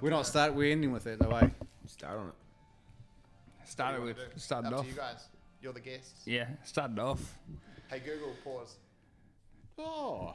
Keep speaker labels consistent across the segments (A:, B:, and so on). A: We don't start. We're ending with it. No way.
B: Start on it.
C: Started
D: What
C: with
D: do you wanna do?
C: started
D: Up
C: off.
D: to you guys. You're the guests.
C: Yeah, started off.
D: Hey Google, pause.
A: Oh.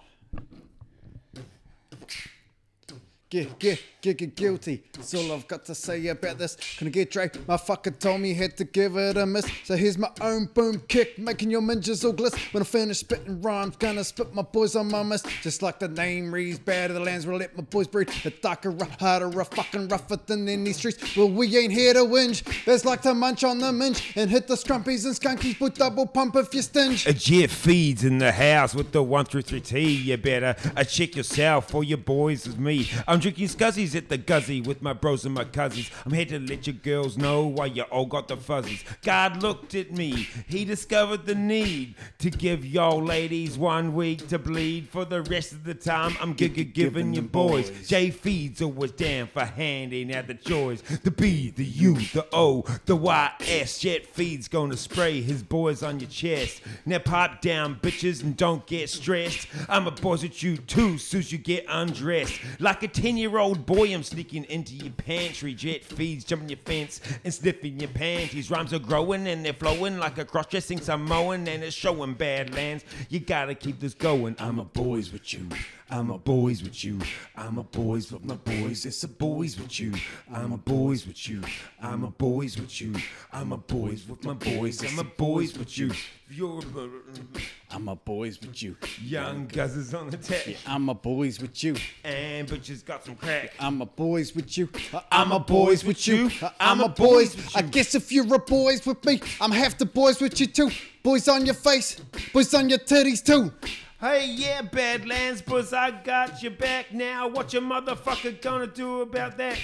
A: Get, get, get, get guilty. That's all I've got to say about this. Gonna get dragged. My fucker told me had to give it a miss. So here's my own boom kick, making your ninjas all gliss. When I finish spitting rhymes, gonna spit my boys on my miss. Just like the name reads, bad of the lands, we'll let my boys breed. The darker, rough, harder, rough, fucking rougher than any streets. Well, we ain't here to whinge. That's like to munch on the minge and hit the scrumpies and skunkies. But double pump if you stinge.
B: A Jeff feeds in the house with the one through three T. You better uh, check yourself for your boys is me. I'm drinking scuzzies at the guzzy with my bros and my cousins. I'm here to let your girls know why you all got the fuzzies. God looked at me, he discovered the need to give y'all ladies one week to bleed. For the rest of the time, I'm giga giving you boys. J feeds always down for handing out the joys. The B, the U, the O, the Y, S. Jet feeds gonna spray his boys on your chest. Now pop down, bitches, and don't get stressed. I'm a boss at you too, soon as you get undressed. Like a 10 year old boy, I'm sneaking into your pantry. Jet feeds, jumping your fence, and sniffing your panties. Rhymes are growing and they're flowing like a cross dressing Samoan, and it's showing badlands. You gotta keep this going. I'm a boys with you. I'm a boys with you. I'm a boys with my boys. It's a boys with you. I'm a boys with you. I'm a boys with you. I'm a boys with my boys. I'm a boys with you. You're a
A: I'm a boys with you.
B: young guys is on the tech,
A: I'm a boys with you.
B: and bitches got some crack.
A: I'm a boys with you.
B: I'm a boys with you.
A: I'm a boys. I guess if you're a boys with me, I'm half the boys with you too. Boys on your face, boys on your titties too.
B: Hey, yeah, Badlands, boys, I got your back now. What your motherfucker gonna do about that?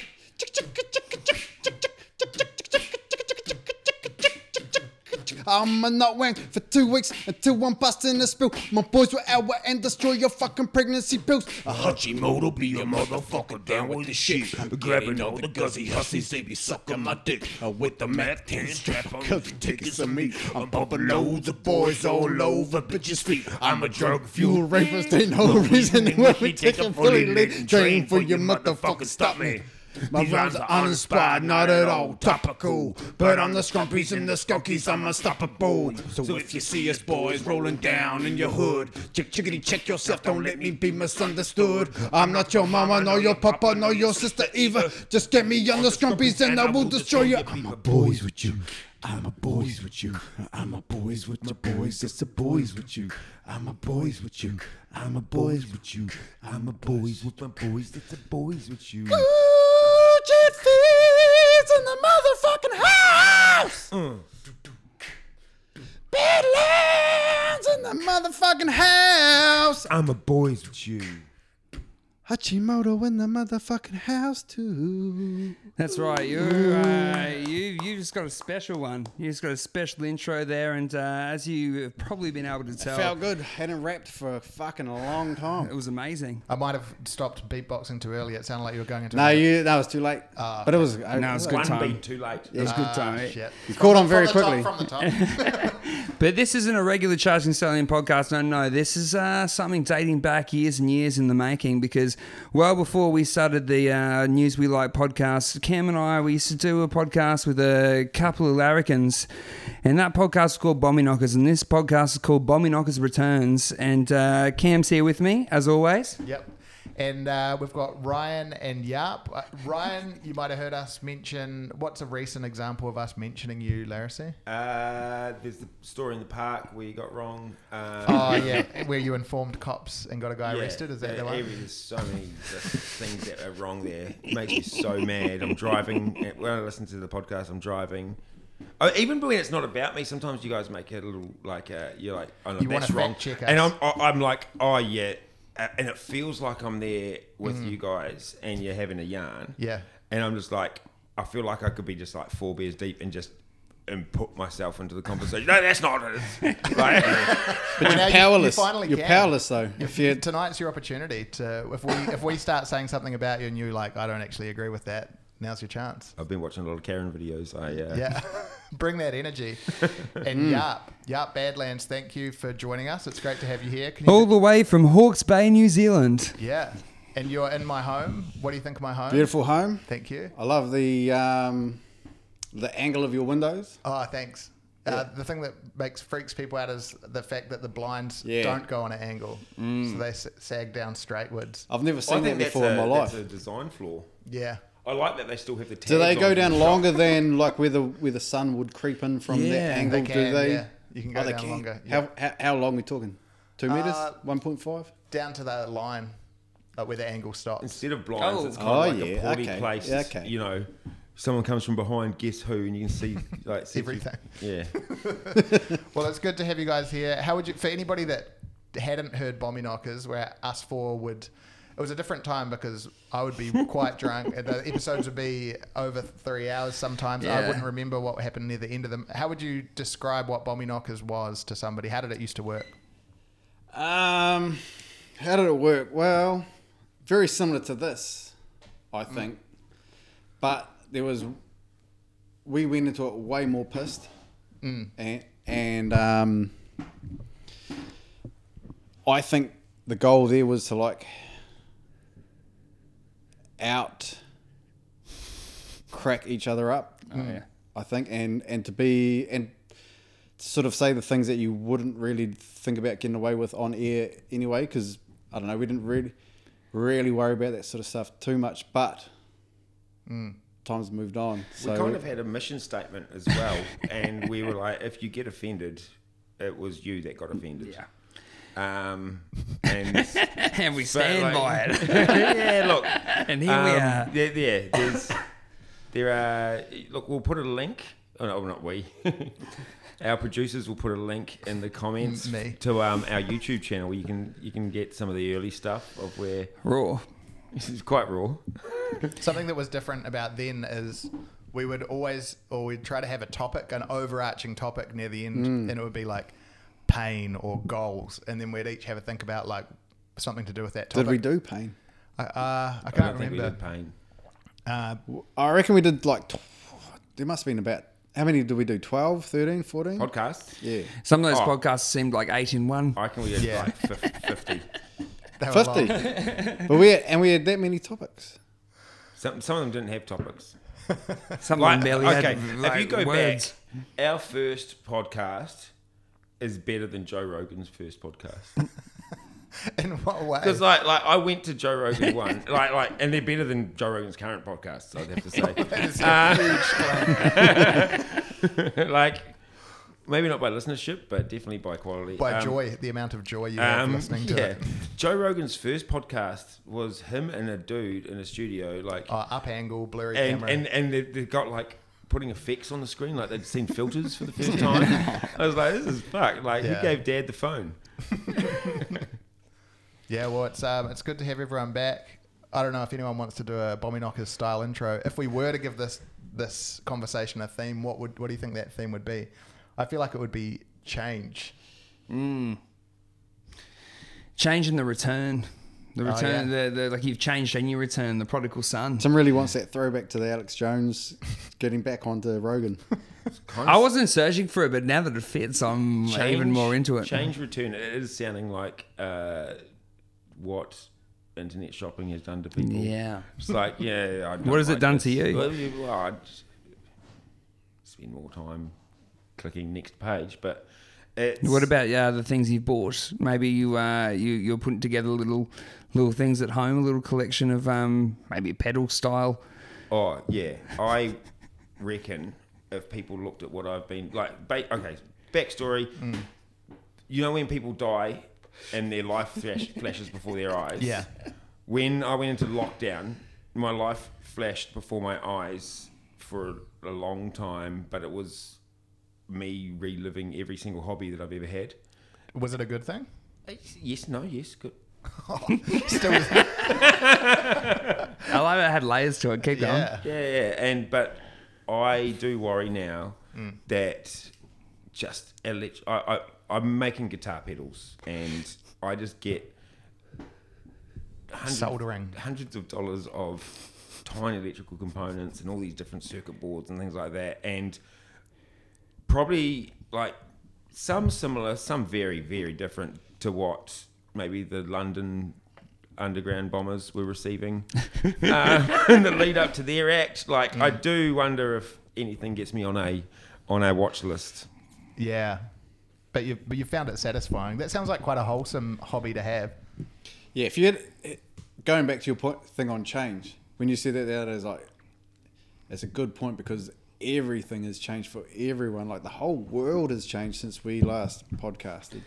A: I'm a nut wank for two weeks until I'm busting the spill. My boys will out and destroy your fucking pregnancy pills.
E: A Hachimoto be a motherfucker down with the shit. Grabbing all the guzzy hussies, they be sucking my dick. Uh, With the Mac 10 strap on, cause tickets of me. I'm bumping loads of boys all over bitches' feet. I'm a drug
A: You
E: fuel
A: rapists ain't no reason why we take a fully lit
E: laden
A: train for your motherfucking stop me. My rhymes are uninspired, not at all topical. But I'm the scrumpies and the skunkies, I'm unstoppable. So if you see us boys rolling down in your hood, check chickity check yourself, don't let me be misunderstood. I'm not your mama, nor your papa, nor your sister either. Just get me on the scrumpies and I will destroy you. I'm a
E: boys with you. I'm a boys with you. I'm a boys with my boys. It's a boys with you. I'm a boys with you. I'm a boys with you. I'm a boys with my boys. It's a boys with you.
A: Jet feeds in the motherfucking house.
E: Mm.
A: Badlands in the motherfucking house.
B: I'm a boys with you.
A: Hachimoto in the motherfucking house too.
C: That's right. You uh, you you just got a special one. You just got a special intro there, and uh, as you have probably been able to tell,
A: Felt good. Hadn't rapped for fucking a long
C: it
A: time.
C: was amazing.
D: I might have stopped beatboxing too early. It sounded like you were going into.
A: No,
D: a-
A: you. That was too late. but it was. I,
C: No, it was good
B: One
C: time.
B: beat too late.
C: It was good
D: Ah,
C: time. eh?
D: shit.
A: You caught on very
D: from the
A: quickly.
D: Top, from the top.
C: But this isn't a regular Charging Stallion podcast. No, no, this is uh, something dating back years and years in the making because well before we started the uh, News We Like podcast, Cam and I, we used to do a podcast with a couple of larrikins and that podcast was called Bombing Knockers and this podcast is called Bombing Knockers Returns and uh, Cam's here with me as always.
D: Yep. And uh, we've got Ryan and Yap. Uh, Ryan, you might have heard us mention. What's a recent example of us mentioning you, Larissy?
B: Uh, there's the story in the park where you got wrong. Uh,
D: Oh yeah, where you informed cops and got a guy arrested. Is that the
B: uh,
D: one?
B: every- There's so many just things that are wrong there. It makes me so mad. I'm driving. When I listen to the podcast, I'm driving. Oh, even when it's not about me, sometimes you guys make it a little like uh, you're like, oh, no,
D: You wanna
B: that's wrong.
D: fact-check
B: and
D: us.
B: I'm, I- I'm like, oh yeah, Uh, and it feels like I'm there with you guys, and you're having a yarn.
D: Mm. Yeah.
B: and I'm just like, I feel like I could be just like four beers deep and just. And put myself into the conversation. No, that's not it. Like,
A: But
D: Now
A: you're
D: you-
A: powerless.
D: you finally
A: You are
D: can.
A: powerless though. If you
D: Tonight's your opportunity to. If we if we start saying something about you and you like, I don't actually agree with that. Now's your chance.
B: I've been watching a lot of Karen videos. I uh,
D: Yeah. Bring that energy. And
A: Hmm.
D: Yap, Yap Badlands, thank you for joining us. It's great to have you here. Can you
C: All the way from Hawke's Bay, New Zealand.
D: Yeah. and you're in my home. What do you think of my home?
A: Beautiful Uh, home.
D: Thank you.
A: I love the um, the angle of your windows.
D: Oh, thanks. Uh, the thing that makes freaks people out is the fact that the blinds
A: Yeah. Mm.
D: don't go on an angle, so they s- sag down straightwards.
A: I've never
B: I
A: seen that
B: think that's
A: before
B: a,
A: in my life.
B: that's a design flaw.
D: Yeah,
B: I like that they still have the.
A: Do they
B: tags
A: go
B: on.
A: down longer than like where the where the sun would creep in from
C: Yeah,
A: that angle?
D: they
A: Do
D: can.
A: they?
D: Yeah, you can go
A: Oh, they
D: down
A: can.
D: longer. Yeah.
A: How, how how long are we talking? Two meters?
D: Uh,
A: One point five?
D: down to the line, like where the angle stops.
B: Instead of blinds,
C: Oh.
B: it's kind of
A: Oh,
B: like
A: yeah,
B: a porty
A: okay,
B: place.
A: yeah,
B: It's,
A: okay.
B: You know, someone comes from behind, guess who, and you can see like see-
D: Everything.
B: Yeah.
D: Well, it's good to have you guys here. How would you, for anybody that hadn't heard Bomby Knockers, where us four would, it was a different time because I would be quite drunk and the episodes would be over three hours sometimes. I
C: Yeah.
D: wouldn't remember what happened near the end of them. How would you describe what Bomby Knockers was to somebody? How did it used to work?
A: Um, how did it work? Well, very similar to this, I think.
D: Mm.
A: But there was, we went into it way more pissed, and, and um, I think the goal there was to like out crack each other up. I think, and and to be and sort of say the things that you wouldn't really think about getting away with on air anyway because i don't know we didn't really really worry about that sort of stuff too much but times moved on so
B: we kind of had a mission statement as well, and we were like, if you get offended, it was you that got offended.
C: Yeah.
B: Um, and
C: and we stand Um, by
B: like-
C: it.
B: yeah, look,
C: And here we are.
B: Um, There, there, there's, there are. Look, we'll put a link. Oh, no, not we. Our producers will put a link in the comments
D: Me.
B: to um, our YouTube channel where you can you can get some of the early stuff of where
C: Raw.
B: this is quite raw.
D: Something that was different about then is we would always, or we'd try to have a topic, an overarching topic near the end,
A: Mm.
D: and it would be like pain or goals, and then we'd each have a think about like something to do with that topic.
A: did we do pain
D: I, uh, I
B: I
D: can't
B: don't think we
D: remember.
B: did pain.
D: Uh,
A: i reckon we did like tw- there must have been about how many did we do 12 13 14
B: Podcast.
A: yeah
C: Some of those
B: Oh.
C: podcasts seemed like eight in one.
B: I reckon we did
D: Yeah.
B: like fif- fifty.
D: they were
A: 50
D: long.
A: but we had, and we had that many topics
B: Some some of them didn't have topics.
C: Some of
B: Like,
C: them barely
B: okay,
C: had
B: if you
C: like,
B: go
C: words.
B: back, our first podcast is better than Joe Rogan's first podcast.
D: In what way?
B: Because like like I went to Joe Rogan one, like like, and they're better than Joe Rogan's current podcasts. I'd have to say,
D: It's a huge claim.
B: like maybe not by listenership, but definitely by quality.
D: By
B: Um,
D: joy, the amount of joy you have
B: Um,
D: listening to
B: yeah,
D: it.
B: Joe Rogan's first podcast was him and a dude in a studio, like
D: Oh, up angle, blurry
B: and
D: camera.
B: and and they, they got like putting effects on the screen, like they'd seen filters for the first time. I was like, this is fuck. Like,
D: Yeah.
B: who gave Dad the phone?
D: yeah, well, it's um, it's good to have everyone back. I don't know if anyone wants to do a Bomby Knockers style intro. If we were to give this this conversation a theme, what would what do you think that theme would be? I feel like it would be change.
C: Changing the return. The
D: Oh,
C: return, the, the, like you've changed and you return, the prodigal son.
A: Tim really wants that throwback to the Alex Jones getting back onto Rogan.
C: I wasn't searching for it, but now that it fits, I'm even more into it.
B: Change return. It is sounding like uh, what internet shopping has done to people.
C: Yeah.
B: It's like, yeah. I don't
C: What has it
B: like
C: done
B: this.
C: to you?
B: Well, well, I just spend more time clicking next page, but it's,
C: What about uh, the things you've bought? Maybe you uh, you you're putting together little little things at home, a little collection of um, maybe pedal style.
B: Oh yeah, I reckon if people looked at what I've been like, ba- okay, backstory. You know when people die and their life flash, flashes before their eyes.
D: Yeah.
B: When I went into lockdown, my life flashed before my eyes for a long time, but it was me reliving every single hobby that I've ever had.
D: Was it a good thing?
B: Yes, no, yes, good.
D: Still,
C: I like that it had layers to it. Keep going.
D: yeah.
B: Yeah, yeah, and but I do worry now that just elect- I, I I'm making guitar pedals, and I just get hundreds,
D: Soldering.
B: hundreds of dollars of tiny electrical components and all these different circuit boards and things like that, and probably like some similar, some very very different to what maybe the London underground bombers were receiving uh, in the lead up to their act. Like, I do wonder if anything gets me on a on a watch list.
D: Yeah. But you but you found it satisfying. That sounds like quite a wholesome hobby to have.
A: Yeah, if you had eh, going back to your point thing on change, when you said that the other day, it's like it's a good point because everything has changed for everyone. Like the whole world has changed since we last podcasted.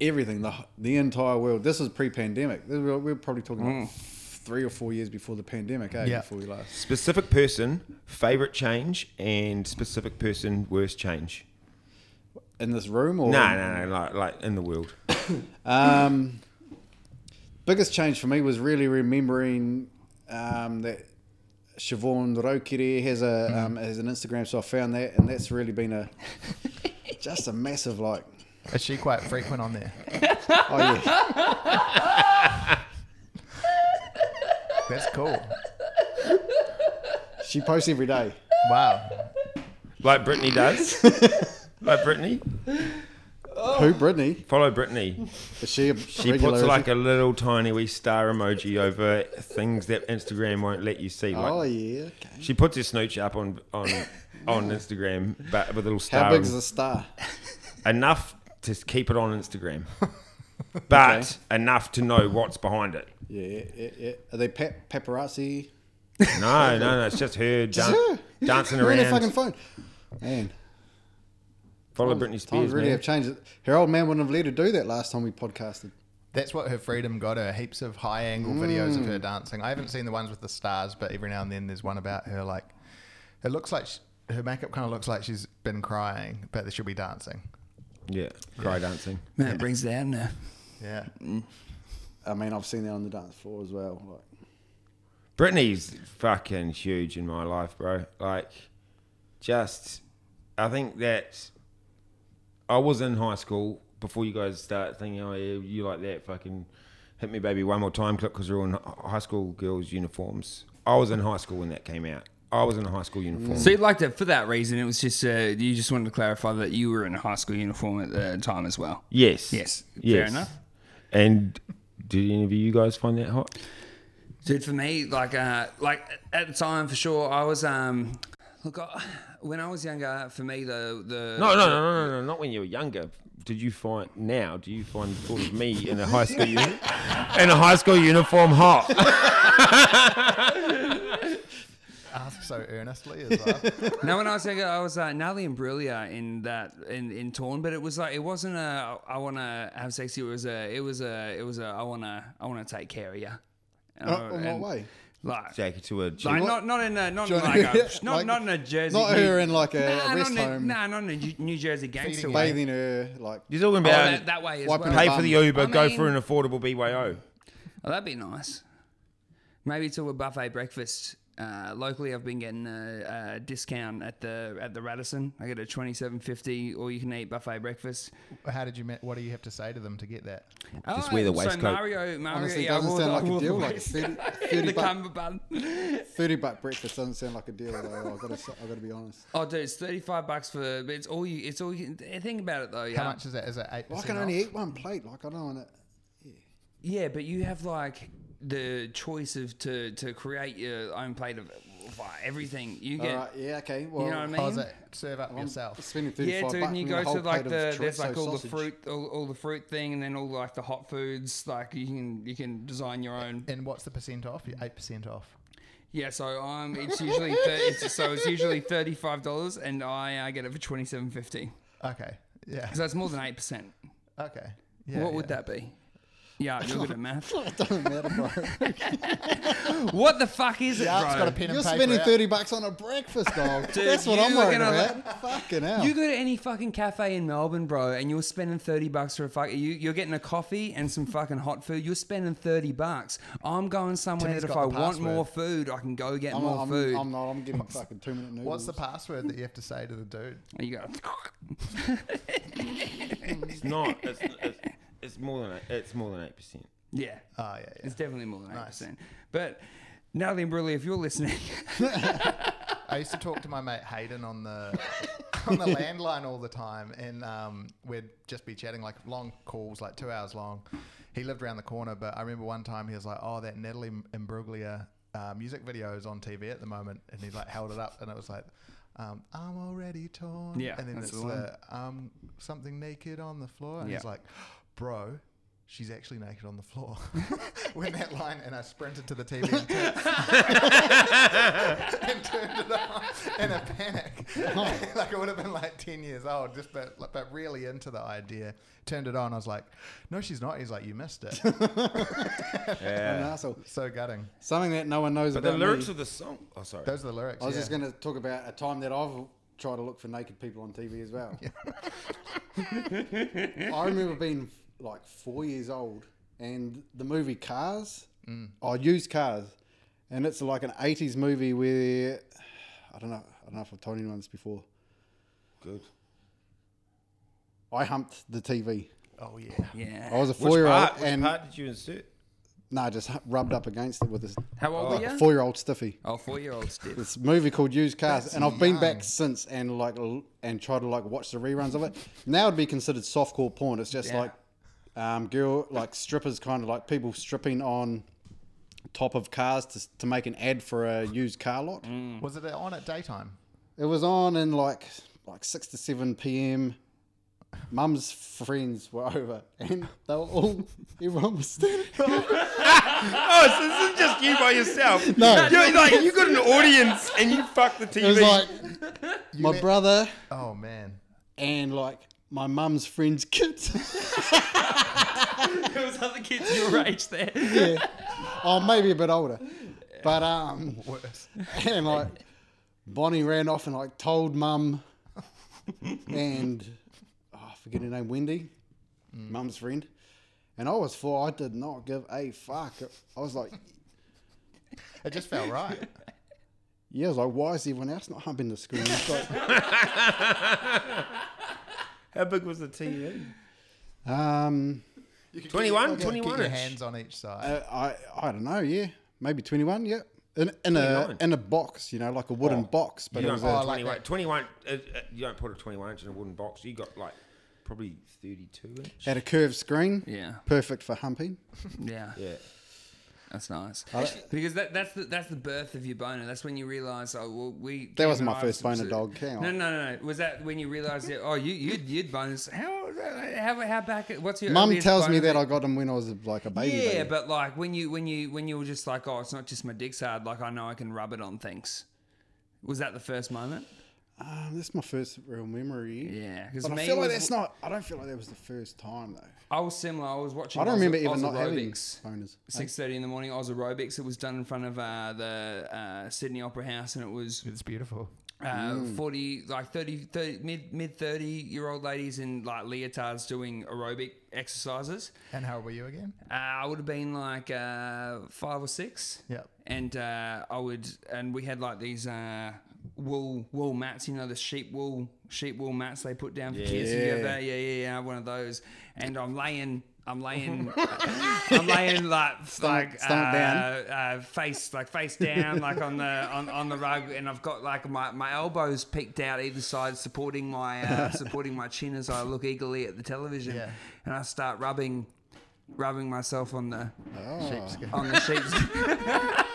A: Everything, the the entire world. This is pre-pandemic. This- We're we're probably talking like three or four years before the pandemic. Eh,
D: Yeah.
A: Before we last.
B: Specific person, favorite change, and specific person, worst change.
A: In this room or
B: No, no, no, like, like in the world.
A: Um, biggest change for me was really remembering um, that Siobhan Rokiri has a um, has an Instagram, so I found that, and that's really been a just a massive like.
D: Is she quite frequent on there?
A: Oh yeah,
D: That's cool.
A: she posts every day.
D: Wow.
B: Like Britney does. like Britney.
A: Who Brittany?
B: Follow Britney.
A: Is she a
B: She puts like a little tiny wee star emoji over things that Instagram won't let you see. Like
A: oh yeah. Okay.
B: She puts her snooch up on on on Instagram, but with a little star.
A: How big is
B: on-
A: the star?
B: Enough to keep it on Instagram, but enough to know what's behind it.
A: Yeah, yeah, yeah, yeah. Are they pa- paparazzi?
B: No, no, no. It's just her, dan-
A: her.
B: dancing
A: We're on their
B: around.
A: fucking phone. Man,
B: Follow Britney Spears.
A: times really
B: man.
A: have changed. Her old man wouldn't have let her do that last time we podcasted.
D: That's what her freedom got her. Heaps of high angle videos of her
A: Mm.
D: dancing. I haven't seen the ones with the stars, but every now and then there's one about her like it looks like sh her makeup kind of looks like she's been crying, but she'll be dancing.
B: yeah, cry dancing.
C: Man, it brings it out now.
D: Yeah.
A: I mean, I've seen that on the dance floor as well. Like,
B: Britney's fucking huge in my life, bro. Like, just, I think that I was in high school before you guys start thinking, oh, yeah, you like that fucking hit me, baby, one more time clip because we're all in hi- high school girls' uniforms. I was in high school when that came out. I was in a high school uniform.
C: So you liked it for that reason. It was just uh, you just wanted to clarify that you were in a high school uniform at the time as well.
B: yes.
C: Yes. Fair enough.
B: And did any of you guys find that hot?
C: Dude, for me, like, uh, like at the time for sure, I was um, look, I, when I was younger, for me the the
B: No, no, no, no, no, no, not when you were younger. Did you find now? Do you find the thought of me in a high school uni- in a high school uniform hot?
D: Ask so earnestly as well.
C: No, when I was younger, I was uh, Natalie and Brulia in that in, in Torn, but it was like it wasn't a I want to have sex. It was a it was a it was a I want to I want to take care of you. And I-
A: Uh, in
C: and,
A: what way?
C: Like,
B: Take to a
C: like not not in a not in
A: Johnny-
C: like a not
A: like-
C: not in a Jersey.
A: Not her in like a
C: nah,
A: rest
C: not in a-
A: home,
C: Nah, not in a Ju- New Jersey gangster
D: Feeding
C: way.
A: bathing her, like
B: You're talking
C: Oh,
B: about
C: that, that way as well.
A: Wiping her
B: pay
A: bum.
B: for the Uber,
C: I
B: go
C: mean-
B: for an affordable BYO.
C: Oh, that'd be nice. Maybe to a buffet breakfast. Uh, locally, I've been getting a, a discount at the at the Radisson. I get a twenty seven fifty all you can eat buffet breakfast.
D: How did you? ma- What do you have to say to them to get that?
B: Just wear the waistcoat.
C: Oh, So Mario, Mario,
A: honestly, it
C: yeah, I
A: doesn't
C: wore
A: sound
C: the- I
A: like a
C: wore the
A: deal. Like
C: waistcoat.
A: 30,
C: the
A: 30 buck,
C: cumber button.
A: 30 buck breakfast doesn't sound like a deal. Though. I've got to, I've got to be honest.
C: Oh, dude, it's thirty five bucks for. But it's all you. It's all you. can- Think about it though. Yeah.
D: How much is that? Is it eight?
A: Well, I can only eat one plate. Like I don't want it.
C: Yeah, but you have like the choice of to to create your own plate of like, everything. You
A: All
C: get.
A: right, yeah, okay. Well,
C: You know what I mean?
D: Oh, is it serve up
A: I'm
D: yourself?
A: spending 35
C: Yeah, dude,
A: bucks
C: and you
A: on
C: go
A: a whole
C: to like
A: plate of
C: the there's like
A: chorizo
C: all the
A: sausage.
C: fruit, all, all the fruit thing, and then all like the hot foods. Like you can you can design your own.
D: And what's the percent off? Eight percent off.
C: Yeah, so I'm. It's usually thir- it's, so it's usually thirty five dollars, and I uh, get it for twenty seven fifty.
D: Okay. Yeah.
C: So that's more than eight percent.
D: Okay. Yeah,
C: what would
D: yeah.
C: that be? Yeah, you're good at math.
A: It doesn't matter, bro.
C: What the fuck is
D: Yeah, it's
C: it,
D: got
C: bro?
D: a pen and
A: You're
D: paper
A: spending
D: out.
A: 30 bucks on a breakfast, dog.
C: Dude,
A: That's what
C: you
A: I'm
C: were
A: worried
C: gonna
A: about. Fucking
B: Oh.
A: hell.
C: You go to any fucking cafe in Melbourne, bro, and you're spending thirty bucks for a fuck. You, you're getting a coffee and some fucking hot food. You're spending thirty bucks. I'm going somewhere
D: Timmy's
C: that if
D: got
C: I
D: the
C: want
D: password.
C: more food, I can go get
A: I'm,
C: more
A: I'm,
C: food.
A: I'm not. I'm getting fucking two minute noodles.
D: What's the password that you have to say to the dude?
C: And you go.
B: It's not. It's, it's, it's more than eight, it's more than eight percent.
C: yeah,
B: Uh,
D: Oh yeah, yeah.
C: it's definitely more than eight percent. But Natalie and Bruley, if you're listening,
D: I used to talk to my mate Hayden on the on the landline all the time, and um, we'd just be chatting like long calls, like two hours long. he lived around the corner. But I remember one time he was like, "Oh, that Natalie Imbruglia." Uh, music video is on TV at the moment, and he like held it up, and it was like, um, "I'm already torn."
C: Yeah,
D: and then
C: that's
D: it's
C: the one.
D: the, um, something naked on the floor, and
C: Yeah.
D: he's like, "Bro, she's actually naked on the floor." when that line, and I sprinted to the TV and turned, and turned it on in a panic. like I would have been like ten years old, just but but really into the idea. Turned it on, I was like, "No, she's not." He's like, "You missed it."
A: An asshole.
D: so gutting.
A: Something that no one knows
B: But
A: about
B: the lyrics
A: me.
B: of the song. Oh, sorry.
D: Those are the lyrics.
A: I was
D: yeah.
A: just going to talk about a time that I've tried to look for naked people on TV as well. I remember being like four years old, and the movie Cars.
B: Mm.
A: I used Cars, and it's like an '80s movie where I don't know. I don't know if I've told anyone this before.
B: Good.
A: I humped the TV.
D: Oh yeah.
A: I
C: Yeah.
A: was a
B: Which
A: four-year-old,
B: part, which
A: and no,
B: part did you insert?
A: just hu- rubbed up against it with this
C: How
B: Oh,
C: old were you?
A: four-year-old stiffy.
C: Oh, four-year-olds did.
A: this movie called Used Cars,
D: That's
A: and I've been
D: young.
A: back since and like l- and tried to like watch the reruns of it. Now it'd be considered softcore porn. It's just
C: Yeah.
A: like um, girl like strippers, kind of like people stripping on top of cars to, to make an ad for a used car lot.
D: Was it on at daytime?
A: It was on in like like six to seven p.m. Mum's friends were over, and they were all everyone was standing.
B: Oh, so this isn't just you by yourself.
A: No.
B: You're like, you got an audience and you fuck the TV.
A: It was like my
D: let-
A: brother
D: Oh man.
A: and like my mum's friends' kids.
C: There was other kids your age there.
A: yeah. Oh, maybe a bit older. But um,
D: Worse.
A: and like Bonnie ran off and like told mum and oh, I forget her name, Wendy, mum's friend. And I was four. I did not give a fuck. I was like,
D: It just felt right.
A: yeah. I was like, why is everyone else not humping the screen? It's like,
B: How big was the E? TV?
A: um,
D: You could
B: 21,
D: get- you could
B: 21
D: Get your
B: -ish.
D: hands on each side.
A: I I don't know. Yeah, maybe twenty one. Yeah, in in a
B: 29.
A: in a box, you know, like a wooden box. But
B: You
A: it
B: don't
A: was
B: put
A: a,
D: Oh,
B: a
D: I like
B: 21.
D: that.
B: 21 uh, uh, you don't put a 21 inch in a wooden box. You got like probably 32 inch.
A: had a curved screen.
C: Yeah.
A: perfect for humping.
C: Yeah.
B: Yeah.
C: That's nice. because that, that's the that's the birth of your boner. That's when you realise. Oh, well, we.
A: That was
C: Cam and I
A: my first
C: was-
A: boner, dog. Hang on.
C: No, no, no, no. Was that when you realised? that, Oh, you you you'd bonus. How how how back? What's your
A: Mum
C: earliest
A: tells me
C: boner
A: that I got him when I was like a baby.
C: Yeah,
A: baby.
C: but like when you when you when you were just like, oh, it's not just my dick's hard. Like I know I can rub it on things. Was that the first moment?
A: Um, this is my first real memory.
C: Yeah, 'cause
A: but I
C: me
A: feel like
C: was-
A: that's not. I don't feel like that was the first time though.
C: I was similar. I was watching.
A: I don't
C: Oz-
A: remember
C: Oz
A: even not having
C: aerobics.
A: boners.
C: Six thirty in the morning, Oz aerobics. It was done in front of uh, the uh, Sydney Opera House, and it was
D: It's beautiful.
C: uh,
A: Mm.
C: forty, like 30, 30 mid mid thirty year old ladies in like leotards doing aerobic exercises.
D: And how old were you again?
C: Uh, I would have been like uh, five or six.
D: Yep.
C: And uh, I would, and we had like these uh, wool wool mats, you know, the sheep wool sheep wool mats they put down for kids. You
A: Yeah.
C: have that? Yeah, yeah, yeah. I have One of those. And I'm laying. I'm laying, I'm laying like
A: Stomach-
C: like
A: stomach
C: uh,
A: down.
C: uh, face like face down, like on the on, on the rug, and I've got like my, my elbows peeked out either side, supporting my uh, supporting my chin as I look eagerly at the television,
D: Yeah.
C: and I start rubbing rubbing myself on the
A: Oh.
D: Sheepskin.
C: on the sheep's.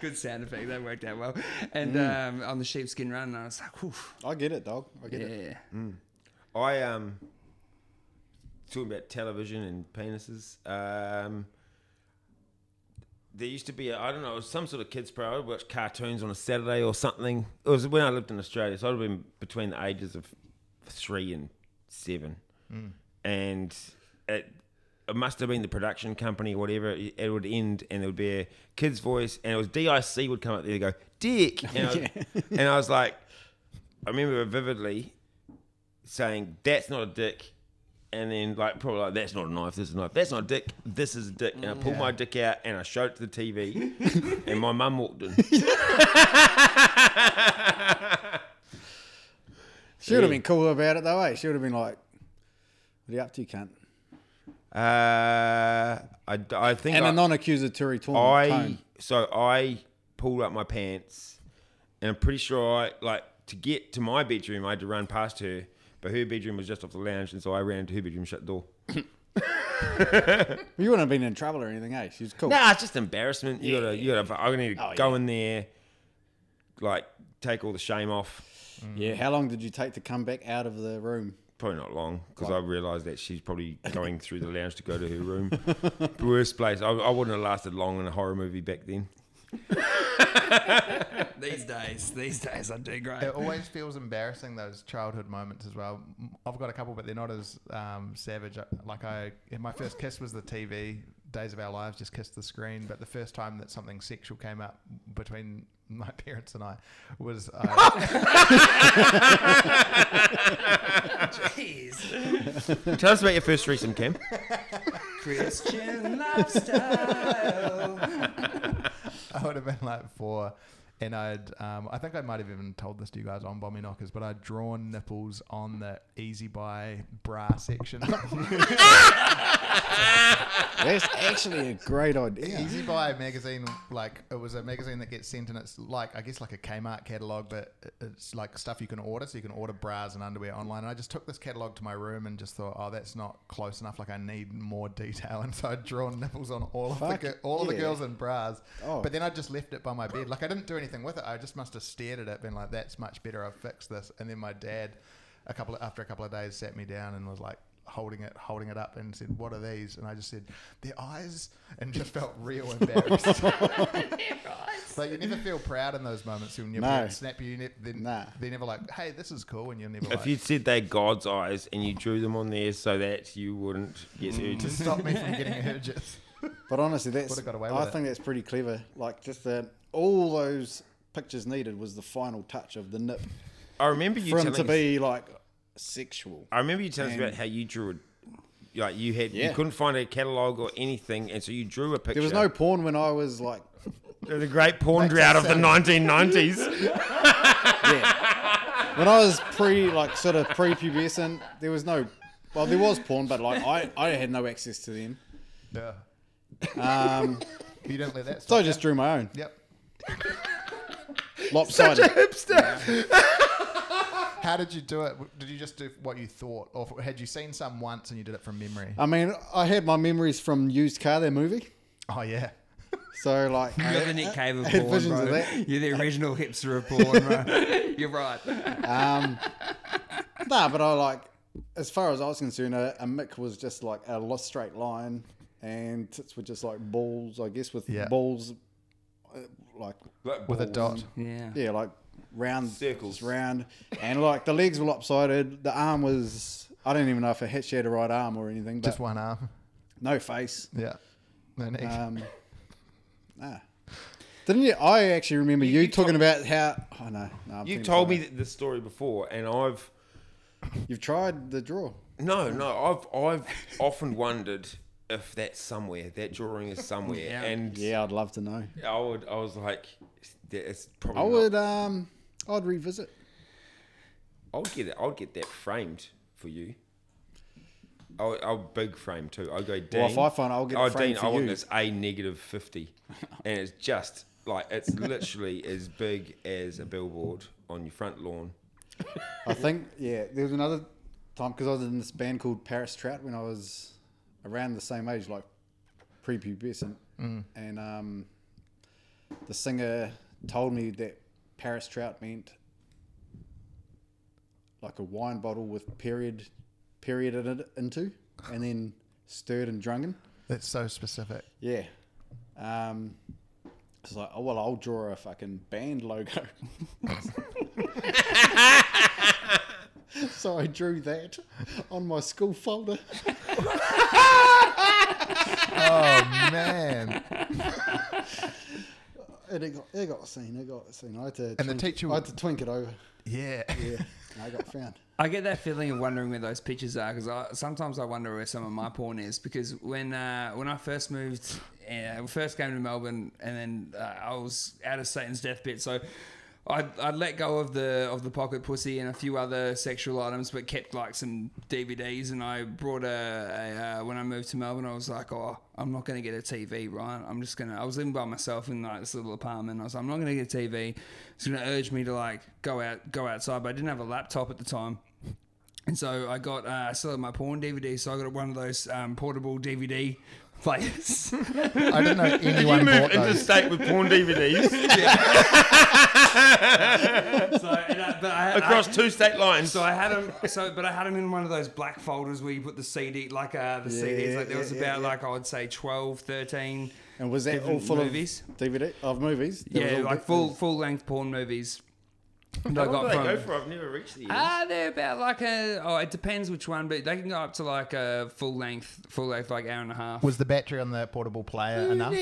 C: Good sound effect. That worked out well. And um, on the sheepskin run, and I was like, Oof,
A: I get it, dog. I get it.
C: yeah.
B: I um talking about television and penises. Um, there used to be a, I don't know it was some sort of kids program. I would watch cartoons on a Saturday or something. It was when I lived in Australia, so I'd have been between the ages of three and seven, and it. It must have been the production company, whatever. It it would end, and there would be a kid's voice, and it was DIC would come up there and go, "Dick," and I, and I was like, I remember vividly saying that's not a dick and then like probably like that's not a knife this is a knife that's not a dick this is a dick and i pulled
A: Mm.
B: my dick out and i showed it to the tv and my mum walked in
A: She would have been cool about it though, eh? She would have been like, "What are you up to, cunt?"
B: uh i, I think
A: And
B: I,
A: a non-accusatory tone.
B: I
A: tone.
B: so I pulled up my pants, and I'm pretty sure I like to get to my bedroom. I had to run past her, but her bedroom was just off the lounge, and so I ran to her bedroom, shut the door.
A: You wouldn't have been in trouble or anything, eh? She's cool.
B: Nah, it's just embarrassment. You gotta, you gotta. I need to
A: Oh,
B: go
A: yeah.
B: in there, like take all the shame off.
A: Yeah. How long did you take to come back out of the room?
B: Probably not long because I realised that she's probably going through the lounge to go to her room. Worst place. I, I wouldn't have lasted long in a horror movie back then.
C: These days, these days, I do great.
D: It always feels embarrassing those childhood moments as well. M- I've got a couple, but they're not as um, savage. Like I, my first kiss was the TV. Days of our lives, just kissed the screen. But the first time that something sexual came up between my parents and I was uh,
C: Jeez.
B: Tell us about your first threesome, Cam.
C: Christian lifestyle.
D: I would have been like four, and I'd um, I think I might have even told this to you guys on Bomby Knockers, but I'd drawn nipples on the Easy Buy bra section.
A: That's actually a great idea.
D: Easy Buy magazine, like it was a magazine that gets sent, and it's like I guess like a Kmart catalog, but it's like stuff you can order. So you can order bras and underwear online. And I just took this catalog to my room and just thought, oh, that's not close enough. Like I need more detail, and so I drawn nipples on all of the
A: Fuck,
D: gi- uh, all of the
A: yeah.
D: girls in bras.
A: Oh.
D: But then I just left it by my bed. Like I didn't do anything with it. I just must have stared at it, been like, that's much better. I've fixed this. And then my dad, a couple of, after a couple of days, sat me down and was like. Holding it, holding it up, and said, "What are these?" And I just said, "Their eyes," and just felt real embarrassed. Like you never feel proud in those moments when your
A: No.
D: parents snap you. you ne- they're,
A: Nah.
D: they're never like, "Hey, this is cool," and you're never
B: If
D: like,
B: you said they God's eyes and you drew them on there so that you wouldn't get
A: Mm.
B: urges.
D: "Stop me from getting urges."
A: But honestly, that's
D: Would've got away
A: I
D: with it.
A: think that's pretty clever. Like just the all those pictures needed was the final touch of the nip
B: I remember you
A: for him
B: telling
A: to
B: us-
A: be like sexual.
B: I remember you telling us about how you drew a, like you had
A: Yeah.
B: you couldn't find a catalog or anything, and so you drew a picture.
A: There was no porn when I was like,
B: the great porn drought of the 1990s.
A: yeah. when I was pre like sort of pre-pubescent, there was no. Well, there was porn, but like I, I had no access to them,
D: Yeah. you don't let that.
A: Um, so I
D: Stop.
A: just drew my own
D: yep.
A: lopsided.
D: How did you do it? W- Did you just do what you thought, or f- had you seen some once and you did it from memory?
A: I mean, I had my memories from Used Car, that movie.
D: oh yeah.
A: So like,
C: You're the Nick Cave of
A: I had
C: porn,
A: visions
C: bro.
A: of that.
C: You're the original hipster of porn, bro. You're right.
A: nah, but I like, as far as I was concerned, a, a mick was just like a lo- straight line, and tits were just like balls, I guess, with
D: Yeah.
A: balls, uh, like
D: With a dot.
C: Yeah.
A: yeah, like round
B: Circles.
A: just round, and like the legs were lopsided. The arm was, I don't even know if it had she had a right arm or anything, but
D: Just one arm.
A: no face.
D: Yeah. No need.
A: Um, nah. Didn't you? I actually remember you, talking about how. Oh no, no I'm
B: You
A: thinking
B: told me
A: about-
B: th- this story before, and I've
A: you've tried the draw.
B: no, no, I've I've often wondered if that's somewhere that drawing is somewhere,
C: Yeah.
B: and
A: Yeah, I'd love to know.
B: I would I was like, it's probably
A: I
B: not-
A: would. Um, I'd revisit.
B: I'll get it. I'll get that framed for you. I'll, I'll big frame too. I'll go Dean. Oh,
A: if I find it, I'll get it framed
B: Dean,
A: for
B: I want
A: you."
B: this A negative fifty, and it's just like it's literally as big as a billboard on your front lawn.
A: I think yeah. There was another time because I was in this band called Paris Trout when I was around the same age, like prepubescent, and um, the singer told me that Paris Trout meant like a wine bottle with period perioded it into, and then stirred and drunken.
D: That's so specific.
A: Yeah. Um, it's like, oh well, I'll draw a fucking band logo. so I drew that on my school folder.
D: Man.
A: And it got, it got seen. It got seen. I had to.
D: And the teacher
A: I
D: would-
A: had to twink it over.
D: Yeah.
A: Yeah, and I got found.
C: I get that feeling of wondering where those pictures are because I, sometimes I wonder where some of my porn is. Because when uh, when I first moved, uh, first came to Melbourne, and then uh, I was out of Satan's deathbed, so I'd, I'd let go of the of the pocket pussy and a few other sexual items, but kept like some DVDs. And I brought a, a uh, when I moved to Melbourne, I was like, oh, I'm not going to get a TV, right? I'm just gonna. I was living by myself in like this little apartment. I was like, I'm not going to get a TV. It's going to urge me to like go out go outside, but I didn't have a laptop at the time. And so I got, uh, I still have my porn DVD, so I got one of those um, portable DVD players.
D: I don't know if anyone bought those.
B: interstate with porn DVDs
C: so, and I, but I, I,
B: two state lines.
C: so I had them. So, but I had them in one of those black folders where you put the CD, like uh, the CDs. Like there was
A: yeah, yeah,
C: about
A: yeah.
C: like I would say 12, 13
A: And was that all
C: different
A: full
C: movies.
A: of DVD of movies? That was
C: yeah,
A: all
C: like
A: di-
C: full full length porn movies. That I got from-
B: I've never reached the
C: Ah, they're about like a. Oh, it depends which one, but they can go up to like a full length, full length, like hour and a half.
D: Was the battery on the portable player enough?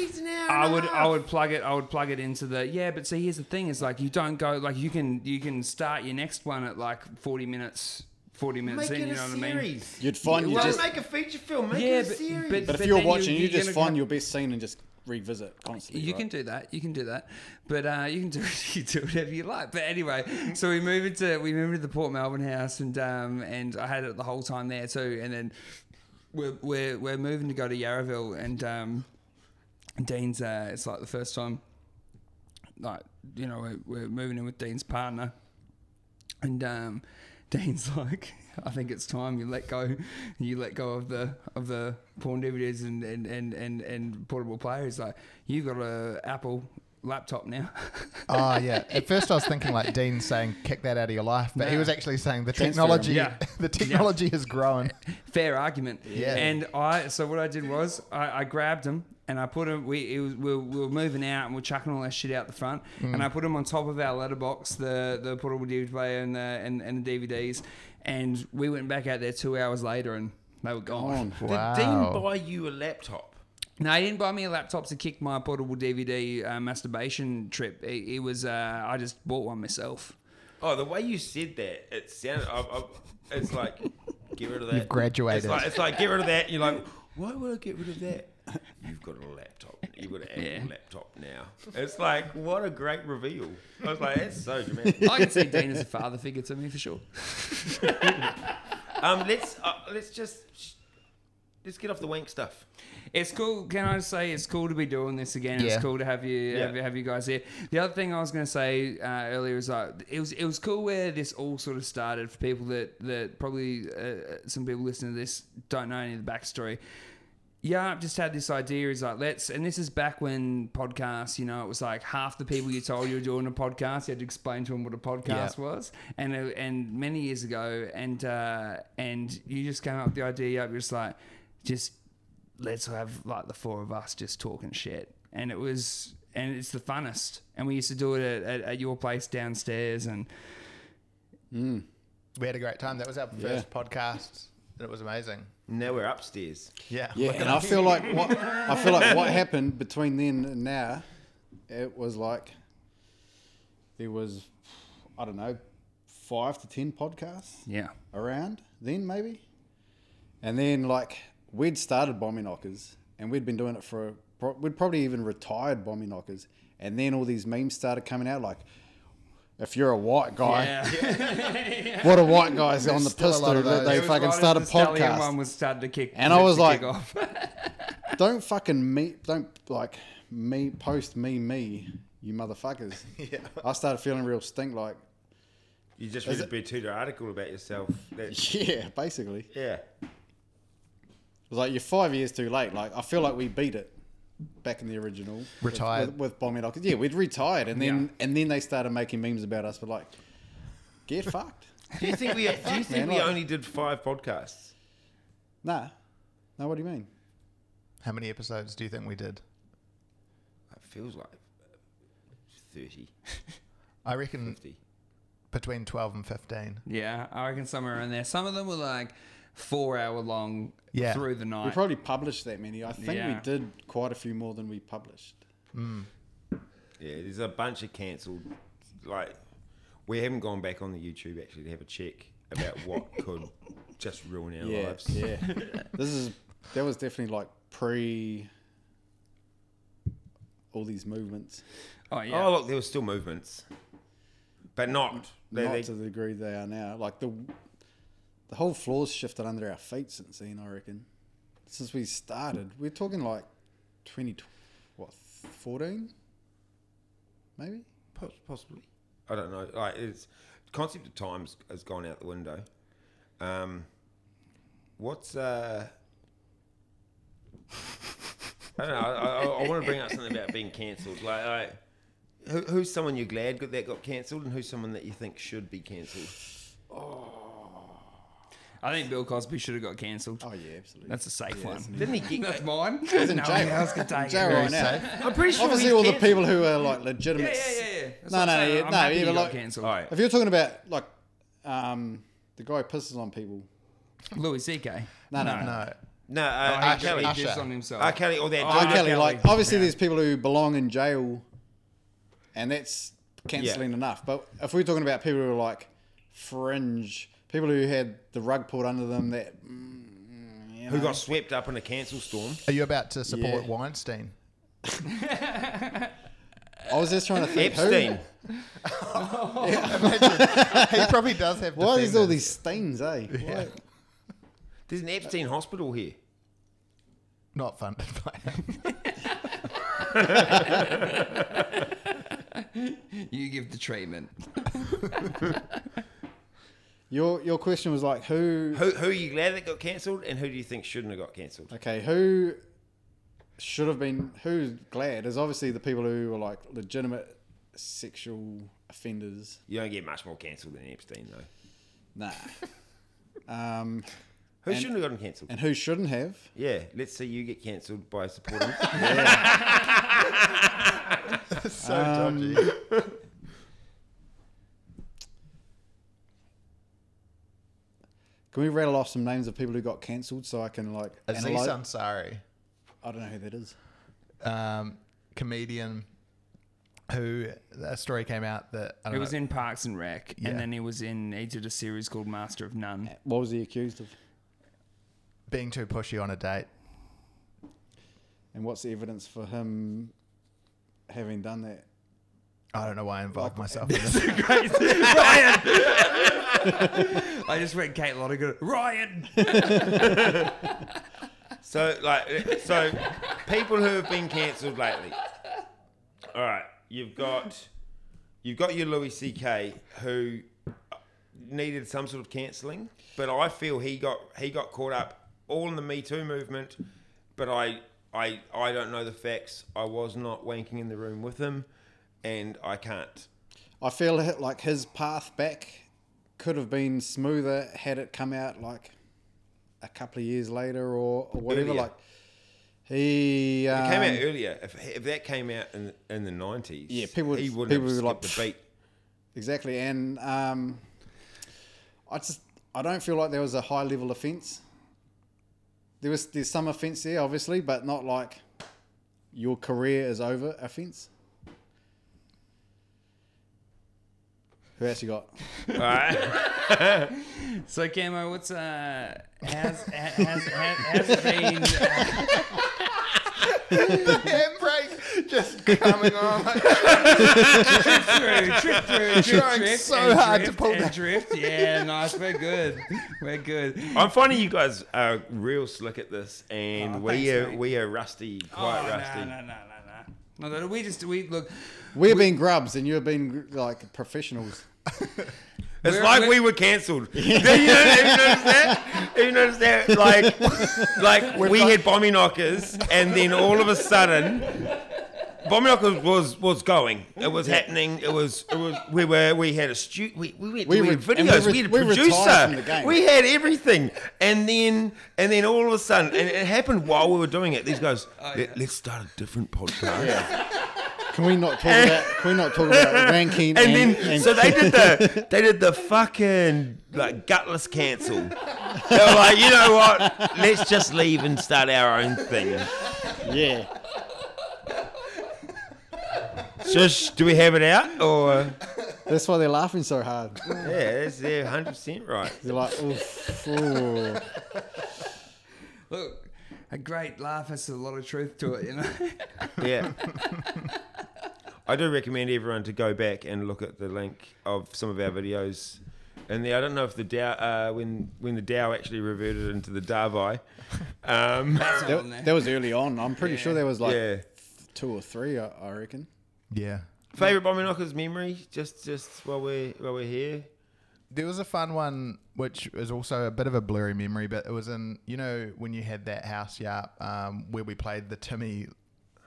C: I would, I would plug it, I would plug it into the. Yeah, but see, here's the thing: is like you don't go like you can, you can start your next one at like forty minutes, forty minutes in. You know what I mean?
A: You'd find you
C: well,
A: just.
C: mate,
B: make a feature film. Make
C: Yeah, but, but,
A: But if you're
C: then
A: watching, you, just
C: gonna
A: find
C: come-
A: your best scene and just revisit constantly.
C: You
A: right?
C: can do that. You can do that. But uh, you can do you do whatever you like. But anyway, so we moved into we moved into the Port Melbourne house, and um, and I had it the whole time there too. And then we're we're, we're moving to go to Yarraville, and um, Dean's uh, it's like the first time, like you know we're, we're moving in with Dean's partner, and um, Dean's like, I think it's time you let go, you let go of the of the porn DVDs and and and and, and portable player. He's like, you got a Apple laptop now.
D: Oh yeah. At first, I was thinking like Dean saying, "Kick that out of your life," but he
C: No.
D: was actually saying the
A: Transfer 'em.
D: technology,
C: Yeah.
D: the technology has grown.
C: Fair argument.
D: Yeah.
C: And I so what I did was I, I grabbed him and I put him. We it was, we, were, we were moving out and we are chucking all that shit out the front. And I put him on top of our letterbox, the the portable DVD player and the and, and the DVDs. And we went back out there two hours later and they were gone.
A: Gone.
B: Did Dean
D: Wow.
B: buy you a laptop?
C: No, he didn't buy me a laptop to kick my portable DVD uh, masturbation trip. It, it was uh, I just bought one myself.
B: Oh, the way you said that, it sounded. I, I, it's like get rid of that.
D: You've graduated.
B: It's like, it's like get rid of that. You're like, why would I get rid of that? You've got a laptop. You've got an Apple
C: Yeah.
B: laptop now. It's like what a great reveal. I was like, that's so dramatic.
C: I can see Dean as a father figure to me for sure.
B: Um, let's uh, let's just sh- let's get off the wank stuff.
C: It's cool. Can I say it's cool to be doing this again?
D: Yeah.
C: It's cool to have you have,
B: Yeah.
C: have you guys here. The other thing I was going to say uh, earlier was like it was it was cool where this all sort of started for people that that probably uh, some people listening to this don't know any of the backstory. Yeah, I've just had this idea is like let's and this is back when podcasts, you know, it was like half the people you told you were doing a podcast, you had to explain to them what a podcast
D: Yeah.
C: was, and uh, and many years ago, and uh, and you just came up with the idea, you're just like just let's have like the four of us just talking shit. And it was, and it's the funnest. And we used to do it at, at, at your place downstairs. And
D: We had a great time. That was our first podcast, and it was amazing.
B: Now we're upstairs.
D: Yeah.
A: Yeah, and I feel like what I feel like what happened between then and now, it was like there was I don't know five to ten podcasts
C: yeah,
A: around then maybe, and then like we'd started bombing knockers and we'd been doing it for pro- we'd probably even retired bombing knockers, and then all these memes started coming out like. If you're a white guy, what a white guy's on the
D: There's still a lot
A: pistol
D: of
A: that
D: those.
A: they
D: It was
A: fucking
C: right as
A: start a
C: the Stallion
A: podcast.
C: One was starting to kick,
A: And I was
C: to kick
A: like-
C: off.
A: don't fucking me don't like me post me me you motherfuckers yeah i started feeling real stink like
B: You just read a bit too article about yourself. That's,
A: yeah basically it
B: yeah.
A: was like you're five years too late like i feel like we beat it back in the original with-
D: Retired.
A: with, with bombing yeah we'd retired and then and then they started making memes about us but like get fucked
B: Do you think we? Do you think
A: man,
B: we
A: like-
B: only did five podcasts?
A: nah no what do you mean
D: How many episodes do you think we did?
B: It feels like uh, thirty.
D: I reckon
B: 50.
D: between twelve and fifteen.
C: yeah, I reckon somewhere in there. Some of them were like four hour long
D: Yeah.
C: through the
A: we
C: night.
A: probably published that many i think
C: Yeah.
A: we did quite a few more than we published
B: Yeah, there's a bunch of cancelled. Like, we haven't gone back on the YouTube actually to have a check about what could just ruin our
A: yeah,
B: lives.
A: yeah. this is that was definitely like pre all these movements,
C: oh yeah,
B: Oh, look, there were still movements, but not. They,
A: not
B: they-
A: to the degree they are now. Like the the whole floor's shifted under our feet since then. I reckon since we started, we're talking like twenty, what fourteen, maybe.
B: Poss- possibly. I don't know. Like, it's concept of time has- has gone out the window. Um, what's uh? I don't know. I, I, I want to bring up something about being cancelled. Like, I, who, who's someone you're glad got, that got cancelled, and who's someone that you think should be cancelled?
C: I think Bill Cosby should have got cancelled.
A: Oh yeah, absolutely.
C: That's a safe one.
B: Didn't he get?
C: That's mine. He's
A: in jail. jail
C: Very
A: right now.
C: safe.
B: I'm pretty sure
A: Obviously,
B: he's
A: all the
B: cancelled.
A: people who are like legitimate.
C: Yeah, yeah, yeah. yeah. That's
A: No,
C: what I'm
A: no,
C: saying.
A: yeah,
C: I'm
A: no,
C: happy
A: yeah,
C: he
A: but
C: got
A: like-
C: cancelled.
B: All right.
A: If you're talking about like um, the guy who pisses on people,
C: Louis C.K.
A: no, no, no.
D: No.
B: No,
A: Oh,
B: uh, R.
D: Usher,
B: Kelly.
D: Usher.
C: Just on himself.
B: R. Kelly or that
A: R.
B: dude-
A: Kelly, like
C: Kelly.
A: obviously,
C: Oh, Yeah.
A: there's people who belong in jail, and that's cancelling enough. But if we're talking about people who are like fringe, people who had the rug pulled under them, that mm, you
B: who
A: know.
B: got swept up in a cancel storm.
D: Are you about to support
A: Yeah.
D: Weinstein?
A: I was just trying to think.
B: Epstein.
D: he probably does have.
A: Who? Why are there's all
D: defenders.
A: these stains, eh? Why-
B: There's an Epstein hospital here.
D: Not funded by him.
C: You give the treatment.
A: Your your question was like who?
B: Who, who are you glad that got cancelled, and who do you think shouldn't have got cancelled?
A: Okay, who should have been? Who's glad is obviously the people who were like legitimate sexual offenders.
B: You don't get much more cancelled than Epstein, though.
A: Nah. um,
B: Who shouldn't have gotten cancelled?
A: and who shouldn't have?
B: Yeah, let's see you get cancelled by supporting.
D: so
A: Um,
D: dodgy.
A: Can we rattle off some names of people who got cancelled so I can like
D: Aziz
A: analyse-
D: Ansari,
A: I don't know who that is.
D: um, comedian, who a story came out that I don't
C: He
D: know,
C: was in Parks and Rec,
D: Yeah.
C: and then he was in. He did a series called Master of None.
A: What was he accused of?
D: being too pushy on a date.
A: And what's the evidence for him having done that?
D: I don't know why I involved myself in this.
C: Ryan. I just read Kate Lonergan. Ryan.
B: so, like, so people who have been cancelled lately. All right, you've got, you've got your Louis C.K. who needed some sort of cancelling, but I feel he got he got caught up all in the Me Too movement. But I I I don't know the facts. I was not wanking in the room with him, and I can't.
A: I feel hi- like his path back could have been smoother had it come out like a couple of years later or, or whatever.
B: Earlier.
A: Like he
B: It
A: um,
B: came out earlier. If, if that came out in in the nineties,
A: Yeah, people would-
B: he wouldn't
A: people
B: have
A: would be like,
B: skipped the beat.
A: exactly, and um, I just I don't feel like there was a high level offence. There was there's some offence there, obviously, but not like your career is over offence. Who else you got?
C: So Camo, what's uh? How's how's, how's, how's it been?
D: Handbrake just coming on. Like,
C: through, trip through, trip,
D: Trying
C: drift,
D: so
C: and
D: hard to
C: drift,
D: pull
C: and
D: that.
C: drift. Yeah, nice. We're good. We're good.
B: I'm finding you guys are real slick at this, and
C: Oh,
B: we
C: thanks,
B: are
C: mate.
B: we are rusty, quite
C: Oh,
B: rusty.
C: No, no, no, no, no. No, no, we just we look.
A: We're being grubs, and you're being like professionals.
B: It's
C: We're-
B: like
C: we're-
B: we were cancelled. you, know, you notice that? You notice that? Like, like we had bombing knockers, and then all of a sudden, bombing knockers was was going. It was happening. It was it was. We were we had a stu- we we went
A: We
B: we,
A: re-
B: had
A: and we
B: videos.
A: re-
B: We, had a
A: we retired from the
B: producer.
A: game.
B: We had everything, and then and then all of a sudden, and it happened while we were doing it. These guys,
A: Oh,
B: Let, let's start a different podcast.
A: Can we not talk about? Can we not talk about ranking?
B: And, then
A: and-
B: so they did the they did the fucking like gutless cancel. They were like, you know what? Let's just leave and start our own thing.
A: yeah.
B: Shush, do we have it out or
A: That's why they're laughing so hard.
B: Yeah, that's yeah, hundred percent right.
A: They're like, oof, ooh.
C: Look, a great laugh has a lot of truth to it. You know.
B: Yeah. I do recommend everyone to go back and look at the link of some of our videos. And the, I don't know if the Dow uh, when when the Dow actually reverted into the Davai. Um,
C: That's not on there.
A: That, that was early on. I'm pretty sure there was like
B: yeah.
A: two or three, I, I reckon.
D: yeah.
B: Favorite Bombing Knockers memory, just just while we're while we're here.
D: There was a fun one, which is also a bit of a blurry memory, but it was in you know when you had that house yard um, where we played the Timmy,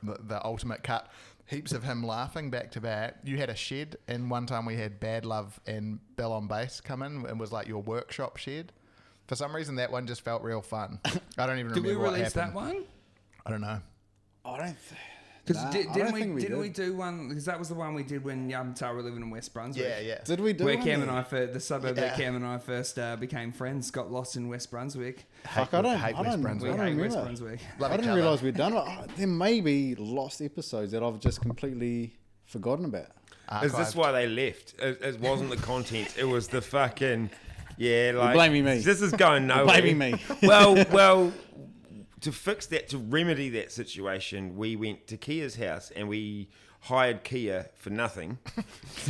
D: the, the ultimate cut, heaps of him laughing back to back. You had a shed, and one time we had Bad Love and Bell on Bass come in and was like your workshop shed. For some reason, that one just felt real fun. I don't even
C: Did we
D: remember what
C: release that
D: happened.
C: one?
D: I don't know.
A: I don't. Th-
C: Because
A: Nah, I
C: did,
A: don't
C: didn't we,
A: think we
C: didn't
A: did.
C: we do one? Because that was the one we did when um, Tara were living in West Brunswick.
D: Yeah, yeah.
A: did we do
C: Where
A: one
C: Cam
A: then?
C: and I, fir- the suburb that
D: Yeah.
C: Cam and I first uh, became friends, got lost in West Brunswick.
A: Fuck, I don't.
D: hate
A: I
D: West
A: don't.
D: Brunswick.
A: I
C: We
A: don't
C: hate West
A: remember.
C: Brunswick.
D: Love
A: I
D: each
A: didn't
D: other.
A: realize we'd done it. Oh, There may be lost episodes that I've just completely forgotten about.
B: Is this
D: Archived.
B: why they left? It, it wasn't the content. It was the fucking yeah. Like
A: blaming me.
B: This is going nowhere.
A: blaming me.
B: well, well. To fix that, to remedy that situation, we went to Kia's house and we hired Kia for nothing.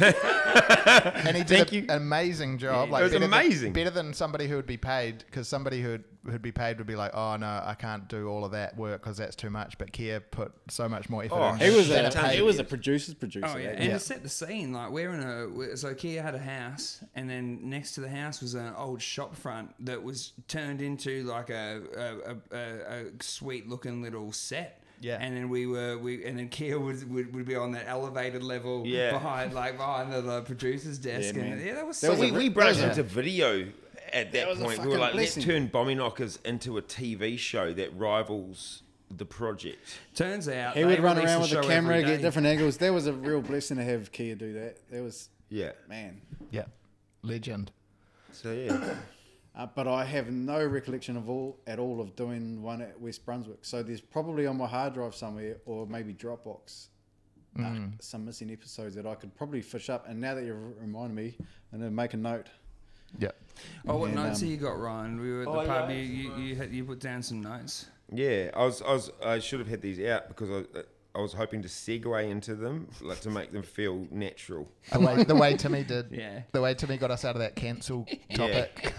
D: and he did
B: Thank
D: an
B: you.
D: amazing job.
B: It
D: Like
B: was
D: better than-
B: amazing.
D: better than somebody who would be paid because somebody who would be paid would be like, oh no, I can't do all of that work because that's too much. But Kia put so much more effort.
B: Oh,
D: in
B: he
A: It was
D: than
B: Set up
A: a.
D: paid-
A: It was a producer's producer. eh?
C: Oh yeah,
A: that
C: and
A: was.
C: to set the scene, like we're in a we- so Kia had a house, and then next to the house was an old shop front that was turned into like a a, a, a, a sweet looking little set.
D: Yeah.
C: and then we were we and then Kia would would, would be on that elevated level
B: Yeah.
C: behind like behind the, the producer's desk,
A: Yeah,
C: and
A: man.
C: yeah, that was
A: There
C: so
B: But
A: was
B: we,
A: a
B: we
A: re-
B: broke
A: that was
B: into
A: a-
B: video at that,
A: was a
B: point. We were
A: fucking
B: like,
A: blessing.
B: let's turn Bomby Knockers into a TV show that rivals the project.
C: Turns out
A: He
C: they
A: would run
C: release
A: around with the
C: show
A: camera,
C: every
A: get
C: day.
A: different angles. That was a real blessing to have Kia do that. That was
B: Yeah.
A: man.
D: yeah, legend.
B: So yeah.
A: Uh, but I have no recollection of all at all of doing one at West Brunswick. So there's probably on my hard drive somewhere, or maybe Dropbox, uh,
C: Hmm.
A: some missing episodes that I could probably fish up. And now that you've reminded me, I'm gonna make a note.
D: Yeah,
C: Oh, what
A: And,
C: notes
A: um,
C: have you got, Ryan? We were at the pub. You, you, you, had, you put down some notes.
B: Yeah, I was, I was, I should have had these out because I, I was hoping to segue into them, like to make them feel natural.
D: the way, the way Timmy did.
C: Yeah.
D: the way Timmy got us out of that cancel topic.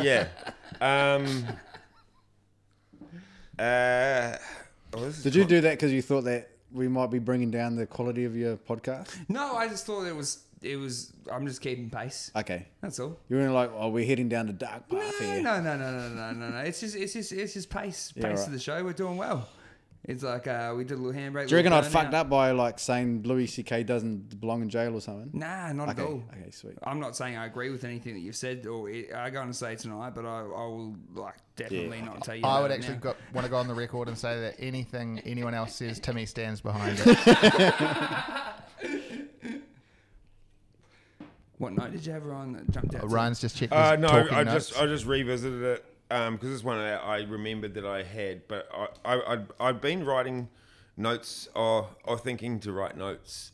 B: Yeah. Um. Uh. Oh, this is
A: Did you do that because you thought that we might be bringing down the quality of your podcast?
C: No, I just thought it was it was. I'm just keeping pace.
A: Okay,
C: That's all.
A: you were like, "Oh, we're heading down the dark
C: No,
A: path here."
C: no, no, no, no, no, no, no. It's just, it's just, it's just pace, pace
A: Yeah,
C: of
A: right.
C: the show. We're doing well. It's like uh, we did a little handbrake.
A: Do you reckon
C: little
A: I fucked
C: burnout.
A: up by like saying Louis C.K. doesn't belong in jail or something?
C: Nah, not
A: Okay,
C: at all.
A: okay, sweet.
C: I'm not saying I agree with anything that you've said, or it, I go and say tonight, but I, I will like definitely not tell you.
D: I
C: about
D: would
C: it
D: actually
C: now.
D: go, want to go on the record and say that anything anyone else says, Timmy stands behind it.
C: What note did you have, Ryan? That jumped out. to you?
D: Ryan's just checking.
B: Uh,
D: his
B: no,
D: talking
B: I
D: notes.
B: just I just revisited it because it's one that I remembered that I had, but I I I'd, I'd been writing notes or or thinking to write notes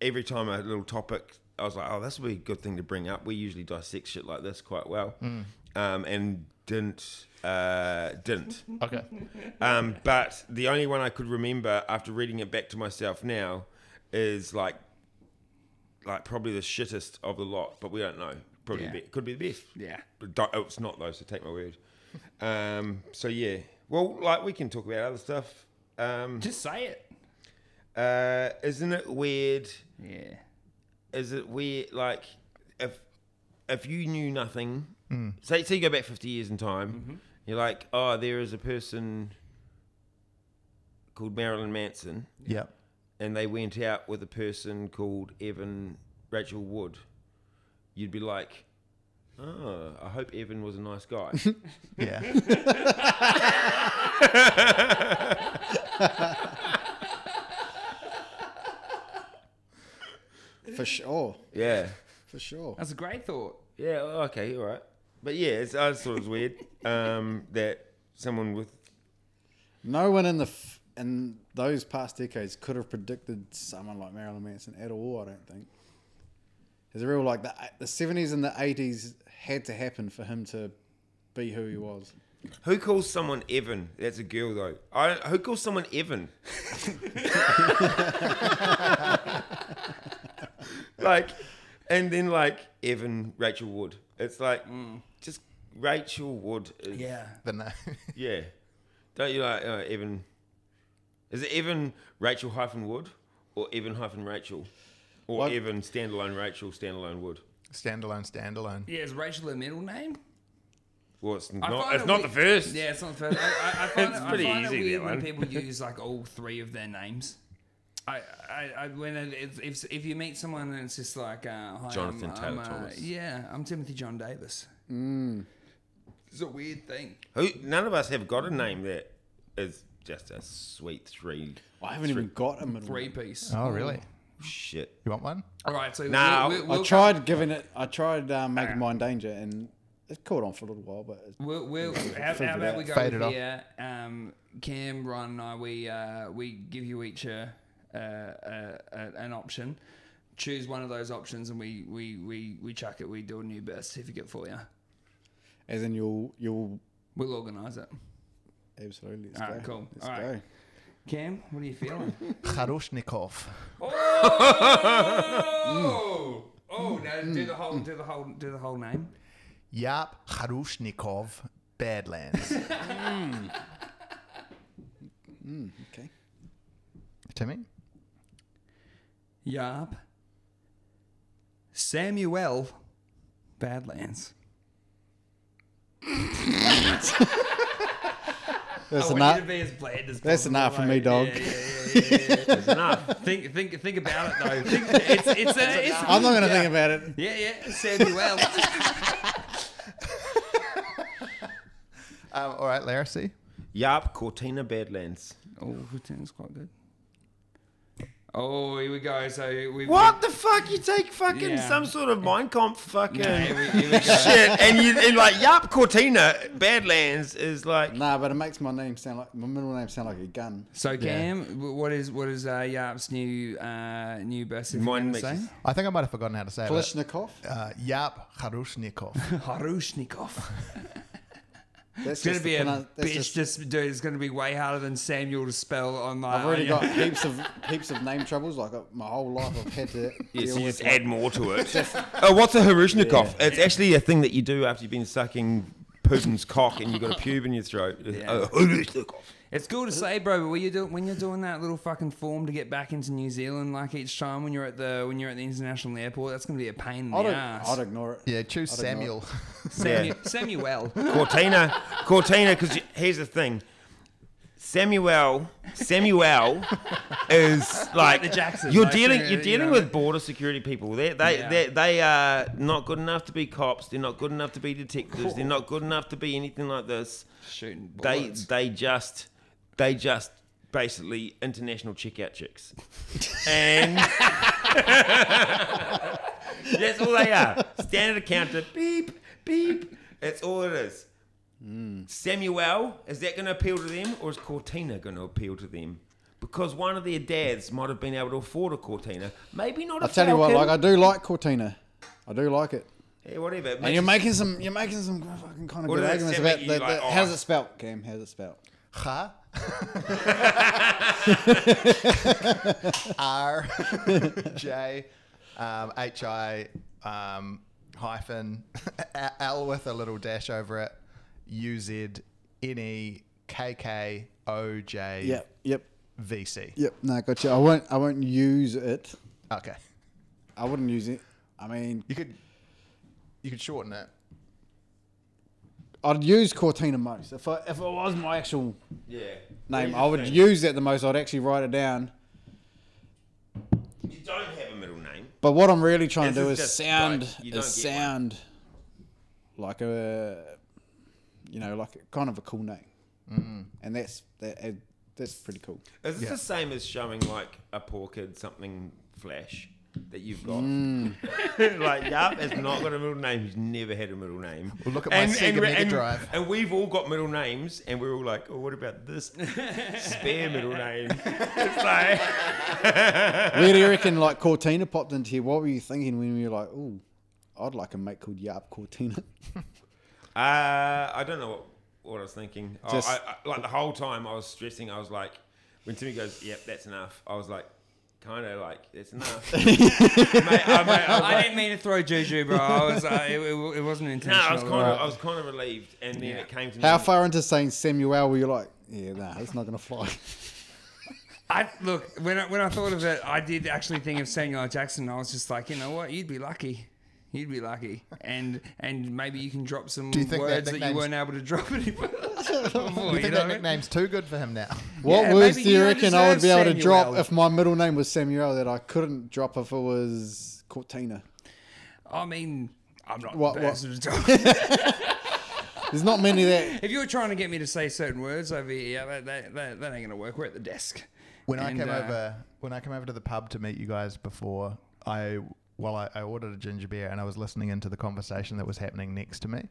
B: every time a little topic. I was like, oh, this would be a good thing to bring up. We usually dissect shit like this quite well,
D: Hmm.
B: um, and didn't uh, didn't.
D: okay.
B: Um, but the only one I could remember after reading it back to myself now is like, like probably the shittest of the lot. But we don't know. Probably
C: Yeah.
B: be, could be the best.
C: Yeah.
B: But don't, oh, it's not though. So take my word. Um, so yeah. Well, like we can talk about other stuff. Um,
C: Just say it.
B: uh, isn't it weird?
C: Yeah.
B: Is it weird? Like if if you knew nothing, say say you go back fifty years in time, you're like, oh, there is a person called Marilyn Manson.
D: Yep.
B: and they went out with a person called Evan Rachel Wood, you'd be like, oh, I hope Evan was a nice guy.
D: Yeah.
A: For sure,
B: yeah.
A: for sure.
C: That's a great thought.
B: Yeah, oh, okay, all right. But yeah, it's, I just thought it was weird um, that someone with.
A: No one in the f- in those past decades could have predicted someone like Marilyn Manson at all. I don't think. It's real like the the seventies and the eighties had to happen for him to be who he was.
B: Who calls someone Evan? That's a girl, though. I don't, who calls someone Evan? like, and then like Evan Rachel Wood. It's like just Rachel Wood is
C: Yeah.
D: The na-
B: Yeah. Don't you like uh, Evan? Is it Evan Rachel hyphen Wood or Evan hyphen Rachel? Or
A: Like-
B: Evan standalone Rachel standalone Wood?
D: Standalone, standalone.
C: Yeah, is Rachel her middle name?
B: Well, it's
C: I
B: not.
C: find
B: It's
C: it
B: not the
C: weird-
B: first.
C: Yeah, it's not the first. I, I, I find
B: It's
C: it, I
B: pretty
C: find it
B: easy,
C: weird
B: that
C: when
B: one.
C: people use like all three of their names. I, I, I when it, it's- if if you meet someone and it's just like uh, hi,
B: Jonathan
C: I'm,
B: Taylor
C: I'm, uh,
B: Thomas.
C: Yeah, I'm Timothy John Davis. Mm. It's a weird thing.
B: Who? None of us have got a name that is just a sweet three.
A: I haven't even got a middle.
C: Three
A: name.
C: piece.
D: Oh, really?
B: Shit.
D: You want one?
C: All right, so
B: Nah,
C: we'll, we'll,
A: I
C: we'll,
A: tried giving it. I tried uh, making mine danger, and it caught on for a little while. But it's-
C: We'll, we'll how,
A: figure
C: how
A: it
C: about
A: out.
C: we go
D: Fade it
C: with
D: off.
C: here? Um, Cam, Ron, and I we uh, we give you each a, a, a, a an option. Choose one of those options, and we we we we chuck it. We do a new birth certificate for you.
A: as in, you'll you'll
C: We'll organise it.
A: absolutely. Let's
C: All right,
A: go.
C: cool. Oh,
A: Let's
C: All
A: go.
C: right. Cam, what are you feeling?
D: Kharoshnikov.
C: oh, oh! Now do the whole, do the whole, do the whole name.
D: Yap Kharoshnikov Badlands.
A: Hmm. Okay.
D: Timmy?
C: Yup. Samuel Badlands.
A: That's
C: I want you
A: enough.
C: to be as bland as
A: That's
C: possible,
A: enough for
C: like,
A: me, dog.
C: yeah, yeah, yeah, yeah, yeah. think, think, think about it though. Think, it's, it's, a, it's,
A: I'm not going to think about it.
C: yeah, yeah, Samuel.
D: Um, all right, Laracy.
B: Yup, Cortina Badlands.
C: oh, Cortina's quite good. Oh, here we go. So we
B: What the fuck? You take fucking
C: Yeah.
B: some sort of mind comp fucking
C: We, here we, here we go.
B: shit, and you and like Yup, Cortina Badlands is like
A: Nah, but it makes my name sound like my middle name sound like a gun.
C: So Cam, w- what is what is uh, Yarp's new uh, new birth
B: Mine
C: certificate
B: makes
C: say?
D: I think I might have forgotten how to say it.
A: Kalashnikov.
D: but, Uh, Yap Kharoshnikov.
C: Harushnikov. It's
A: That's
C: gonna
A: just
C: be
A: the
C: a
A: pronoun- that's
C: bitch.
A: just-
C: this dude it's gonna be way harder than Samuel to spell on my.
A: I've already
C: on
A: got
C: your-
A: heaps of heaps of name troubles. Like uh, my whole life, I've had to
B: Yes,
A: deal
B: you
A: with.
B: just add more to it. oh, what's a Harushnikov? It's actually a thing that you do after you've been sucking Putin's cock and you've got a pube in your throat. A Harushnikov.
C: It's cool to say, bro, but when you do when you're doing that little fucking form to get back into New Zealand, like each time when you're at the when you're at the international airport, that's gonna be a pain in the
A: I'd,
C: ass.
A: I'd ignore it.
D: Yeah, choose
A: I don't
D: Samuel.
C: Samu- Samuel.
B: Cortina, Cortina, because here's the thing. Samuel, Samuel is like
C: the Jacksons,
B: You're
C: like,
B: dealing,
C: uh,
B: you're
C: you
B: dealing
C: know.
B: with border security people. They, they,
C: Yeah.
B: they, they are not good enough to be cops. They're not good enough to be detectives. They're not good enough to be anything like this.
C: Shooting
B: They,
C: bullets.
B: they just, they just basically international checkout chicks, and that's all they are. Standard accountant. Beep, beep. That's all it is. Samuel, is that going to appeal to them or is Cortina going to appeal to them? Because one of their dads might have been able to afford a Cortina. Maybe not a
A: I'll tell you what,
B: Falcon.
A: like I do like Cortina, I do like it.
B: Hey, whatever. It
A: And
B: makes-
A: you're making some, you're making some fucking kind of
B: What
A: good arguments
B: does that say
A: about
B: about you,
A: that. that-
B: like, oh,
A: how's
B: I-
A: it spelt, Cam? How's it spelt?
D: Kha. R. J. Um, H. I. Um, hyphen. A- L with a little dash over it. U. Z. N. E. K. K. O. J.
A: Yep, yep,
D: V. C.
A: yep. No, gotcha. I won't, I won't use it.
D: Okay.
A: I wouldn't use it. I mean,
D: You could. You could shorten it.
A: I'd use Cortina most. If I, if it was my actual
B: yeah.
A: name,
B: Here's
A: I
B: the
A: would
B: thing.
A: use that the most. I'd actually write it down.
B: You don't have a middle name.
A: But what I'm really trying to
B: This
A: do
B: is
A: is
B: just
A: sound,
B: right, you don't
A: is
B: get one.
A: sound like a, you know, like a, kind of a cool name,
B: Mm.
A: and that's that. That's pretty cool.
B: Is this the same as showing like a poor kid something flash that you've got?
D: Hmm.
B: like, yup, it's not got a middle name. He's never had a middle name.
D: Well, look at my Sega
B: we-
D: Mega Drive.
B: And we've all got middle names, and we're all like, oh, what about this spare middle name? It's like,
A: Where do you reckon like Cortina popped into here? What were you thinking when you were like, "Ooh, I'd like a mate called Yap Cortina"?
B: uh, I don't know what, what I was thinking. I-
A: Just-
B: I, I, like the whole time I was stressing, I was like, when Timmy goes, yep, that's enough, I was like, kind of like, that's enough. Mate, I- mate, I-
C: I didn't mean to throw juju, bro. I was, uh, it, it, it wasn't
B: no,
C: intentional.
B: I was kind of, I was kind of relieved, and then it came to me.
A: How far into saying Samuel were you like, "Yeah, nah, it's not gonna fly."
C: I look when I, when I thought of it, I did actually think of Samuel L. Jackson. I was just like, you know what, you'd be lucky. You'd be lucky, and and maybe you can drop some
D: you think that
C: words that, you
D: nickname's-
C: weren't able to drop any before.
D: You
C: Oh, you
D: think
C: know what I
D: that
C: mean?
D: nickname's too good for him now?
A: What
C: Yeah,
A: words
C: maybe
A: do you
C: you
A: reckon I would be able to
C: deserve
A: drop
C: Samuel.
A: if my middle name was Samuel that I couldn't drop if it was Cortina?
C: I mean, I'm not
A: What-
C: the
A: what?
C: person to talk.
A: There's not many that.
C: if you were trying to get me to say certain words over here, that, that, that, that ain't gonna work. We're at the desk.
D: When I
C: And,
D: came
C: uh,
D: over, when I came over to the pub to meet you guys before, I well, I, I ordered a ginger beer and I was listening into the conversation that was happening next to me,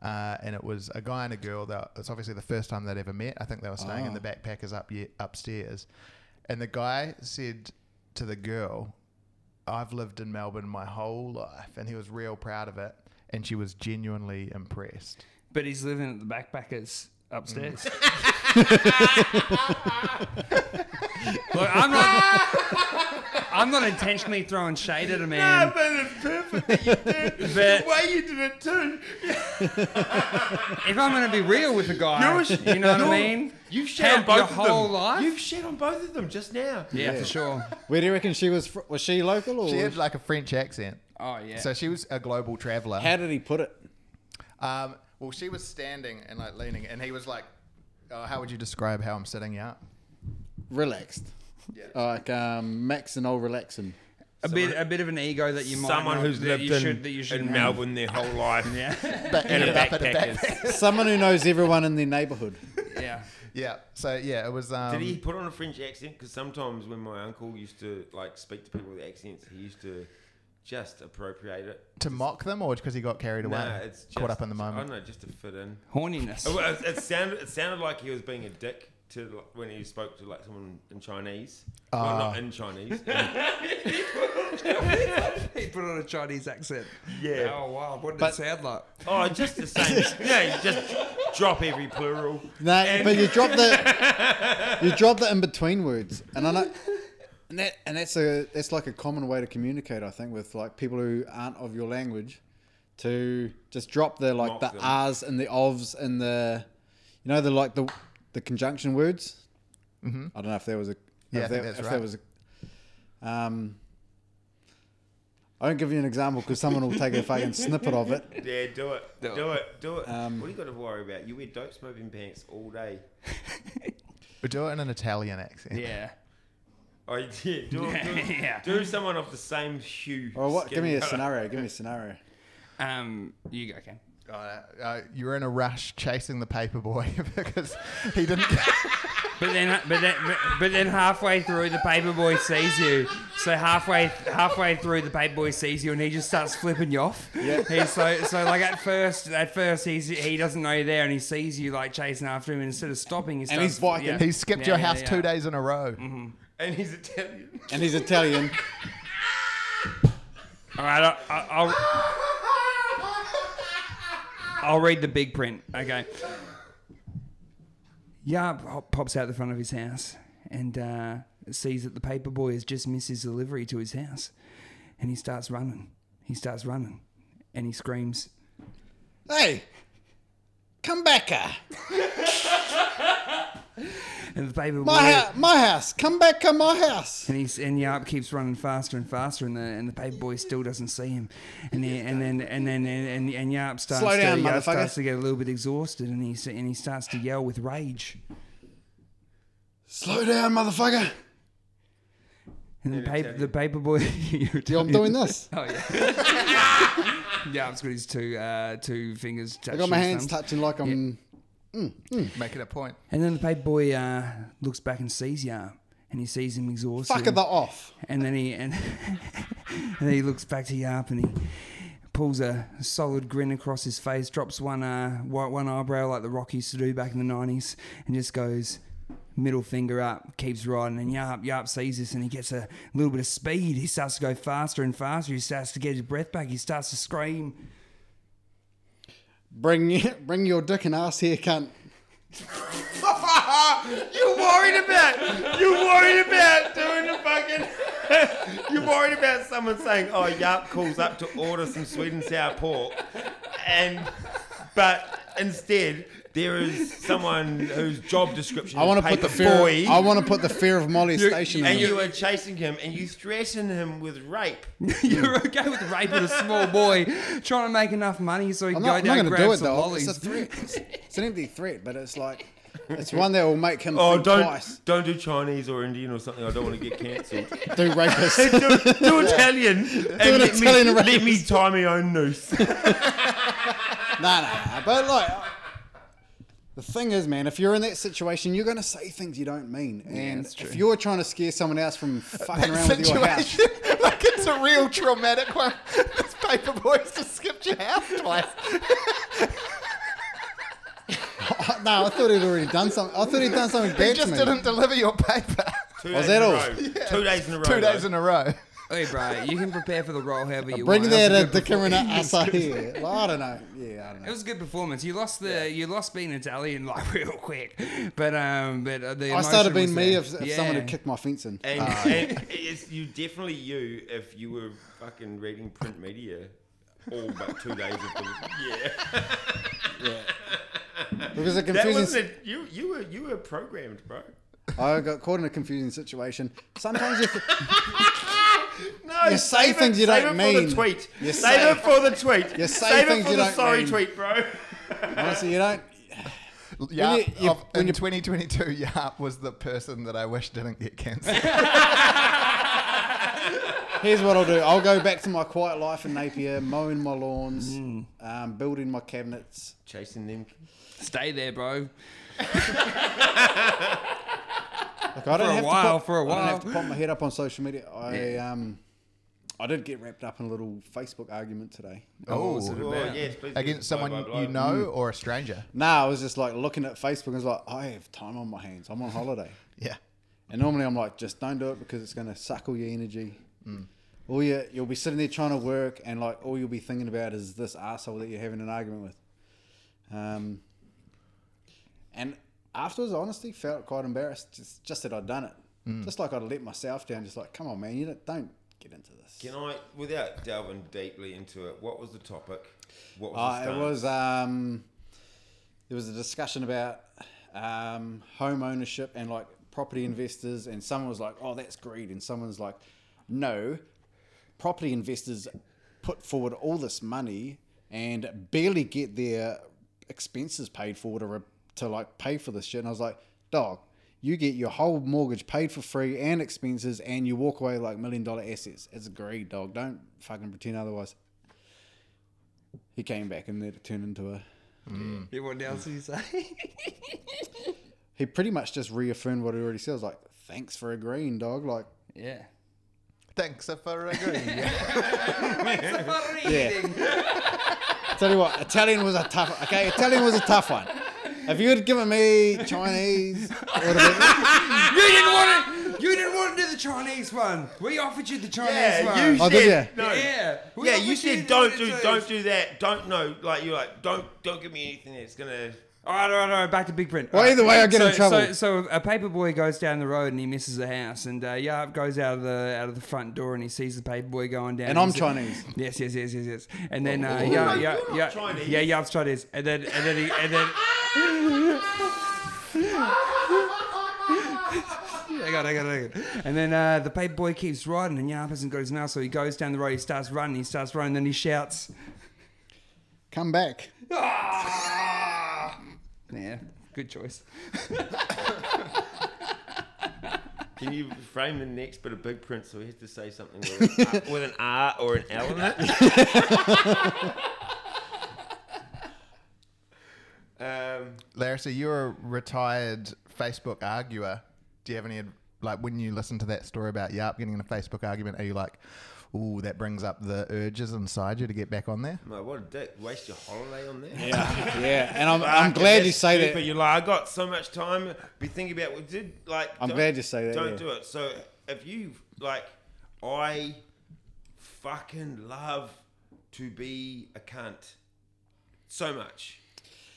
D: uh, and it was a guy and a girl that it's obviously the first time they'd ever met. I think they were staying
C: Oh.
D: in the backpackers up ye- upstairs, and the guy said to the girl, "I've lived in Melbourne my whole life," and he was real proud of it, and she was genuinely impressed.
C: but he's living at the backpackers upstairs.
B: Mm.
C: Look, I'm not. I'm not intentionally throwing shade at a man.
B: but it's perfect that you did.
C: But-
B: the way you did it too.
C: if I'm gonna be real with a guy, you know what I mean.
B: You've shat on
C: Have your
B: both of them.
C: whole life?
B: You've shat on both of them just now.
C: Yeah, for sure.
A: Where do you reckon she was? Fr- was she local or?
D: She had like a French accent.
C: Oh yeah.
D: So she was a global traveler.
A: how did he put it?
D: Um, well, she was standing and like leaning, and he was like, oh, "How would you describe how I'm sitting out?"
A: Relaxed. Like um, Max and all relaxing.
C: a bit, a bit of an ego that you might
B: Someone
C: not-
B: who's
C: that
B: lived
C: you
B: in,
C: should, that you shouldn't
B: in
C: have.
B: Melbourne their whole life. yeah.
D: But
B: And a
D: ended up at a
B: backpackers.
A: Someone who knows everyone in their neighbourhood.
C: Yeah.
D: Yeah. So yeah, it was. Um,
B: Did he put on a French accent? Because sometimes when my uncle used to like speak to people with accents, he used to just appropriate it.
D: to mock them, or because he got carried away,
B: Nah, it's just,
D: caught up in the
B: I
D: moment?
B: don't know, just to fit in.
C: Horniness.
B: It, was- it sounded it sounded like he was being a dick to like, when he spoke to like someone in Chinese. well,
D: Ah.
B: not in Chinese.
C: he put on a Chinese accent.
B: Yeah.
C: Oh wow, what did it sound like?
B: oh, just the same. Yeah, you just drop every plural.
A: No, but you drop the you drop the in between words, and I know, and that and that's a that's like a common way to communicate. I think with like people who aren't of your language, to just drop the like
B: Mock
A: the
B: them.
A: r's and the ofs and the, you know the like the the conjunction words. Mm-hmm. I don't know if there was a
D: Yeah, I
A: if,
D: think
A: there,
D: that's
A: if
D: right.
A: there was a, um. I won't give you an example because someone will take a fucking snippet of it.
B: Yeah, do it.
C: Do
B: Do,
C: it.
B: it. Do it.
A: Um,
B: what do you got to worry about? You wear dope smoking pants all day.
D: We do it in an Italian accent.
C: Yeah.
B: Oh, yeah, do, it- do, it-
C: Yeah.
B: do someone of the same hue.
A: Or Oh, what? Give
B: skin
A: me a
B: colour.
A: scenario. Give me a scenario.
C: Um, you go, Cam.
D: Uh, uh, you were in a rush chasing the paper boy because he didn't.
C: But then, but then, but, but then, halfway through, the paperboy sees you. So halfway, halfway through, the paperboy sees you, and he just starts flipping you off. Yeah. He's so, so like at first, at first, he's he doesn't know you're there, and he sees you like chasing after him, and instead of stopping, he starts,
A: he's biking.
C: yeah.
D: he skipped
C: Yeah,
D: your
C: yeah,
D: house
C: yeah.
D: two days in a row.
B: And he's Italian.
A: And he's Italian.
C: All right, I, I, I'll. I'll read the big print. Okay. Yard hop- pops out the front of his house and uh, sees that the paper boy has just missed his delivery to his house. And he starts running. He starts running. And he screams,
A: Hey, come back uh, here.
C: and the paper boy.
A: My, hou- my house. Come back to my house.
C: And he's and Yarp keeps running faster and faster, and the and the paper boy still doesn't see him. And he, and then and then and, and, and Yarp starts
A: Slow down,
C: to Yarp
A: motherfucker.
C: starts to get a little bit exhausted, and he s- and he starts to yell with rage.
A: Slow down, motherfucker.
C: And the paper the paper boy.
A: Yeah, I'm doing this.
C: Oh yeah. Yarp's got his two uh, two fingers.
A: I got my hands touching like I'm.
D: Making a point.
C: And then the paper boy uh, looks back and sees Yarp, and he sees him exhausted.
A: Fuck the off.
C: And then he and, and then he looks back to Yarp and he pulls a solid grin across his face, drops one uh, white one eyebrow like the Rock used to do back in the nineties, and just goes middle finger up, keeps riding, and Yarp Yarp sees this and he gets a little bit of speed. He starts to go faster and faster. He starts to get his breath back. He starts to scream.
A: Bring bring your dick and ass here, cunt.
B: You're worried about. You're worried about doing the fucking. You're worried about someone saying, "Oh, Yarp calls up to order some sweet and sour pork," and but instead there is someone whose job description.
A: I want
B: is
A: to put the
B: paper
A: fear.
B: boy,
A: I want to put the fear of Molly Station.
B: and
A: in it.
B: you are chasing him, and you threaten him with rape.
C: You're okay with raping a small boy trying to make enough money so he
A: I'm
C: can
A: not,
C: go
A: I'm
C: down
A: not
C: and grab
A: going to do it
C: some
A: though.
C: lollies.
A: It's a threat. It's, it's an empty threat, but it's like it's one that will make him
B: Oh,
A: think
B: don't
A: twice.
B: don't do Chinese or Indian or something. I don't want to get cancelled.
A: Do rapist.
B: do, do Italian and
A: an
B: let,
A: Italian
B: me,
A: rape.
B: let me tie my own noose.
A: nah, nah, nah. But like, the thing is, man, if you're in that situation, you're going to say things you don't mean. And
C: that's true.
A: if you're trying to scare someone else from fucking around with your house,
D: situation. like it's a real traumatic one. this paper boy's just skipped your house twice.
A: Oh, no, I thought he'd already done something. I thought he'd done something
D: He
A: bad to
D: just
A: me.
D: didn't deliver your paper.
B: Two
A: Was
B: days
A: that
B: in a
A: all?
B: row. Two days in a row.
D: Two days
B: though.
D: in a row.
C: Hey, bro, you can prepare for the role however you
A: Bring
C: want.
A: that
C: was
A: a
C: a good
A: dicker and a
C: performance.
A: ass here. Like, I don't know. Yeah, I
C: It
A: don't know.
C: was a good performance. You lost the you lost being Italian like real quick, but um, but uh, the
A: I started
C: emotion
A: being
C: was
A: me
C: there.
A: if, if someone
C: Yeah.
A: had kicked my fence in. Uh,
B: And, and it's you definitely you if you were fucking reading print media all but two days of the yeah.
A: because it
B: That
A: confuses.
B: wasn't a, you. You were you were programmed, bro.
A: I got caught in a confusing situation. Sometimes you.
B: No,
A: You say
B: save
A: things
B: it,
A: you
B: save
A: don't
B: it for
A: mean.
B: the tweet.
A: You
B: save
A: say-
B: it for the tweet.
A: You say
B: save it
A: things
B: for
A: you
B: the
A: don't
B: sorry
A: mean.
B: tweet, bro.
A: Honestly, you don't.
D: Yeah,
A: you- you-
D: of-
A: when
D: in
A: you-
D: 2022, Yarp was the person that I wish didn't get cancer.
A: Here's what I'll do. I'll go back to my quiet life in Napier, mowing my lawns,
C: Hmm.
A: um, building my cabinets.
B: Chasing them.
C: Stay there, bro.
A: Like, I don't
C: a
A: have
C: while,
A: to pop,
C: for a
A: I
C: while.
A: don't have to pop my head up on social media. I um, I did get wrapped up in a little Facebook argument today.
C: Oh, what's it
B: Oh,
C: about?
B: yes, please do.
D: Against
B: Blah,
D: someone
B: blah, blah.
D: you know
A: Mm.
D: or a stranger.
A: Nah, I was just like looking at Facebook and was like, I have time on my hands. I'm on holiday.
D: Yeah.
A: And normally I'm like, just don't do it because it's going to suck all your energy. All you, you'll be sitting there trying to work, and like all you'll be thinking about is this asshole that you're having an argument with. Um, and afterwards, I honestly felt quite embarrassed, just, just that I'd done it. Just like I'd let myself down, just like, come on, man, you don't, don't get into this.
B: Can I, without delving deeply into it, what was the topic? What was
A: Uh,
B: the
A: it
B: stance?
A: was um, there was a discussion about um, home ownership and like property investors, and someone was like, "Oh, that's greed," and someone's like, "No, property investors put forward all this money and barely get their expenses paid for to re- to like pay for this shit." And I was like, "Dog." You get your whole mortgage paid for free and expenses, and you walk away like million dollar assets. It's greed, dog. Don't fucking pretend otherwise. He came back and it turned into a.
C: Yeah, What else do you say?
A: He pretty much just reaffirmed what he already said. I was like, thanks for agreeing, dog. Like,
C: yeah.
D: Thanks for agreeing. Yeah.
A: yeah. Tell you what, Italian was a tough. Okay, Italian was a tough one. If you had given me Chinese, it would have
C: You didn't want to. You didn't want to do the Chinese one. We offered you the Chinese
B: Yeah,
C: one.
B: you
A: Oh,
B: said
A: did ya?
B: no.
C: Yeah. We
B: yeah,
C: offered
B: you said
C: the
B: don't
C: other
B: do,
C: two.
B: don't do that, don't no. Like you're like, don't, don't give me anything that's gonna.
C: All right, all right, all right. Back to big print.
A: Well,
C: All right.
A: either way, I get
C: so,
A: in trouble.
C: So, so a paper boy goes down the road and he misses a house, and uh, Yarp goes out of the out of the front door and he sees the paper boy going down.
A: And I'm
C: He's-
A: Chinese.
C: Yes, yes, yes, yes, yes. And then uh, Yarp, Yarp,
B: Oh,
C: Yarp,
B: you're not Chinese.
C: yeah, Yarp's Chinese. And then and then he, and then. I got, it, I got, it, I got. it. And then uh, the paper boy keeps riding, and Yarp hasn't got his mouth, so he goes down the road. He starts running, he starts running, then he shouts.
A: come back.
C: "Ah!" Yeah, good choice.
B: Can you frame the next bit of big print so he has to say something with an, R, with an R or an L in it? um,
D: Larissa, you're a retired Facebook arguer. Do you have any, like, when you listen to that story about Yarp getting in a Facebook argument, are you like, ooh, that brings up the urges inside you to get back on there?
B: no, what a dick! Waste your holiday on that.
A: Yeah, yeah. And I'm, I'm glad you say
B: But
A: that.
B: you like, I got so much time. Be thinking about. We did like.
A: I'm
B: don't-
A: glad you say that,
B: Don't
A: yeah.
B: do it. So if you like, I fucking love to be a cunt so much,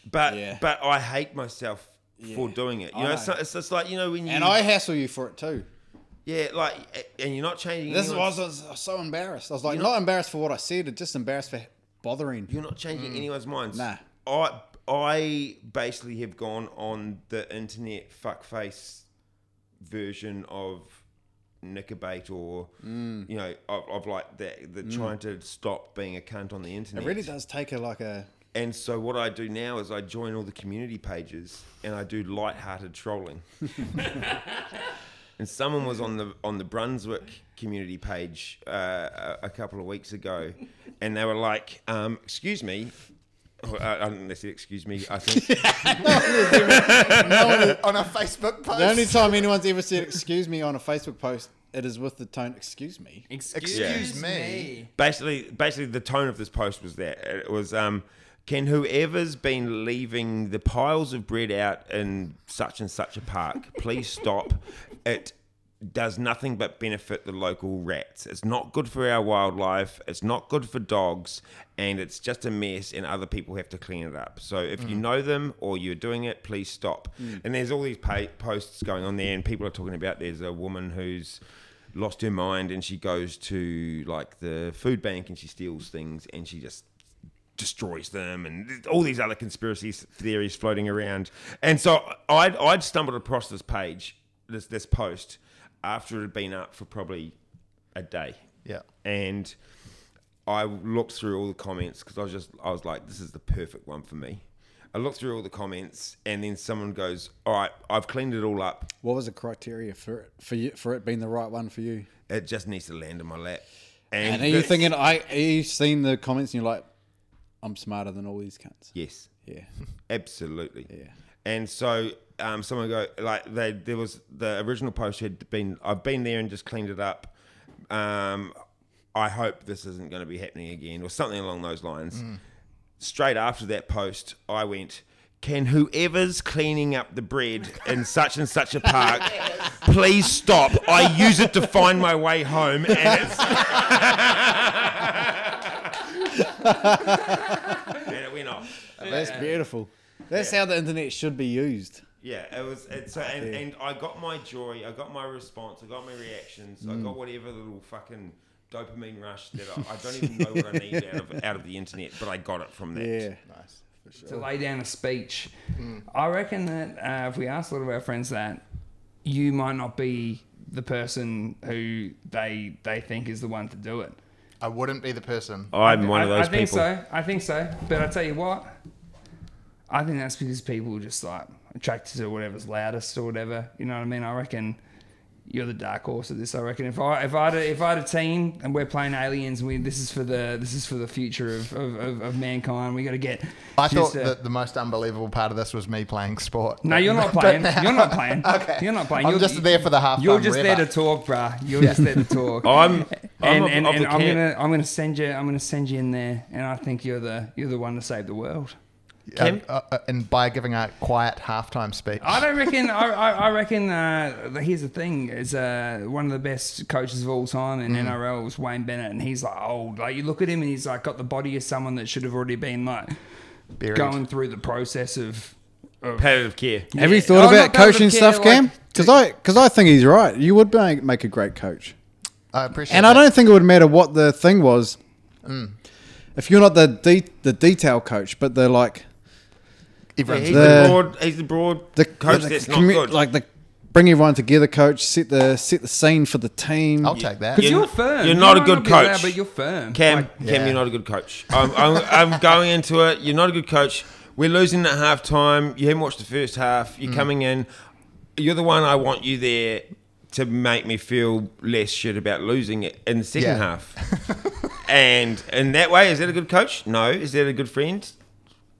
B: but
A: Yeah.
B: but I hate myself for doing it. You
A: I
B: know, It's,
A: know.
B: not- it's just like you know when you
A: And I hassle you for it too.
B: yeah like and you're not changing.
A: This is why I
B: anyone's-
A: was, I was so embarrassed. I was like, not embarrassed for what I said, just embarrassed for bothering.
B: You're not changing anyone's minds.
A: Mm. Nah.
B: I I basically have gone on the internet fuckface version of Nickerbait or
A: Mm.
B: you know of, of like that the trying to stop being a cunt on the internet.
A: It really does take a like a
B: And so what I do now is I join all the community pages and I do light-hearted trolling. and someone was on the on the Brunswick community page uh, a, a couple of weeks ago, and they were like, um, "Excuse me." Oh, uh, I didn't- they said, "Excuse me." I think
D: on a Facebook post.
A: The only time anyone's ever said "excuse me" on a Facebook post, it is with the tone "excuse me."
C: Excuse,
D: Excuse
C: me.
D: me.
B: basically basically the tone of this post was that it was. Um, can whoever's been leaving the piles of bread out in such and such a park please stop? It does nothing but benefit the local rats. It's not good for our wildlife. It's not good for dogs, and it's just a mess. And other people have to clean it up. So if you know them or you're doing it, please stop. And there's all these pa posts going on there, and people are talking about. There's a woman who's lost her mind, and she goes to like the food bank, and she steals things, and she just destroys them and th- all these other conspiracy s- theories floating around. And so I'd, I'd stumbled across this page, this, this post, after it had been up for probably a day.
D: Yeah.
B: And I looked through all the comments because I was just, I was like, this is the perfect one for me. I looked through all the comments and then someone goes, all right, I've cleaned it all up.
A: What was the criteria for it for you for it being the right one for you?
B: It just needs to land in my lap.
A: And are you
B: this-
A: thinking? I are you seen the comments and you're like, I'm smarter than all these cunts.
B: Yes.
A: Yeah.
B: Absolutely.
A: Yeah.
B: And so um, someone go like they there was the original post had been I've been there and just cleaned it up. Um, I hope this isn't going to be happening again or something along those lines. Straight after that post, I went. Can whoever's cleaning up the bread in such and such a park please stop? I use it to find my way home, and it's and it went off.
A: Oh, That's beautiful. That's how the internet should be used.
B: Yeah, it was. It's, uh, and, and I got my joy, I got my response, I got my reactions,
A: Mm.
B: I got whatever little fucking dopamine rush that I, I don't even know what I need out of, out of the internet, but I got it from that.
A: Yeah.
D: Nice. For sure.
C: To lay down a speech.
D: Hmm.
C: I reckon that uh, if we ask a lot of our friends that, you might not be the person who they they think is the one to do it.
D: I wouldn't be the person.
B: I'm one
C: I,
B: of those
C: I think
B: people.
C: so. I think so. But I tell you what, I think that's because people are just like attracted to whatever's loudest or whatever. You know what I mean? I reckon you're the dark horse of this. I reckon if I if I had a, if I had a team and we're playing aliens, and we this is for the this is for the future of of, of, of mankind. We got to get.
A: Oh,
D: I
C: just
D: thought
C: a-
D: that the most unbelievable part of this was me playing sport.
C: No, you're not
D: But
C: playing.
D: now-
C: You're not playing.
D: Okay.
C: You're not playing.
D: I'm
C: you're,
D: just there for the half.
C: You're just there to talk, bruh. You're just there to talk.
B: I'm, I'm
C: and
B: of-
C: and,
B: of
C: and
B: the
C: I'm
B: camp-
C: gonna I'm gonna send you I'm gonna send you in there, and I think you're the you're the one to save the world.
D: and, uh, uh, and by giving a quiet halftime speech.
C: I don't reckon. I, I, I reckon. Uh, here's the thing: is uh, one of the best coaches of all time
D: Mm.
C: in NRL was Wayne Bennett, and he's like old. Like you look at him, and he's like got the body of someone that should have already been like
D: Buried.
C: going through the process of. of
B: palliative care.
A: Have you
C: Yeah.
A: thought
C: I'm
A: about
C: not going to
A: coaching
C: care,
A: stuff,
C: like,
A: Cam? Because I because I think he's right. You would make make a great coach,
D: I appreciate.
A: and I don't think it would matter what the thing was. If you're not the de- the detail coach, but the like
B: Yeah, he's
D: Everyone's
B: the,
A: The-
B: broad, he's the broad
A: the
B: coach
A: the
B: that's
A: commu-
B: not good.
A: like the bring everyone together coach, set the set the scene for the team.
D: I'll take that.
C: Because
B: You're-
C: you're firm.
B: you're
C: You
B: not a
C: might
B: good
C: be loud,
B: coach.
C: but you're firm.
B: Cam, Cam,
D: Yeah.
B: you're not a good coach. I'm, I'm, I'm going into it. You're not a good coach. We're losing at half time. You haven't watched the first half.
D: Mm.
B: You're coming in. You're the one I want you there to make me feel less shit about losing it in the
D: Yeah.
B: second half. and in that way, is that a good coach? No. Is that a good friend?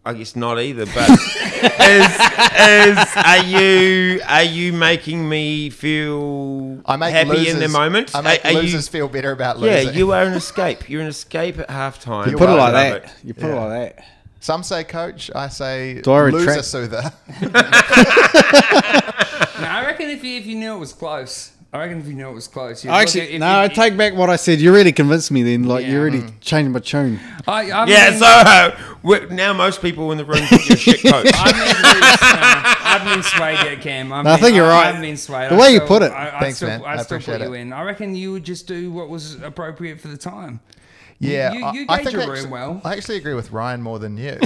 B: I guess not either. But is, is are you are you making me feel
D: I make
B: happy
D: losers,
B: in the moment?
D: I make
B: Are- are you-
D: losers feel better about
B: yeah,
D: losing.
B: you are an escape. You're an escape at halftime.
D: You
A: Put it
D: Well,
A: like
B: I love
A: that. You put it like that.
D: Some say coach. I say
A: Do I
D: loser
A: retract-
D: soother.
C: No, I reckon if you, if you knew it was close, I reckon if you knew it was close, you
A: I
C: look
A: actually,
C: at- if
A: no,
C: you-
A: I take back what I said. You really convinced me then. Like, you
C: Yeah.
A: really changed my tune.
C: I, I
B: it. Yeah,
C: mean-
B: so uh, we- now most people in the room think you're a shit coach.
C: I mean, it's, uh, I haven't been swayed yet, Cam. I've
A: No, I
C: been-
A: think you're right.
C: haven't been swayed.
A: The
C: I
A: way you
C: still-
A: put it.
C: I, I
D: Thanks,
C: still,
D: man.
C: I,
D: I
C: still put
D: appreciate
C: you
D: it.
C: in. I reckon you would just do what was appropriate for the time.
D: Yeah,
C: you-
D: I-
C: you
D: I,
C: gauge
D: think
C: your
D: I
C: room
D: actually,
C: well.
D: I actually agree with Ryan more than you.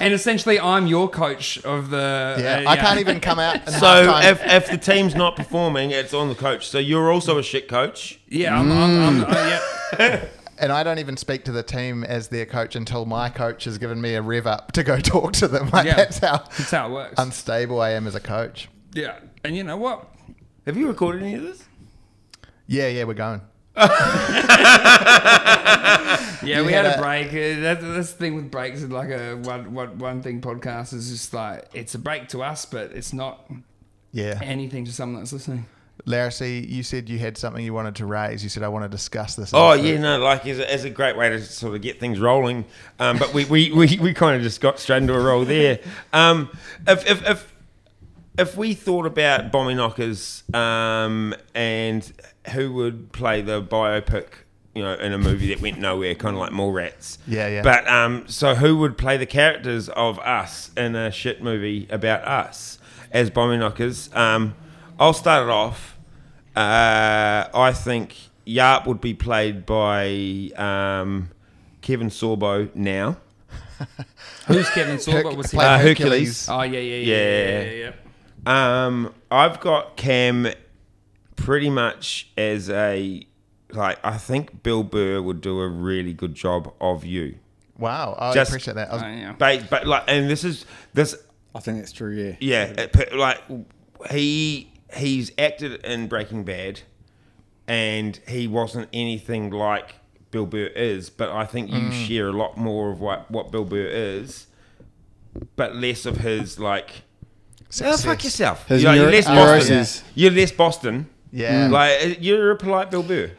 C: And essentially, I'm your coach of the.
D: Yeah,
C: uh,
D: I can't even come out. In
B: So
D: halftime.
B: if, if the team's not performing, it's on the coach. So you're also a shit coach.
C: Yeah, I'm. I'm, I'm
A: Mm.
C: uh, yeah.
D: and I don't even speak to the team as their coach until my coach has given me a rev up to go talk to them. Like
C: Yeah.
D: that's how
C: That's how it works.
D: unstable I am as a coach.
C: yeah, and you know what?
B: Have you recorded any of this?
D: Yeah, yeah, we're going.
C: Yeah,
D: You
C: we had
D: had
C: a
D: a-
C: break. Uh, that, that's the thing with breaks. Is like a one, one, one thing podcast is just like it's a break to us, but it's not
D: Yeah,
C: anything to someone that's listening.
D: Larissy, you said you had something you wanted to raise. You said I want to discuss this.
B: Oh
D: next
B: yeah,
D: week."
B: no, like is a, is a great way to sort of get things rolling. Um, but we we, we, we kind of just got straight into a roll there. Um, if, if if if we thought about bombing knockers um, and who would play the biopic, you know, in a movie that went nowhere, kind of like Mallrats.
D: Yeah, yeah.
B: But um, so who would play the characters of us in a shit movie about us as bombing knockers? Um, I'll start it off. Uh, I think Yarp would be played by um, Kevin Sorbo now.
C: Who's Kevin Sorbo? What was he?
D: play
B: Uh, Hercules.
C: Oh yeah, yeah, yeah, yeah, yeah.
B: Yeah.
C: yeah, yeah.
B: Um, I've got Cam pretty much as a like. I think Bill Burr would do a really good job of you.
D: Wow, I
B: Just-
D: appreciate that. I was-
C: Oh, yeah.
B: But but like, and this is this.
A: I think that's true. Yeah.
B: Yeah, it put- like he he's acted in Breaking Bad, and he wasn't anything like Bill Burr is. But I think you share a lot more of what what Bill Burr is, but less of his like. Oh, fuck
D: Success.
B: yourself.
A: His
B: you're,
A: neuro-
B: less Boston.
A: neuroses. Mm.
B: You're less Boston.
D: Yeah.
B: Like you're a polite Bill Burr.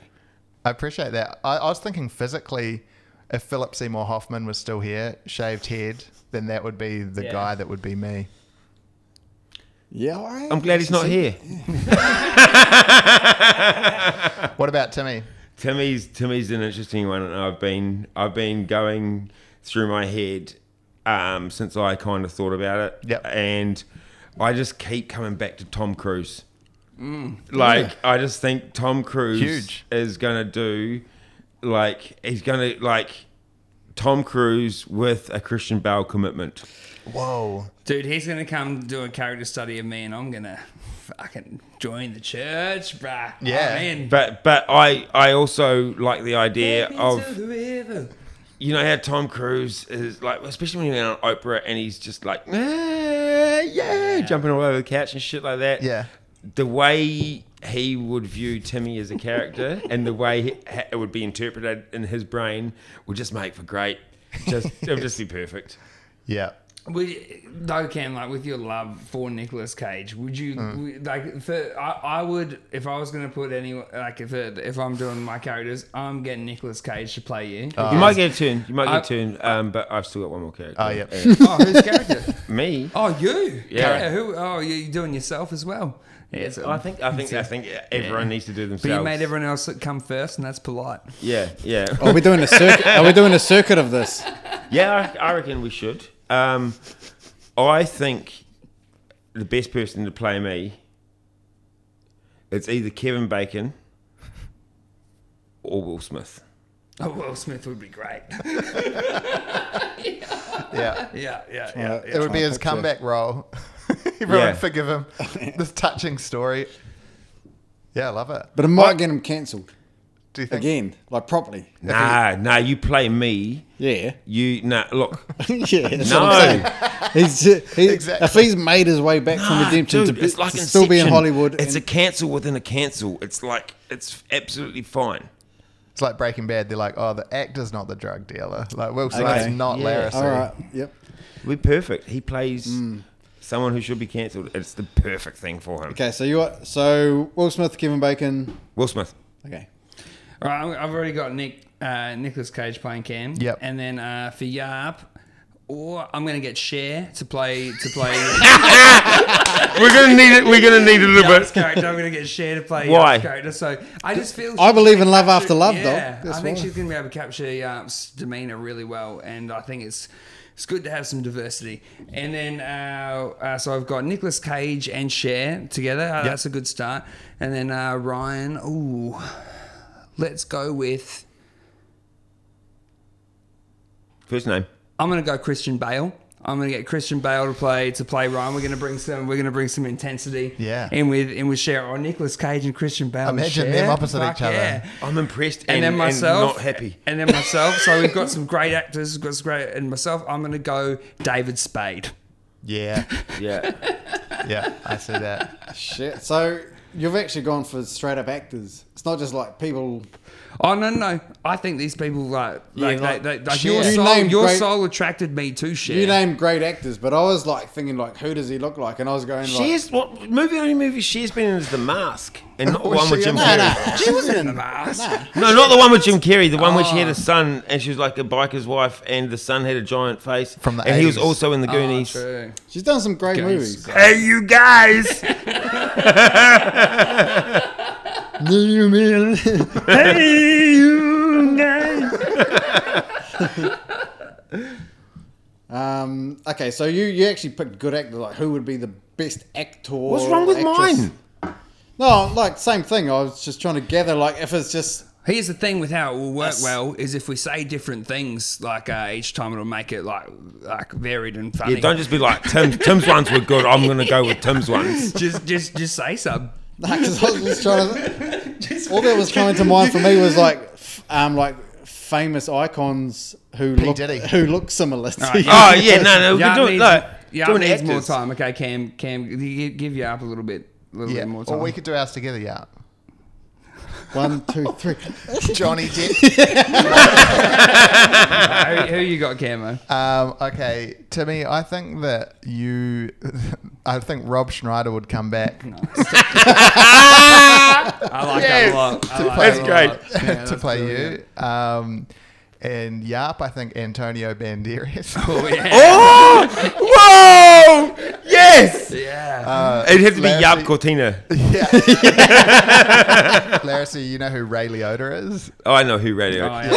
D: I appreciate that. I, I was thinking physically, if Philip Seymour Hoffman was still here, shaved head, then that would be the
C: Yeah.
D: guy that would be me.
A: Yeah. All right.
B: I'm glad he's not here.
D: What about Timmy?
B: Timmy's Timmy's an interesting one, and I've been I've been going through my head um, since I kind of thought about it.
D: Yep.
B: and I just keep coming back to Tom Cruise. Like I just think Tom Cruise
D: Mm. Huge.
B: is gonna do, like he's gonna like Tom Cruise with a Christian Bale commitment.
D: Whoa.
C: Dude, he's gonna come do a character study of me, and I'm gonna fucking join the church, bruh.
D: Yeah.
C: I'm in.
B: But but I I also like the idea
C: Into
B: of
C: the river.
B: you know how Tom Cruise is like, especially when he went on Oprah and he's just like, "Ah, yeah, jumping all over the couch and shit like that.
D: Yeah.
B: The way he would view Timmy as a character and the way he- ha- it would be interpreted in his brain would just make for great. Just it would just be perfect.
D: Yeah.
C: Would though, Cam, like with your love for Nicolas Cage, would you
D: Hmm.
C: would- like? For, I, I would if I was going to put any like if it, if I'm doing my characters, I'm getting Nicolas Cage to play you.
D: Uh.
B: you might get a turn. You might
C: I-
B: get a turn. Um, but I've still got one more character. Uh,
D: Oh, yeah.
C: oh, whose character?
B: Me.
C: Oh, you.
B: Yeah. um,
C: who? Oh, you- you're doing yourself as well. Yeah, so-
B: I think I think I think everyone needs to do
C: But
B: themselves.
C: you made everyone else come first, and that's polite.
B: Yeah, yeah.
A: Are we doing a circuit? Are we doing a circuit of this?
B: Yeah, I, I reckon we should. Um, I think the best person to play me it's either Kevin Bacon or Will Smith.
C: Oh, Will Smith would be great.
D: Yeah.
C: yeah, yeah, yeah.
A: Yeah,
D: It would be his comeback role. Everyone
B: Yeah.
D: forgive him. this touching story. Yeah, I love it.
A: But it might get him cancelled
D: Do you think?
A: again, like properly.
B: Nah, nah, you play me.
A: Yeah.
B: You nah, look.
A: yeah. That's
B: No.
A: what I'm saying. He's, uh, he,
D: Exactly.
A: If he's made his way back from
B: Nah,
A: redemption
B: dude,
A: to, be,
B: it's like
A: to still be in
B: Inception.
A: Hollywood,
B: It's a
A: and,
B: cancel within a cancel. It's like it's absolutely fine.
D: It's like Breaking Bad. They're like, oh, the actor's not the drug dealer. Like, Will Smith's
A: Okay.
D: not
C: Yeah.
D: Larry.
A: all right. Yep.
B: We're perfect. He plays
A: Hmm.
B: someone who should be cancelled. It's the perfect thing for him.
A: Okay. So you are, so Will Smith, Kevin Bacon.
B: Will Smith.
A: Okay.
C: All right, I'm- I've already got Nick uh, Nicholas Cage playing Cam.
D: Yep.
C: And then uh, for Yarp, or I'm gonna get Cher to play to play
B: We're gonna need it. We're gonna need a little
C: Yarp's
B: bit.
C: character. I'm gonna get Cher to play
B: Why?
C: Yarp's character. So I just feel
A: I believe in love after
C: capture-
A: love,
C: yeah,
A: dog. That's
C: I think
A: why.
C: um, she's gonna be able to capture Yarp's demeanor really well, and I think it's It's good to have some diversity. And then, uh, uh, so I've got Nicolas Cage and Cher together. Uh, That's a good start. And then uh, Ryan, ooh, let's go with,
B: First name.
C: I'm going to go Christian Bale. I'm gonna get Christian Bale to play to play Ryan. We're gonna bring some. We're gonna bring some intensity.
D: Yeah.
C: And with and with Cher or Nicolas Cage and Christian Bale. and
D: Imagine
C: Cher.
D: them opposite
C: Fuck
D: each other.
C: yeah.
B: I'm impressed
C: and, then myself,
B: not happy.
C: And then myself. so we've got some great actors. We've got some great, and myself. I'm going to go David Spade.
D: Yeah,
B: Yeah.
D: yeah, I see that.
A: Shit. So you've actually gone for straight up actors. It's not just like people.
C: Oh no, no! I think these people like, like,
B: like-
C: they, they, like
A: Cher.
C: your
A: You
C: soul.
A: named
C: Your
A: great-
C: soul attracted me to Cher.
A: You name great actors, but I was like thinking like, who does he look like? And I was going like,
B: She's what movie? Only movie she's been in is The Mask, and not the
D: Was
B: one with
D: she
B: Jim
D: in
B: Carrey.
D: that?
A: she wasn't in the mask.
B: No, not the one with Jim Carrey. The one where she had
D: Ah.
B: a son, and she was like a biker's wife, and the son had a giant face.
D: From the Ah,
B: and he was
D: 80s.
B: also in The
C: Oh,
B: Goonies.
C: true.
A: She's done some great
C: Goonies.
A: movies.
B: hey, you guys! hey, you guys!
A: Um, okay, so you you actually picked good actor. Like, who would be the best actor?
B: What's wrong with
A: actress?
B: mine?
A: No, like same thing. I was just trying to gather like if it's just
C: Here's the thing with how it will work
A: Yes.
C: well is if we say different things like uh, each time, it'll make it like like varied and funny.
B: Yeah, don't just be like Tim. Tim's ones were good. I'm gonna go with Tim's ones.
C: just just just say something.
A: because I was just trying to. all that was coming to mind for me was like, f- um, like famous icons who look
D: Diddy.
A: who look similar. To you.
B: Oh yeah, no, no, we
C: Yeah,
B: can do it.
C: needs,
B: Like,
C: yeah,
B: doing
C: needs more
B: actors.
C: time. Okay, Cam, Cam, you give you up a little bit, a little
D: Yeah,
C: bit more
D: or
C: time.
D: we could do ours together. Yeah,
A: One, two, three.
D: Johnny Depp.
C: Uh, who, who you got, Camo?
D: um, okay, Timmy, I think that you, I think Rob Schneider would come back
C: I like that a lot. I like
B: Oh, That's
C: that a
B: great.
C: lot.
D: to play you. Um, and Yarp, I think Antonio Banderas.
C: Oh, yeah.
B: Oh! Whoa! Yes!
C: yeah.
D: Uh,
B: It'd have to be
D: Larry-
B: Yab Cortina.
D: Larissa, you know who Ray Liotta is?
B: Oh, I know who radio.
C: Oh, yeah.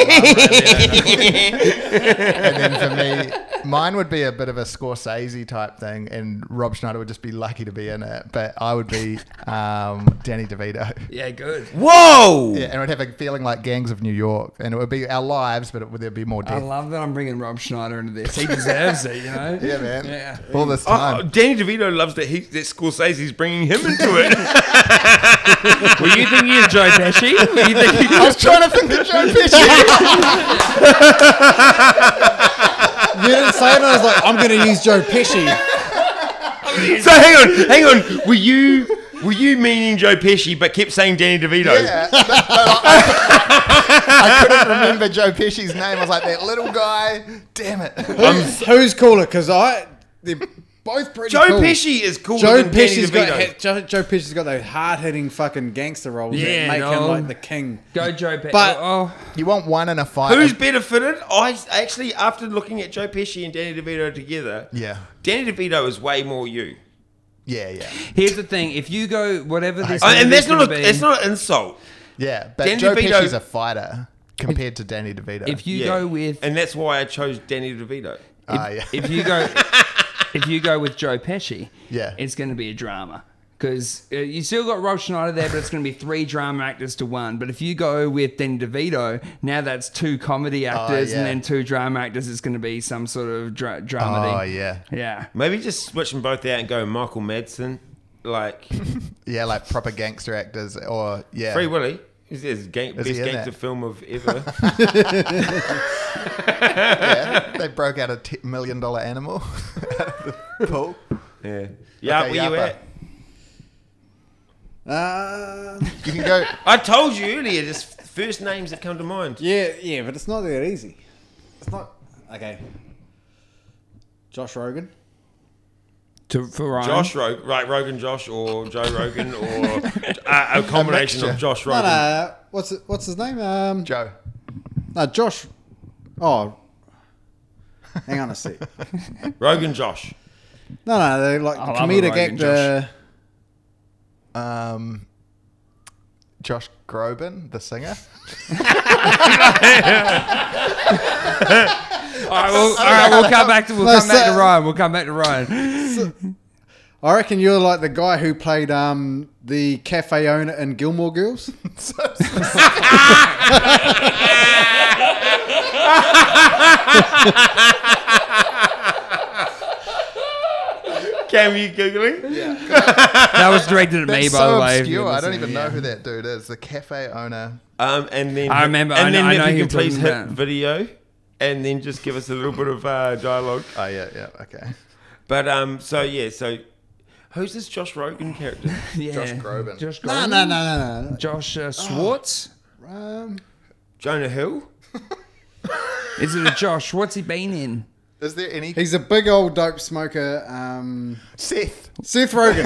D: And then for me, mine would be a bit of a Scorsese type thing, and Rob Schneider would just be lucky to be in it. But I would be um, Danny DeVito.
C: yeah, good.
B: Whoa!
D: Yeah, and it would have a feeling like Gangs of New York, and it would be our lives, but it would there'd be more
C: I
D: death.
C: love that I'm bringing Rob Schneider into this. He deserves it, you know?
D: yeah, man.
C: Yeah.
D: All this
B: Oh, oh,
D: time.
B: Danny DeVito loves that he that Scorsese's bringing him into it. Were you thinking of Joe Pesci? Were you thinking
D: I was trying to think of Joe Pesci.
A: You didn't say it. And I was like, I'm going to use Joe Pesci.
B: so hang on, hang on. Were you were you meaning Joe Pesci but kept saying Danny DeVito?
D: yeah. No, no, I, I couldn't remember Joe Pesci's name. I was like that little guy. Damn it.
A: Who's cooler? Because I they're both pretty.
B: Joe
A: cool.
B: Pesci is cooler
A: Joe
B: than
A: Pesci's
B: Danny DeVito.
A: got hit- Joe, Joe Pesci's got those hard hitting fucking gangster roles
C: Yeah,
A: that make him
C: dog.
A: like the king.
C: Go, Joe Pe-
A: But-
C: oh,
D: You want one in a fight?
B: Who's better fitted? I s- actually, after looking at Joe Pesci and Danny DeVito together,
D: Yeah.
B: Danny DeVito is way more you.
D: Yeah, yeah,
C: here's the thing. If you go, whatever this
B: Oh, and
C: movie's
B: that's not
C: gonna
B: a,
C: be,
B: that's not an insult.
D: yeah. But
B: Danny
D: Joe
B: DeVito-
D: Pesci's a fighter compared to Danny DeVito.
C: If you
B: Yeah.
C: go with
B: and that's why I chose Danny DeVito.
D: Ah, yeah.
C: if you go if you go with Joe Pesci,
D: Yeah.
C: it's going to be a drama because uh, you still got Rob Schneider there, but it's going to be three drama actors to one. But if you go with Danny DeVito, now that's two comedy actors
D: yeah.
C: and then two drama actors. It's going to be some sort of dra-
D: oh
C: dramedy.
D: yeah,
C: yeah.
B: Maybe just switch them both out and go Michael Madsen, like
D: yeah, like proper gangster actors or yeah.
B: Free Willy. Is this gang-
D: he
B: best
D: in that?
B: gangster film of ever?
D: Yeah, they broke out a t- million dollar animal. out of the pool.
B: yeah, yeah.
D: Okay,
B: where you
D: Yappa.
B: at?
A: Uh,
D: You can go.
B: I told you earlier. Just first names that come to mind.
A: yeah, yeah, but it's not that easy. It's not okay. Josh Rogan.
C: To, for Ryan.
B: Josh Rogan, right? Rogan Josh or Joe Rogan or uh, a combination
D: mixture.
B: of Josh
A: No,
B: Rogan.
A: no. uh, What's it- what's his name? Um,
D: Joe.
A: no, Josh. Oh, hang on a sec.
B: Rogan Josh.
A: No, no, they like
C: I
A: the
C: love a
A: comedic
C: Rogan,
A: actor.
D: Um, Josh Groban, the singer.
C: All right, we'll, Oh, all right, we'll come back to we'll
A: No,
C: come back to
A: so-
C: Ryan. We'll come back to Ryan.
A: I reckon you're like the guy who played um, the cafe owner in Gilmore Girls.
B: Cam, you googling?
C: That was directed at me,
D: That's
C: by
D: so
C: the way. if
D: obscure.
C: you're
D: I don't
C: listening,
D: even
C: yeah.
D: know who that dude is. The cafe owner.
B: Um, and then
C: I remember-
B: And
C: I
B: then
C: know- I
B: if
C: know who
B: you
C: you're
B: can please
C: talking
B: hit
C: about.
B: video, and then just give us a little bit of uh, dialogue.
D: Oh yeah, yeah, okay.
B: But um, so yeah, so who's this Josh Rogan character?
C: Yeah.
D: Josh Groban.
C: Josh
A: no,
C: Groban.
A: no, no, no,
C: Josh uh, Schwartz.
A: no. Um,
B: Jonah Hill.
C: Is it a Josh? What's he been in?
D: Is there any
A: he's a big old dope smoker. Um,
D: Seth?
A: Seth Rogen.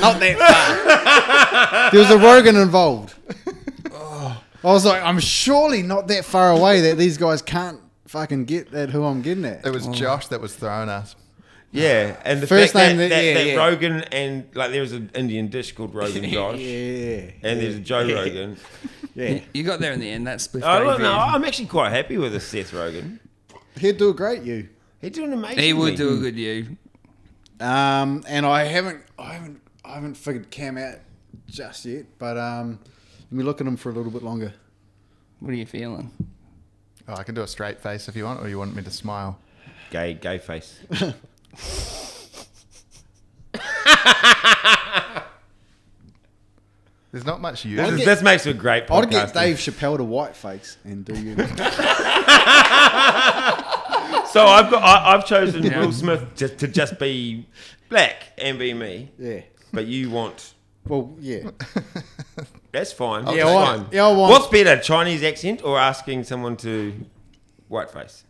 D: Not that far.
A: There was a Rogan involved. I was like, I'm surely not that far away that these guys can't fucking get at who I'm getting at.
D: It was
C: Oh.
D: Josh that was thrown us.
B: Yeah, and the
A: Uh, First
B: fact
A: name
B: that,
A: that-
B: that,
A: yeah,
B: that
A: yeah.
B: Rogan and like there was an Indian dish called Rogan Josh,
A: Yeah.
B: and there's a Joe Rogan.
A: Yeah.
C: You got there in the end. That's split.
B: I don't
C: baby.
B: know. I'm actually quite happy with this Seth Rogan.
A: He'd do a great you.
B: He's doing amazing.
C: He would do a good you.
A: Um, and I haven't, I haven't, I haven't figured Cam out just yet. But um, let me look at him for a little bit longer.
C: What are you feeling?
D: Oh, I can do a straight face if you want, or you want me to smile.
B: gay gay face.
D: There's not much use.
B: This, this makes a great podcast.
A: I'd get Dave Chappelle to whiteface and do you.
B: So I've got I, I've chosen Will Smith to, to just be black and be me,
A: yeah.
B: but you want.
A: Well, yeah.
B: That's fine.
A: Yeah,
B: That's
A: I want-
B: fine.
A: yeah, I want-
B: What's better, Chinese accent or asking someone to whiteface?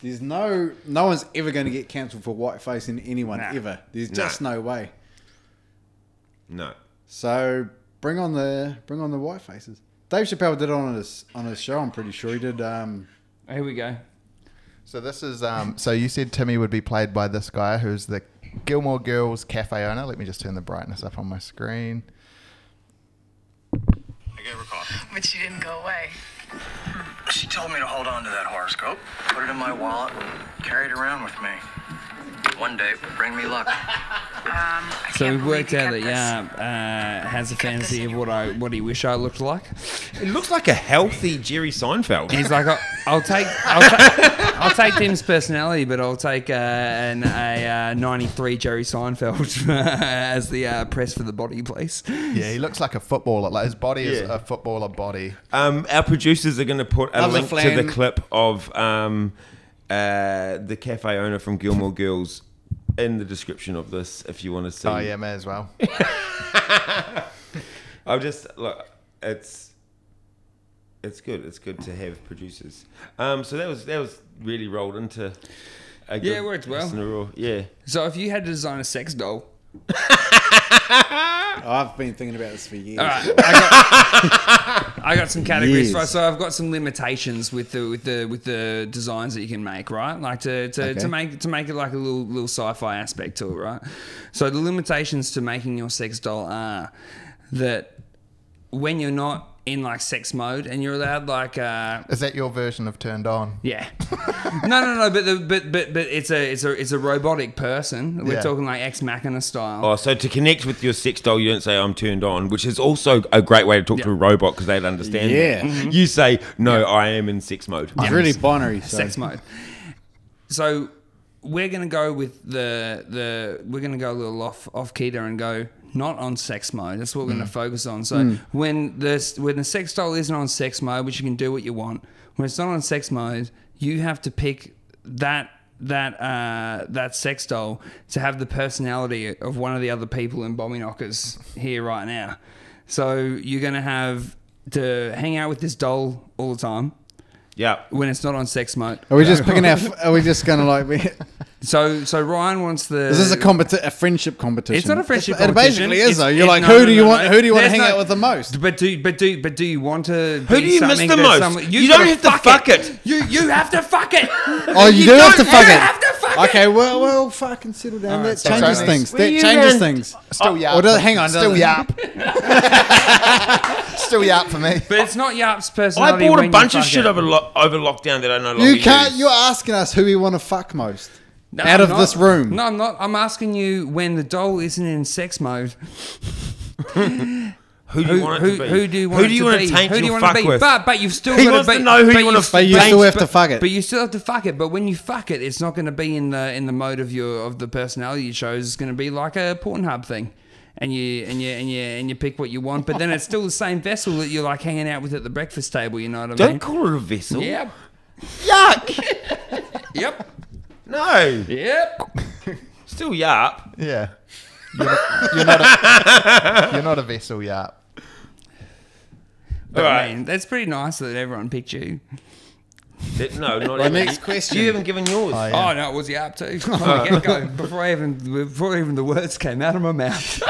A: There's no, no one's ever going to get cancelled for whitefacing anyone ever. There's just no way.
B: No.
A: So bring on the bring on the white faces. Dave Chappelle did it on his on his show. I'm pretty sure he did. Um,
C: Here we go.
D: So this is um. So you said Timmy would be played by this guy who's the Gilmore Girls cafe owner. Let me just turn the brightness up on my screen.
F: I gave her coffee.
G: But she didn't go away.
F: She told me to hold on to that horoscope, put it in my wallet, and carry it around with me. One day it will bring me luck.
G: I
C: So
G: can't
C: we worked
G: believe
C: out that
G: you kept
C: yeah, uh, has a fantasy of what I what he wish I looked like.
B: It looks like a healthy Jerry Seinfeld.
C: He's like, I'll, I'll take I'll, ta- I'll take Tim's personality, but I'll take uh, an a uh, '93 Jerry Seinfeld as the uh, press for the body, please.
D: Yeah, he looks like a footballer. Like his body is
B: Yeah.
D: a footballer body. Oh,
B: Um, our producers are going to put a
A: Love the
B: link to the
A: flan.
B: clip of um, uh, the cafe owner from Gilmore Girls in the description of this if you want to see.
D: Oh yeah, may as well.
B: I'll just look. It's it's good. It's good to have producers. Um, so that was that was really rolled into. A good
C: Yeah, it worked well.
B: listener or- Yeah.
C: So if you had to design a sex doll,
A: I've been thinking about this for years.
C: All right, I got, I got some categories
A: Yes.
C: for us. So I've got some limitations with the with the with the designs that you can make, right? Like to to,
A: Okay.
C: to make to make it like a little little sci-fi aspect to it, right? So the limitations to making your sex doll are that when you're not in like sex mode and you're allowed like uh
D: Is that your version of turned on?
C: yeah. no, no, no. But the, but but but it's a it's a it's a robotic person. We're
D: Yeah.
C: talking like ex machina style.
B: Oh, so to connect with your sex doll, you don't say "I'm turned on," which is also a great way to talk to a robot because they'd understand.
A: Yeah.
B: that. You say, "No, I am in sex mode."
A: It's really binary. So.
C: sex mode. So we're gonna go with the the we're gonna go a little off off key there and go not on sex mode. That's what we're gonna focus on. So when the when the sex doll isn't on sex mode, which you can do what you want, when it's not on sex mode, you have to pick that that uh, that sex doll to have the personality of one of the other people in Bomby Knockers here right now. So you're gonna have to hang out with this doll all the time
B: Yeah.
C: when it's not on sex mode.
A: Are we just picking our? f- Are we just going to like? Be, is
C: So so Ryan wants the.
A: this a competi- a friendship competition?
C: Uh, It's not a friendship.
A: It
C: competition.
A: basically is
C: It's-
A: though. You're
C: it-
A: like,
C: no,
A: who
C: no,
A: do
C: no,
A: you
C: no.
A: want? Who do you want to
C: There's
A: hang
C: no-
A: out with the most?
C: But do but do but do you want to?
B: Who do you miss the most? You don't have to fuck it.
C: You you have to fuck it.
A: Oh, you do have to fuck
C: You
A: it.
C: have to fuck
A: Okay, well, well, fucking settle down. that
D: so-
A: changes
D: so-
A: things.
D: Were
A: That
B: you
A: changes
B: meant-
A: things.
D: Still yarp.
A: Or does- Oh, hang on,
D: Still
A: does-
D: yarp. Still yarp for me.
C: But it's not Yap's
B: I
C: personality.
B: bought
C: when
B: a
C: you
B: bunch of
C: fuck
B: shit
C: it.
B: over, lo- over lockdown that I no longer
A: You can't.
B: use.
A: You're asking us who we want to fuck most
C: No, I'm
A: out of
C: not.
A: this room.
C: No, I'm not. I'm asking you when the doll isn't in sex mode.
B: Who do you
C: Who,
B: want it
C: who,
B: to be?
C: who do you want?
B: Who do you
C: want
B: want to taint
C: Who do you
B: your
C: want
B: fuck
C: to be?
B: with?
C: But but you've still
B: He
C: got
B: wants
C: be,
B: to know who you wanna
A: But you
B: Thanks,
A: still have to fuck it.
C: But you still have to fuck it. But when you fuck it, it's not going to be in the in the mode of your of the personality you chose. It's going to be like a Pornhub thing, and you and you and you and you pick what you want. But then it's still the same vessel that you're like hanging out with at the breakfast table. You know what I mean?
B: Don't call it a vessel.
C: Yep. Yuck. yep.
B: No.
C: Yep.
B: Still yarp.
D: Yeah. You're not, you're not a, you're not a vessel yarp.
C: But
B: All right.
C: man, that's pretty nice that everyone picked you.
B: Th- No, not even.
A: next question.
B: You haven't given yours.
C: Oh no, it was Yap too. From
A: Uh.
C: the get-go, before I even before even the words came out of my mouth.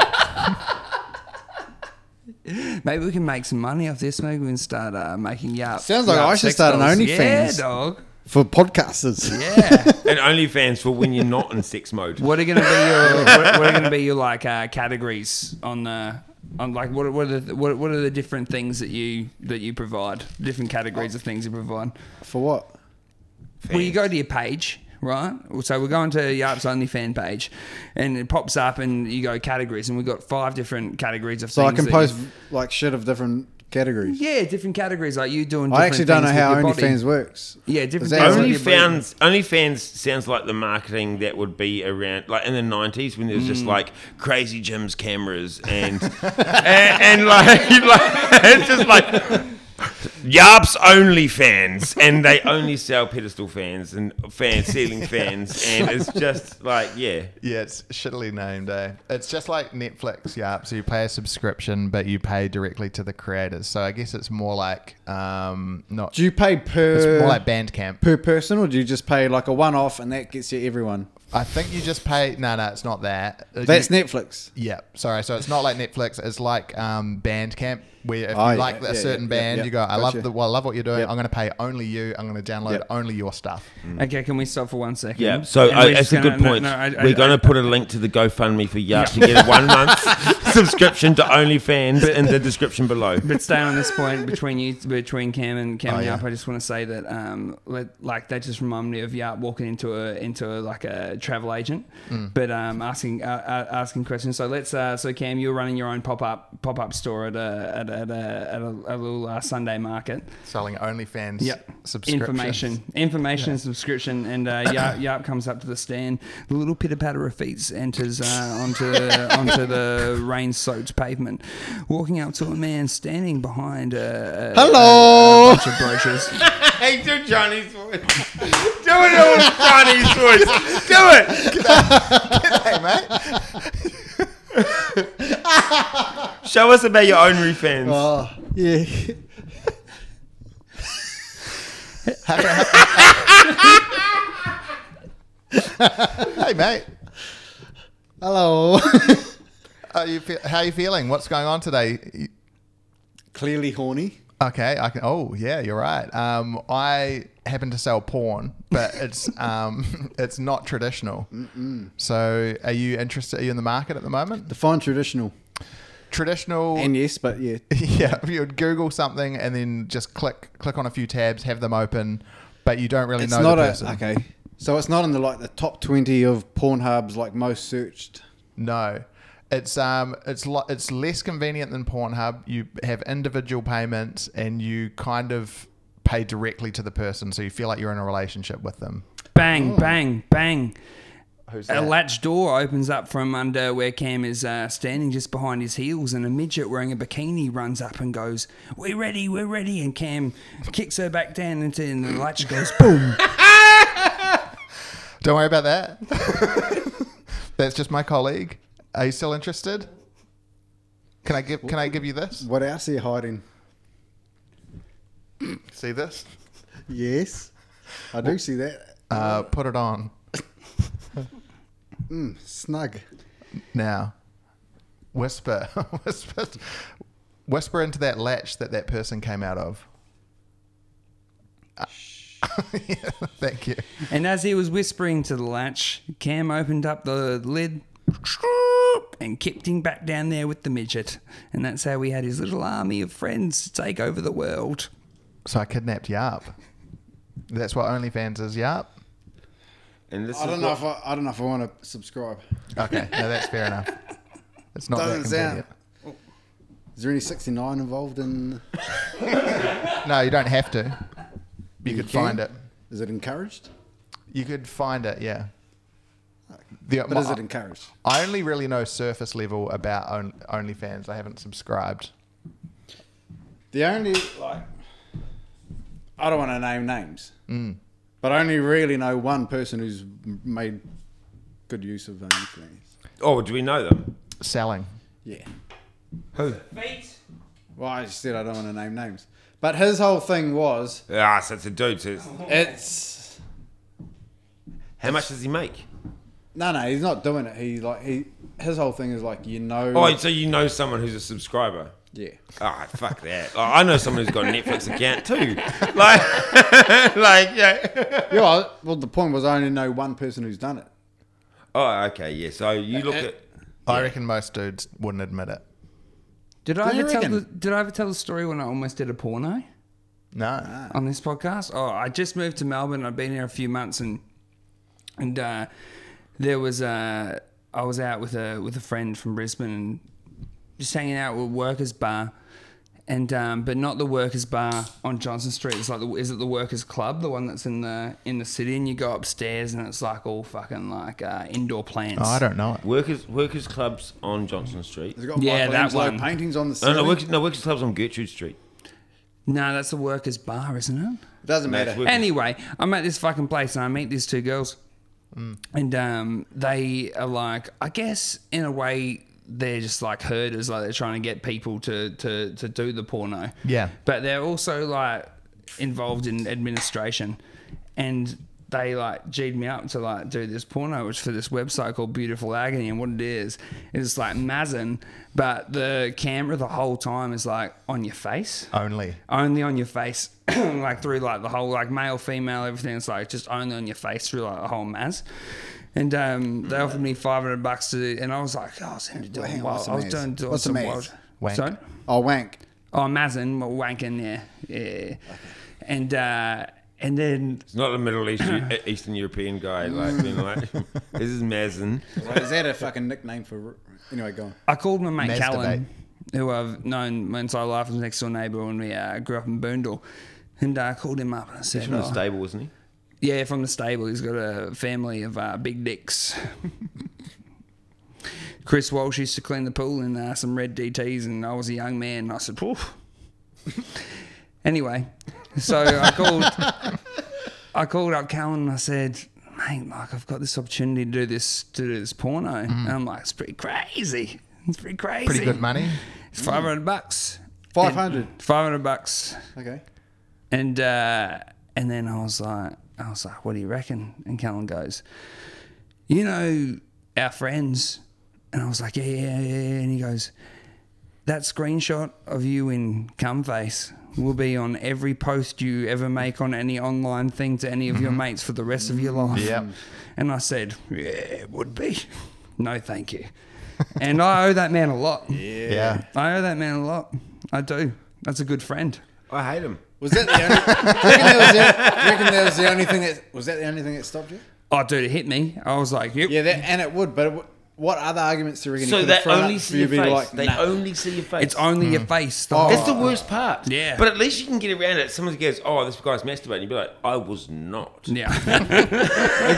C: Maybe we can make some money off this. Maybe we can start uh, making Yap.
A: Sounds like
C: Yap
A: I should
C: sex
A: start an
C: dolls.
A: OnlyFans.
C: Yeah, dog.
A: for podcasters.
C: Yeah.
B: And OnlyFans for when you're not in sex mode.
C: what are gonna be your what, what are gonna be your like uh, categories on the on like what what are the, what, what are the different things that you that you provide? Different
A: Oh.
C: categories of things you provide.
A: For what?
C: Well, you go to your page, right? So we're going to Yarp's Only fan page, and it pops up, and you go categories, and we've got five different categories of
A: So I
C: things.
A: can
C: that
A: post
C: you-
A: like shit of different categories.
C: yeah, different categories like you doing.
A: I actually don't know how OnlyFans
C: OnlyFans.
A: works.
C: Yeah, different
A: Is that-
C: things.
A: Only
C: with your body.
B: OnlyFans, OnlyFans sounds like the marketing that would be around, like in the '90s when there's
C: Mm.
B: just like crazy Jim's cameras and and, and like, like it's just like Yarp's OnlyFans, and they only sell pedestal fans and fan ceiling fans, and it's just like yeah,
D: Yeah, it's shittily named, eh? It's just like Netflix yarp. So you pay a subscription, but you pay directly to the creators. So I guess it's more like um not.
A: Do you pay
D: it's
A: per
D: more like Bandcamp.
A: per person, or do you just pay like a one-off and that gets you everyone?
D: I think you just pay. No, no, it's not that. Uh,
A: That's
D: you,
A: Netflix.
D: Yeah, sorry. So it's not like Netflix. It's like um, Bandcamp, where if
A: Oh, yeah,
D: you like
A: yeah,
D: a
A: yeah,
D: certain
A: yeah,
D: band,
A: yeah.
D: you go, "I
A: Gotcha.
D: love the, well, I love what you're doing.
A: Yep.
D: I'm going to pay only you. I'm going to download
A: Yep. Mm.
D: only your stuff."
C: Okay, can we stop for one second?
B: yeah. So
C: Mm-hmm. And
B: uh,
C: we're just
B: that's a good
C: gonna- no,
B: point.
C: no, I- I-
B: We're gonna put a link to the GoFundMe for Yarp to get a one month subscription to OnlyFans in the description below.
C: But staying on this point between you, between Cam and Cam
D: Oh,
C: and
D: yeah.
C: Yarp, I just want to say that, um, let, like that just reminded me of Yarp walking into a into a, like a travel agent,
D: Mm.
C: but um, asking uh, uh, asking questions. So let's uh, so Cam, you were running your own pop up pop up store at a at, a- at, a, at a, a little uh, Sunday market.
D: Selling OnlyFans subscriptions.
C: Information, information, subscription, and uh, Yarp, Yarp comes up to the stand. The little pitter patter of feet enters uh, onto onto the rain-soaked pavement. Walking up to a man standing behind uh, a, a,
A: Hello.
C: bunch of brochures.
B: Hey, do Johnny's voice. Do it all with Johnny's voice. Do it. mate. Show us about your own fans.
A: Oh, yeah.
D: Hey, mate.
A: Hello.
D: Are you fe- how are you feeling? What's going on today? You-
A: Clearly horny.
D: Okay, I can. Oh, yeah, you're right. Um, I happen to sell porn, but it's um, it's not traditional. So, are you interested? Are you in the market at the moment?
A: Define traditional.
D: Traditional.
A: And yes, but yeah.
D: yeah, you would Google something and then just click click on a few tabs, have them open, but you don't really
A: It's
D: know
A: not
D: the
A: a
D: person.
A: okay. So it's not in the like the top twenty of Pornhub's like most searched.
D: No, it's um, it's lo- it's less convenient than Pornhub. You have individual payments and you kind of pay directly to the person, so you feel like you're in a relationship with them.
C: Bang, bang, bang.
D: Oh. Who's
C: A latch door opens up from under where Cam is uh, standing just behind his heels, and a midget wearing a bikini runs up and goes, We're ready, we're ready. And Cam kicks her back down into, and the latch goes, Boom.
D: Don't worry about that. That's just my colleague. Are you still interested? Can I give Can I give you this?
A: What else are you hiding?
D: See this?
A: Yes, I do see that.
D: Uh, put it on
A: Snug.
D: now. Whisper, whisper, whisper into that latch that that person came out of. Uh, Thank you.
C: And as he was whispering to the latch, Cam opened up the lid and kicked him back down there with the midget. And that's how we had his little army of friends take over the world.
D: So I kidnapped Yarp. That's what OnlyFans is, Yarp.
H: And this
A: I
H: is
A: don't know
H: what-
A: if I, I don't know if I want to subscribe.
D: Okay, no, that's fair enough. It's not
A: Doesn't
D: that
A: sound.
D: convenient.
A: Is there any 69 involved in?
D: No, you don't have to. You, could
A: can?
D: find it.
A: Is it encouraged?
D: You could find it, yeah. The,
A: But is it encouraged?
D: I only really know surface level about on, OnlyFans. I haven't subscribed.
A: The only like, I don't want to name names, but I only really know one person who's made good use of um, OnlyFans.
H: Oh, do we know them?
D: Selling.
A: Yeah.
H: Who?
A: Well, I just said I don't want to name names, but his whole thing was
H: Ah, so it's a dude. So it's,
A: it's
H: how much does he make?
A: no, no, he's not doing it. He like he his whole thing is like you know,
H: Oh, so you know someone who's a subscriber?
A: yeah.
H: Ah, fuck that. Like, I know someone who's got a Netflix account too. Like, like yeah.
A: Yeah. well, Well, the point was I only know one person who's done it.
H: Oh, okay, yeah. So you look at.
D: I reckon most dudes wouldn't admit it.
C: Did I
A: Do you
C: ever tell
A: reckon?
C: the, did I ever tell the story when I almost did a porno
D: No.
C: on this podcast? Oh, I just moved to Melbourne. I'd been here a few months and and uh, there was uh, I was out with a with a friend from Brisbane and just hanging out with workers bar, and um, but not the workers bar on Johnson Street. It's like the, is it the workers club, the one that's in the in the city, and you go upstairs and it's like all fucking like uh, indoor plants.
D: Oh, I don't know it.
H: Workers, workers clubs on Johnson Street.
A: He's got
C: Yeah,
A: Michael
C: that
A: Angelo
C: one.
A: paintings on the
H: No,
A: ceiling.
H: no, workers, no, workers clubs on Gertrude Street.
C: No, that's the workers bar, isn't it?
A: It doesn't
H: No, it's
A: matter.
H: workers-
C: Anyway, I'm at this fucking place and I meet these two girls, and um, they are like, I guess in a way they're just like herders, like they're trying to get people to to to do the porno.
D: Yeah.
C: but they're also like involved in administration, and they like G'd me up to like do this porno, which for this website called Beautiful Agony, and what it is is like Mazin, but the camera the whole time is like on your face
D: Only.
C: only on your face, like through like the whole like male, female, everything. It's like just only on your face through like the whole mass. And um, they offered me five hundred bucks to, and I was like, oh, I was doing
A: Hang on,
C: wild.
A: what's a
C: I was
A: maz?
C: doing, doing
A: What's a
C: some
A: maz?
C: wild.
D: Wank.
C: Sorry?
A: Oh, wank.
C: Oh, Mazin, well, wanking, yeah, yeah. And uh, and then
H: It's not a Middle Eastern, Eastern European guy. Like, being like, this is Mazin.
A: Is that a fucking nickname for? Anyway, go on.
C: I called my mate
D: Masturbate.
C: Callan, who I've known my entire life, was next door neighbour when we uh, grew up in Boondall, and I uh, called him up and I said,
H: He's from the
C: "Oh,
H: stable, wasn't he?
C: Yeah, from the stable. He's got a family of uh, big dicks. Chris Walsh used to clean the pool in uh, some red DTs, and I was a young man. And I said, "Poof." anyway, so I called. I called up Callan and I said, "Mate, like I've got this opportunity to do this to do this porno," and I'm like, "It's pretty crazy. It's pretty crazy.
D: Pretty good money.
C: It's five hundred bucks.
A: Five hundred.
C: Five hundred bucks."
A: Okay.
C: And uh, and then I was like, I was like, what do you reckon? And Callan goes, you know, our friends. And I was like, yeah, yeah, yeah. yeah. And he goes, that screenshot of you in cumface will be on every post you ever make on any online thing to any of your mates for the rest of your life.
D: Yep.
C: And I said, yeah, it would be. No, thank you. and I owe that man a lot.
D: Yeah.
C: I owe that man a lot. I do. That's a good friend.
H: I hate him.
A: Was that the only? reckon that was the, reckon that was the only thing that was that the only thing that stopped you?
C: Oh, dude, it hit me. I was like, yep.
A: Yeah, that, and it would. But it, w- what other arguments do you reckon? you
H: So
A: could've
H: they
A: thrown
H: only
A: up for
H: see
A: you
H: your
A: to be
H: face.
A: like,
H: they
A: nah.
H: only see your face.
C: It's only your face. The
H: That's Hmm. the
C: whole-
H: worst part.
C: Yeah.
H: But at least you can get around it. Someone goes, "Oh, this guy's masturbating." You'd be like, "I was not.
C: yeah.
H: I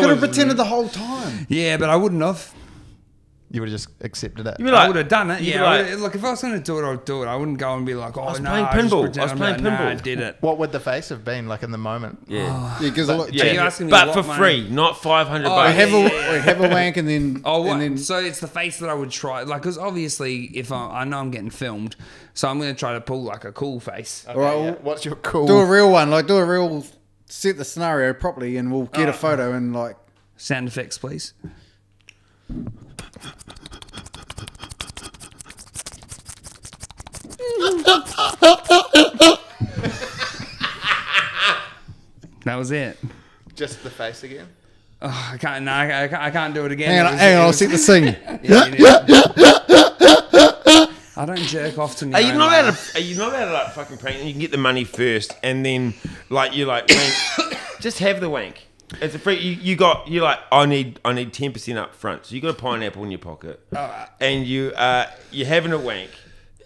A: could have
H: was
A: pretended the whole time.
C: yeah, but I wouldn't have.
D: You would have just accepted it.
H: You'd be
C: I
H: like-
C: would have done it.
H: you'd be
C: Yeah. I
H: like-
C: would've- look, if I was going to do it, I would do it. I wouldn't go and be like, oh,
H: was
C: no,
H: playing
C: just
H: pinball. I
C: pretend
H: was
C: I'm
H: playing
C: like, nah, I
H: pinball."
C: did it.
D: what would the face have been like in the moment?
H: yeah.
A: Yeah, because look,
H: yeah.
C: Are you asking me
H: but
C: what
H: for
C: my-
H: free, not five hundred
C: Oh,
A: we
H: bucks.
A: have a we have a wank and then
C: Oh, what?
A: and then
C: so it's the face that I would try. Like, because obviously, if I, I know I'm getting filmed, so I'm going to try to pull like a cool face.
A: all right,
D: Yeah,
A: we'll
D: What's your cool?
A: do a real one. Like do a real set the scenario properly, and we'll
C: Oh.
A: get a photo and like.
C: Sound effects, please. was it.
D: Just the face again.
C: Oh, I can't. No, I, I can't- I can't do it again.
A: Hang
C: It
A: on,
C: was-
A: hang
C: it
A: on, I'll
C: was-
A: set the scene.
C: I don't jerk off to me.
B: Are you not allowed to? Are you not allowed to like fucking prank? them? You can get the money first, and then like you like wank. just have the wank. It's a free. You, you got you like I need I need ten percent up front. So you got a pineapple in your pocket, and you uh you're having a wank.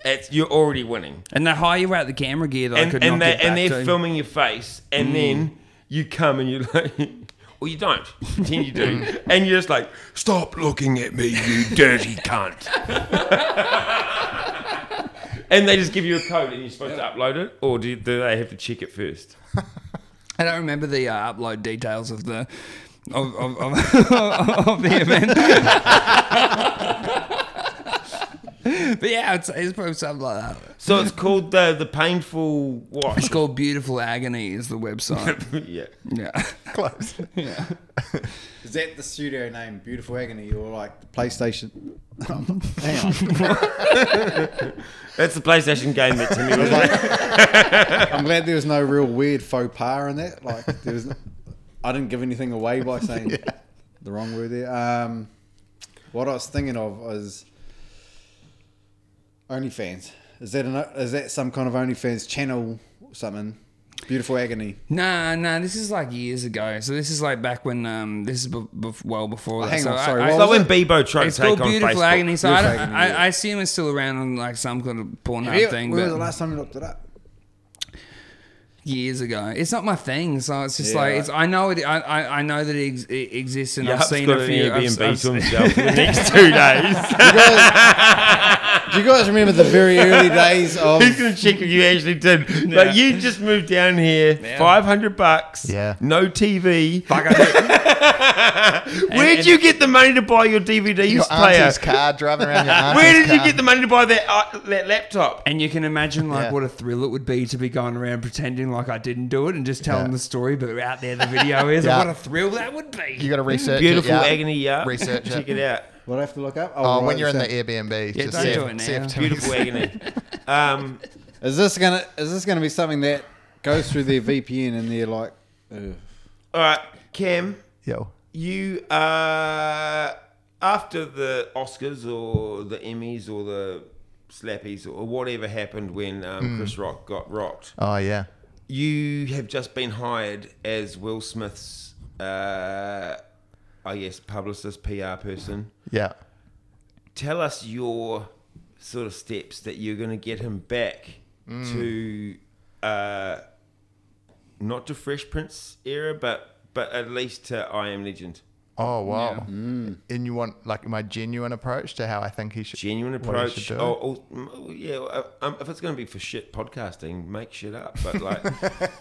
B: It's, you're already winning,
C: And the higher you were at the camera gear, that I
B: and
C: could not
B: and they
C: get back
B: and they're
C: to. Mm.
B: filming your face, and then you come and you like. Or you don't. Pretend you do. and you're just like,
E: Stop looking at me, you dirty cunt.
B: and they just give you a code and you're supposed to upload it? Or do, do they have to check it first?
C: I don't remember the uh, upload details of the of of, of, of the event. but yeah, it's, it's probably something like that.
B: So it's called uh, the the painful what?
C: It's called Beautiful Agony is the website.
B: yeah.
C: yeah.
D: Close.
C: Yeah.
A: Is that the studio name, Beautiful Agony, or like the PlayStation? Um, Hang on.
B: That's the PlayStation game that Timmy was like.
A: I'm glad there was no real weird faux pas in that. Like, there was, I didn't give anything away by saying the wrong word there. Um, what I was thinking of was OnlyFans. Is that an, is that some kind of OnlyFans channel or something? Beautiful Agony.
C: Nah, nah. This is like years ago. So this is like back when um this is b- bef- well before. that.
A: Hang
C: so
A: on,
C: I-
A: sorry,
C: I-
A: what
B: It's
A: was
B: like when Bebo tried
C: It's
B: to take
C: called
B: on
C: Beautiful
B: Facebook.
C: Agony. So I,
A: Beautiful
C: don't-
A: Agony,
C: I, I assume it's still around on like some kind of porn
A: Have you-
C: thing.
A: when
C: but
A: was the last time you looked it up?
C: years ago. It's not my thing, so it's just
A: Yeah,
C: like
A: right.
C: it's. I know it. I, I, I know that it, ex, it exists, and I've
B: Yap's
C: seen
B: got
C: a
B: an
C: few. I've-
B: Airbnb
C: I've
B: to
C: seen-
B: himself for the next two days.
A: You guys, do you guys remember the very early days
D: Oh.
A: of?
B: He's gonna check if you actually did. But you just moved down here, five hundred bucks,
D: Yeah.
B: no TV.
C: Fuck, I did-
B: Where'd you get the money to buy your DVDs
D: Your
B: player?
D: auntie's car driving around your auntie's
B: Where did you
D: car.
B: get the money to buy that uh, that laptop?
C: and you can imagine like
D: Yeah.
C: what a thrill it would be to be going around pretending like I didn't do it and just telling the story, but out there the video is.
D: Yeah.
C: What a thrill that would be.
D: You got to research.
B: Beautiful
D: it, yeah.
B: agony, yeah.
D: Research
B: Check
D: it.
B: it out.
A: What do I have to look up?
D: Oh,
A: right,
D: when you're in
A: so-
D: the Airbnb, just
C: don't
D: see
C: do
D: if-
C: it
D: see
C: now.
D: if Timmy's-
B: Beautiful agony. Um,
D: E-
A: Is this gonna is this gonna be something that goes through their VPN and they're like, Ugh.
B: all right, Cam.
D: Yo.
B: You uh after the Oscars or the Emmys or the Slappies or whatever happened when um, Chris Rock got rocked,
D: Oh yeah.
B: you have just been hired as Will Smith's, uh, I guess, publicist, PR person.
D: Yeah.
B: Tell us your sort of steps that you're going to get him back to uh, not to Fresh Prince era, but but at least to I Am Legend.
D: Oh wow. Mm. And you want like my genuine approach to how I think he should
B: genuine
D: what he
B: approach.
D: should do?
B: Or, or, mm, yeah, uh, um, if it's going to be for shit podcasting, make shit up. But like,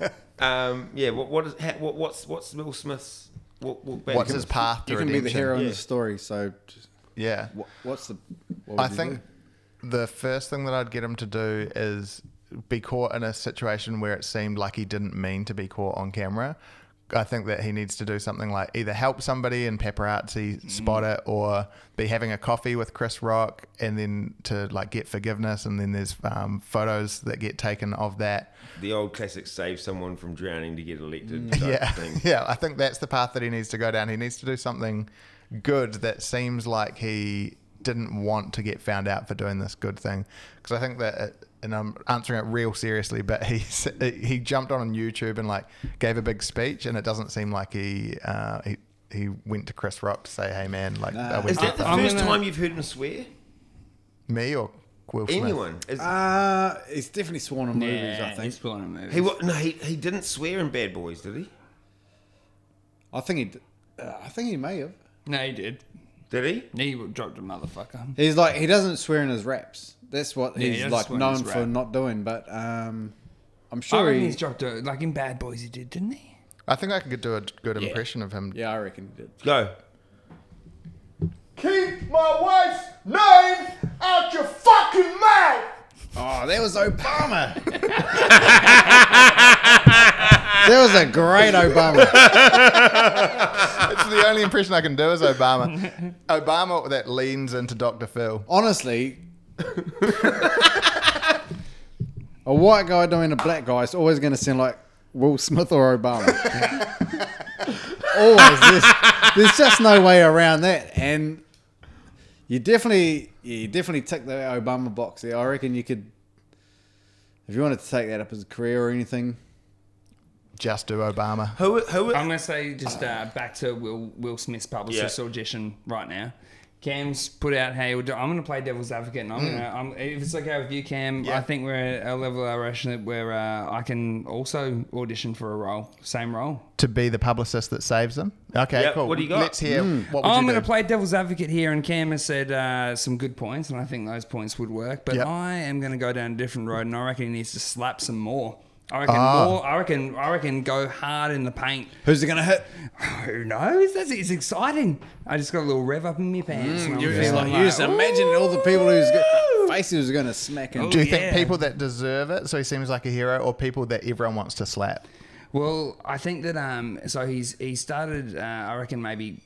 B: um, yeah, what what is ha, what, what's what's Will Smith's what, what back-
D: What's his path to
A: you can be
D: redemption?
A: the hero in
B: Yeah.
A: the story. So, just-
D: Yeah.
A: what, what's the? What would
D: I
A: you
D: think
A: do?
D: the first thing that I'd get him to do is be caught in a situation where it seemed like he didn't mean to be caught on camera. I think that he needs to do something like either help somebody and paparazzi
A: Mm.
D: spot it, or be having a coffee with Chris Rock and then to like get forgiveness, and then there's um, photos that get taken of that.
B: the old classic save someone from drowning to get elected? Type
D: Mm. yeah,
B: thing.
D: yeah. I think that's the path that he needs to go down. He needs to do something good that seems like he didn't want to get found out for doing this good thing. Because I think that, it, and I'm answering it real seriously, but he s- he jumped on YouTube and like gave a big speech, and it doesn't seem like he uh, he he went to Chris Rock to say, "Hey man, like
A: Nah.
D: are we
B: Is that the
C: I'm
B: 1st
C: gonna-
B: time you've heard him swear?
D: me or Will Smith?"
B: Anyone? Is,
A: Uh, he's definitely sworn in movies. I think.
C: He's pulling a movie.
B: he what? No, he, he didn't swear in Bad Boys, did he?
A: I think he. d- Uh, I think he may have.
C: no, he did.
B: Did he?
C: He dropped a motherfucker.
A: He's like he doesn't swear in his raps. That's what
C: he
A: he's
C: doesn't
A: like
C: swear in his
A: known for
C: rap.
A: not doing. But um, I'm
C: I
A: sure
C: reckon
A: he.
C: he's dropped a like in Bad Boys. He did, didn't he?
D: I think I could do a good impression of him.
A: yeah, I reckon he did.
B: Go.
E: Keep my wife's name out your fucking mouth.
A: Oh, that was Obama. that was a great Obama.
D: It's the only impression I can do is Obama. Obama that leans into Dr. Phil.
A: Honestly. A white guy doing a black guy is always going to sound like Will Smith or Obama. Always. There's, there's just no way around that. And you definitely, you definitely tick the Obama box there. I reckon you could, if you wanted to take that up as a career or anything.
D: Just do Obama.
B: Who, who,
C: I'm going to say just uh, back to Will Will Smith's publicist
B: Yeah.
C: audition right now. Cam's put out, hey, we'll do, I'm going to play devil's advocate,
D: Hmm.
C: and I'm going to, I'm, if it's okay with you, Cam, I think we're at a level of relationship where uh, I can also audition for a role, same role.
D: To be the publicist that saves them. Okay,
B: Yeah,
D: cool.
B: what do you got?
D: Let's hear what would
C: I'm
D: you
C: going to
D: do?
C: play devil's advocate here, and Cam has said uh, some good points, and I think those points would work. But
D: Yep.
C: I am going to go down a different road, and I reckon he needs to slap some more. I reckon
D: Ah.
C: more. I reckon. I reckon go hard in the paint.
A: Who's it going to hit?
C: Who knows? That's it's exciting. I just got a little rev up in my pants. and I'm
A: You just,
C: feeling
A: like, you just imagine all the people who's go- faces are going to smack him.
D: Do you
C: yeah.
D: think people that deserve it, so he seems like a hero, or people that everyone wants to slap?
C: Well, I think that um, so he's he started. Uh, I reckon maybe.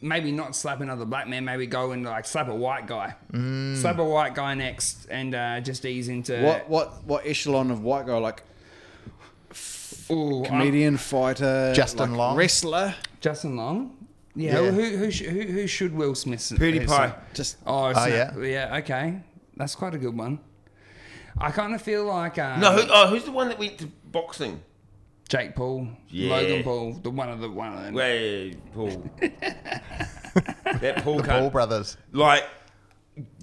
C: Maybe not slap another black man. Maybe go and like slap a white guy, slap a white guy next, and uh, just ease into
A: What what what echelon of white guy like
C: Ooh, I'm-
A: comedian, fighter,
D: Justin
A: like,
D: Long?
A: wrestler?
C: Justin Long. Yeah,
D: Yeah.
C: Who, who, sh- who who should Will Smith?
B: PewDiePie.
A: Just
C: Oh, snap.
D: yeah.
C: yeah. Okay, that's quite a good one. I kind of feel like um,
B: No, who, oh, who's the one that went to boxing?
C: Jake Paul,
B: Yeah.
C: Logan Paul, the one of the one of them.
B: Wait, Paul. that Paul
D: The Ball
B: cunt.
D: Brothers.
B: Like,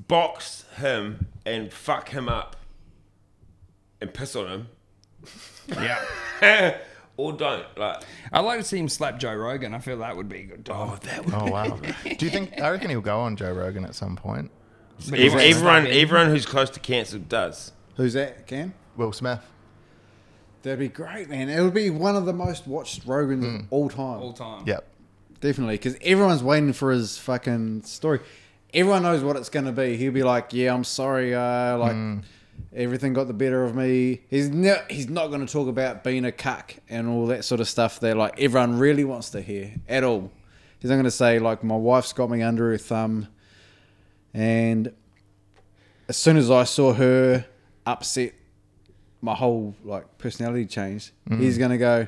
B: box him and fuck him up and piss on
C: Yeah,
B: him. or don't. Like,
C: I'd like to see him slap Joe Rogan. I feel that would be a good. Time.
B: oh, that would
D: Oh wow. do you think? I reckon he'll go on Joe Rogan at some point.
C: But
B: Ev-
C: he's gonna
B: everyone,
C: slap him.
B: everyone who's close to cancer does.
A: who's that? Can
D: Will Smith.
A: that'd be great, man. It would be one of the most watched Rogans of all time.
C: all time.
D: Yep.
A: Definitely, because everyone's waiting for his fucking story. Everyone knows what it's going to be. He'll be like, "Yeah, I'm sorry. Uh, like, everything got the better of me." He's no, he's not going to talk about being a cuck and all that sort of stuff that like everyone really wants to hear at all. He's not going to say like, "My wife's got me under her thumb," and as soon as I saw her upset, my whole like personality changed. He's going to go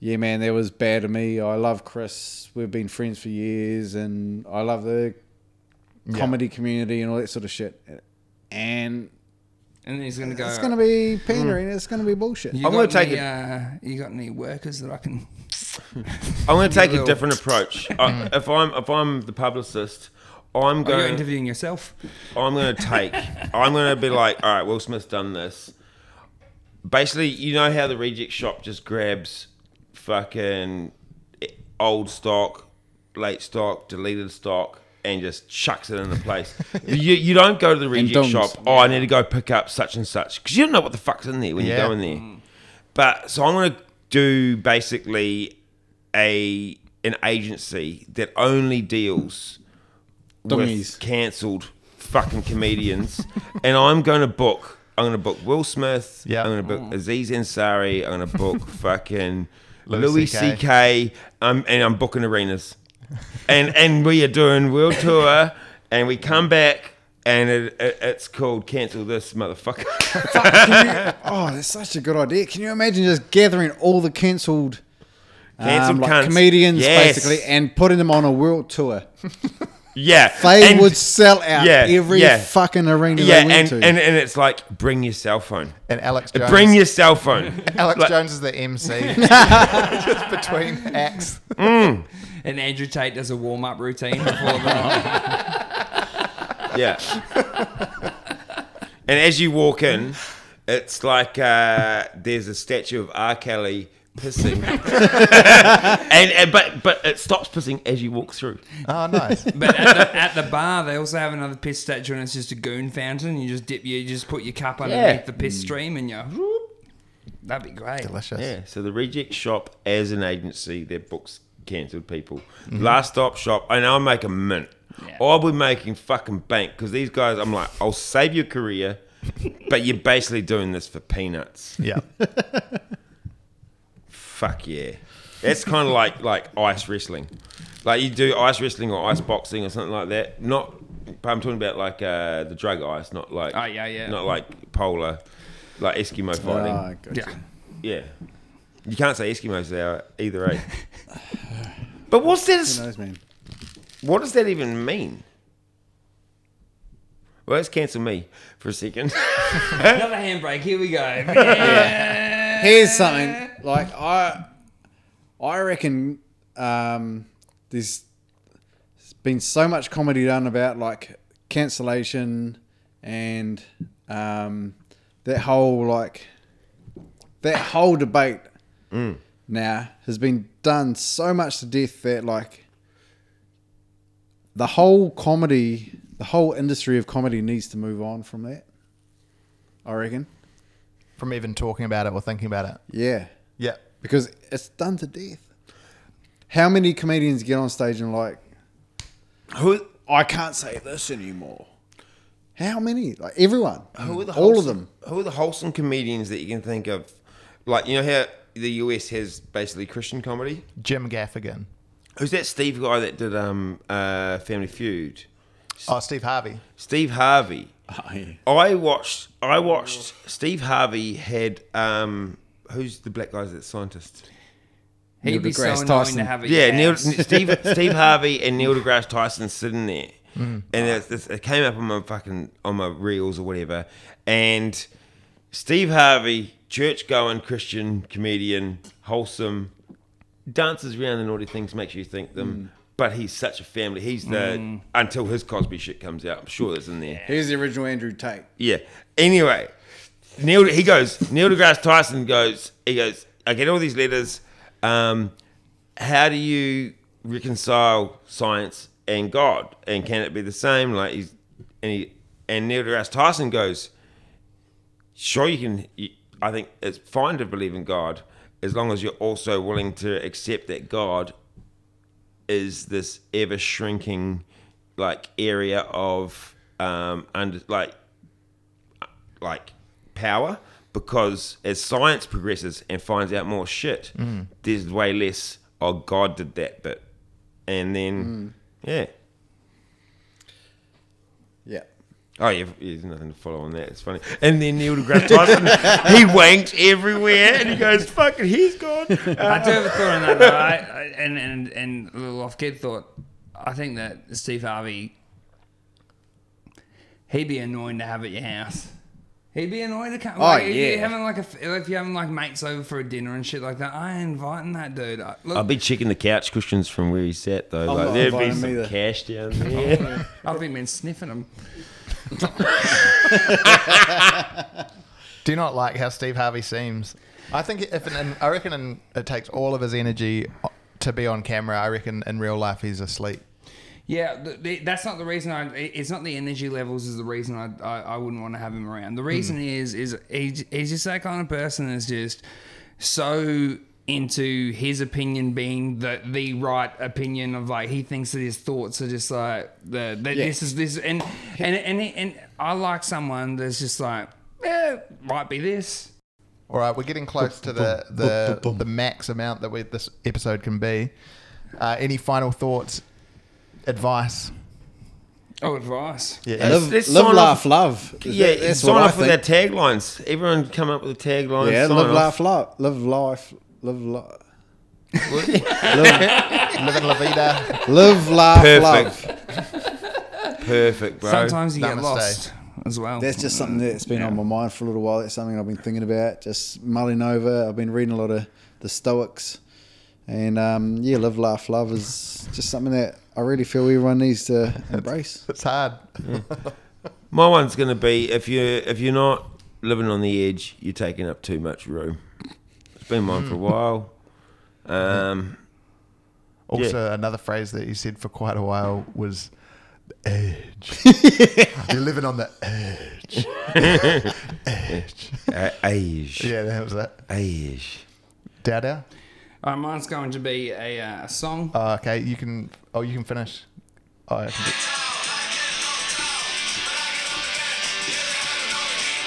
A: yeah, man, that was bad of me. I love Chris. We've been friends for years, and I love the comedy community and all that sort of shit. And
C: And then he's gonna go.
A: it's
B: Uh,
A: gonna be
B: hmm.
A: pandering. It's gonna be bullshit.
C: You
B: I'm
C: got
B: gonna take
C: any,
B: it-
C: Uh, you got any workers that I can?
B: I'm going to take a
C: little-
B: different approach. I, if I'm if I'm the publicist, I'm
C: Are you
B: going.
C: interviewing yourself?
B: I'm going to take. I'm going to be like, all right, Will Smith's done this. Basically, you know how the reject shop just grabs fucking old stock, late stock, deleted stock, and just chucks it into place. you, you don't go to the reject
A: dongs.
B: shop. Oh, I need to go pick up such and such because you don't know what the fuck's in there when
D: Yeah.
B: you go in there. But so I'm going to do basically a an agency that only deals
A: Dummies.
B: with cancelled fucking comedians, and I'm going to book. I'm going to book Will Smith.
D: Yeah.
B: I'm going to book Aziz Ansari. I'm going to book fucking
D: Louis
B: Louis
D: CK.
B: C.K. Um, and I'm booking arenas, and and we are doing world tour, and we come back. And it, it, it's called cancel this motherfucker.
A: Um, oh, that's such a good idea. Can you imagine just gathering all the cancelled, um,
B: Cancelled
A: like
B: cunts.
A: comedians
B: Yes.
A: basically and putting them on a world tour?
B: yeah,
A: They
B: And-
A: would sell out
B: yeah,
A: every
B: yeah.
A: fucking arena
B: Yeah,
A: they
B: and,
A: went to.
B: and and it's like bring your cell phone.
D: And Alex Jones.
B: Uh, Bring your cell phone.
D: Alex
B: Like-
D: Jones is the MC. Just between acts.
C: And Andrew Tate does a warm up routine before the.
B: Yeah. and as you walk in, it's like uh, there's a statue of R. Kelly pissing, and, and but but it stops pissing as you walk through.
D: Oh, nice.
C: But at the, at the bar, they also have another piss statue, and it's just a goon fountain. You just dip, you just put your cup underneath
B: Yeah.
C: the piss stream, and you. whoop. That'd be great.
D: Delicious.
B: Yeah. So the reject shop as an agency that books cancelled people. Last stop shop, and I'll make a mint.
C: Yeah.
B: I'll be making fucking bank because these guys, I'm like, I'll save your career, but you're basically doing this for peanuts.
D: Yeah.
B: Fuck yeah. That's kind of like like ice wrestling. Like you do ice wrestling or ice boxing or something like that. Not, but I'm talking about like uh, the drug ice, not like
C: Oh, yeah, yeah.
B: not like polar, like Eskimo fighting.
A: Ah, gotcha.
C: Yeah.
B: Yeah, You can't say Eskimos there either, eh? but what's this?
A: Who knows, man?
B: What does that even mean? Well, let's cancel me for a second.
C: Another handbrake. Here we go.
A: Here's something like I, I reckon um, there's been so much comedy done about like cancellation and um, that whole like that whole debate now has been done so much to death that like the whole comedy, the whole industry of comedy needs to move on from that. I reckon.
D: From even talking about it or thinking about it.
A: Yeah
D: Yeah.
A: because it's done to death. How many comedians get on stage and like,
B: Who?
A: I can't say this anymore? How many? Like everyone,
B: Who are the
A: all of
B: wholesome-
A: them.
B: Who are the wholesome comedians that you can think of? Like you know how the US has basically Christian comedy.
D: Jim Gaffigan.
B: Who's that Steve guy that did um uh Family Feud?
D: Oh, Steve Harvey.
B: Steve Harvey. I watched. I watched. Steve Harvey had um. Who's the black guy that's scientist?
C: He'd be so
A: deGrasse
C: annoying to
A: Tyson.
C: have at your
B: Yeah, Neil,
C: house.
B: Steve Steve Harvey and Neil deGrasse Tyson sitting there, and it's, it's, it came up on my fucking on my reels or whatever, and Steve Harvey, church going Christian comedian, wholesome, dances around the naughty things, makes you think them. But he's such a family. He's the until his Cosby shit comes out. I'm sure it's in there.
A: Here's the original Andrew Tate.
B: Yeah. Anyway, Neil he goes. Neil deGrasse Tyson goes. He goes. I get all these letters. Um, how do you reconcile science and God? And can it be the same? Like he's and he and Neil deGrasse Tyson goes. Sure, you can. You, I think it's fine to believe in God as long as you're also willing to accept that God is this ever shrinking like area of um under like like power because as science progresses and finds out more shit,
A: Mm.
B: there's way less. Oh, God did that bit, and then
A: Mm.
B: yeah.
A: Yeah.
B: Oh, yeah, there's nothing to follow on that. It's funny. And then Neil deGrasse Tyson, he wanked everywhere, and he goes, "Fucking, he's gone." Uh,
C: I do have a thought on that, though. I, I, and and and a little off kid thought. I think that Steve Harvey, he'd be annoying to have at your house. He'd be annoying to come.
B: Oh,
C: Like, if
A: yeah.
C: you're having like a f- if you're having like mates over for a dinner and shit like that. I ain't inviting that dude. I, look,
B: I'll be checking the couch cushions from where he sat though.
A: not
B: like there'd be
A: inviting
B: some
A: him either.
B: cash down there.
C: I've been been sniffing him.
D: Do you not like how Steve Harvey seems? I think if an, an- I reckon an, it takes all of his energy uh, to be on camera. I reckon in real life he's asleep.
C: Yeah, th th that's not the reason. I it- it's not the energy levels is the reason I I, I wouldn't want to have him around. The reason
A: Hmm.
C: is is he's, he's just that kind of person that's just so into his opinion being the the right opinion of like he thinks that his thoughts are just like the that
A: Yeah.
C: this is this and and and he, and I like someone that's just like eh, might be this.
D: All right, we're getting close to the the, the max amount that we, this episode can be. Uh, any final thoughts, advice?
C: Oh, advice.
D: Yeah,
A: Live,
B: let's
A: live
B: sign
A: laugh,
B: off-
A: love. Is
B: yeah,
A: that- that's
B: sign
A: what I
B: off with
A: think.
B: their taglines. Everyone come up with a tagline.
A: Yeah,
B: sign
A: live, laugh,
B: off.
A: love. Live life, live life.
D: living la vida.
A: Live, laugh,
B: Perfect.
A: love.
B: Perfect, bro.
C: Sometimes you get
D: Namaste.
C: lost as well.
A: That's just something
H: Mm.
A: that's been on my mind for a little while. That's something I've been thinking about, just mulling over. I've been reading a lot of the Stoics, and um, yeah, live, laugh, love is just something that I really feel everyone needs to embrace.
D: It's hard.
B: My one's going to be if you if you're not living on the edge, you're taking up too much room. It's been mine for a while. Um,
D: Also, another phrase that you said for quite a while was "the edge. You're living on the edge. edge.
B: uh, age,
D: Yeah, that was it.
B: age.
D: Dada.
C: Uh, mine's going to be a, uh, a song.
D: Oh, okay, you can. Oh, you can finish. Oh, I can do-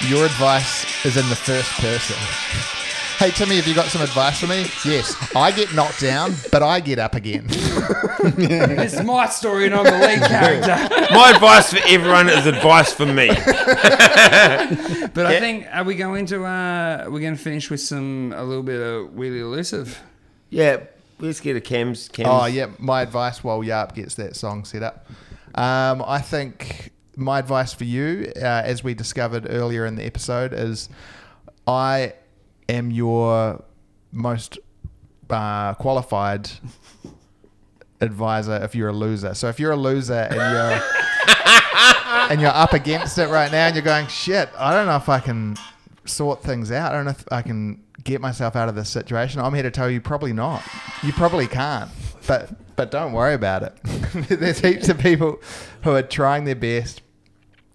D: Your advice is in the first person. Hey Timmy, have you got some advice for me? Yes, I get knocked down, but I get up again.
C: it's my story, and I'm the lead character.
H: My advice for everyone is advice for me.
C: But I think are we going to uh, we're going to finish with some a little bit of really elusive.
H: Yeah, let's get a cams. cams.
D: Oh yeah, my advice while Yarp gets that song set up. Um, I think my advice for you, uh, as we discovered earlier in the episode, is I am your most uh, qualified advisor if you're a loser. So if you're a loser and you're and you're up against it right now and you're going, shit, I don't know if I can sort things out. I don't know if I can get myself out of this situation. I'm here to tell you probably not. You probably can't. But but don't worry about it. there's heaps of people who are trying their best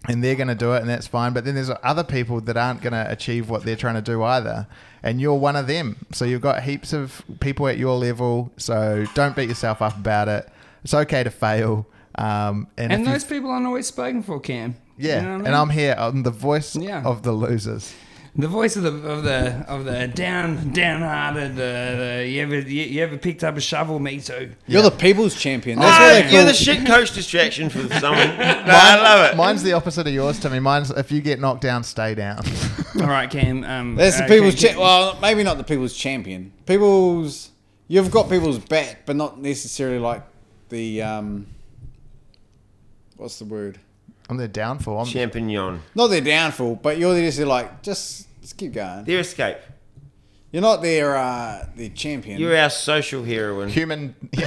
D: and they're going to do it and that's fine but then there's other people that aren't going to achieve what they're trying to do either and you're one of them so you've got heaps of people at your level so don't beat yourself up about it it's okay to fail um, and,
C: And
D: if you-
C: those people aren't always spoken for, Cam. You
D: yeah
C: know what I mean?
D: and i'm here i'm the voice
C: Yeah.
D: of the losers
C: The voice of the of the of the down downhearted. uh, The, the you ever you, you ever picked up a shovel? Me too.
A: You're the people's champion. That's
H: Ah,
A: what they
H: you're
A: call
H: the shit coach distraction for someone. No, I love it.
D: mine's the opposite of yours timmy mine's if you get knocked down stay down
C: All right, Cam. Um,
A: That's the
C: uh,
A: people's
C: Cam,
A: cha- well, maybe not the people's champion. People's you've got people's back, but not necessarily like the um what's the word?
D: i'm the downfall i'm
H: Champignon.
A: Not their downfall, but you're there just like just, just keep going.
H: Their escape.
A: You're not their uh their champion.
H: You're our social heroine.
D: human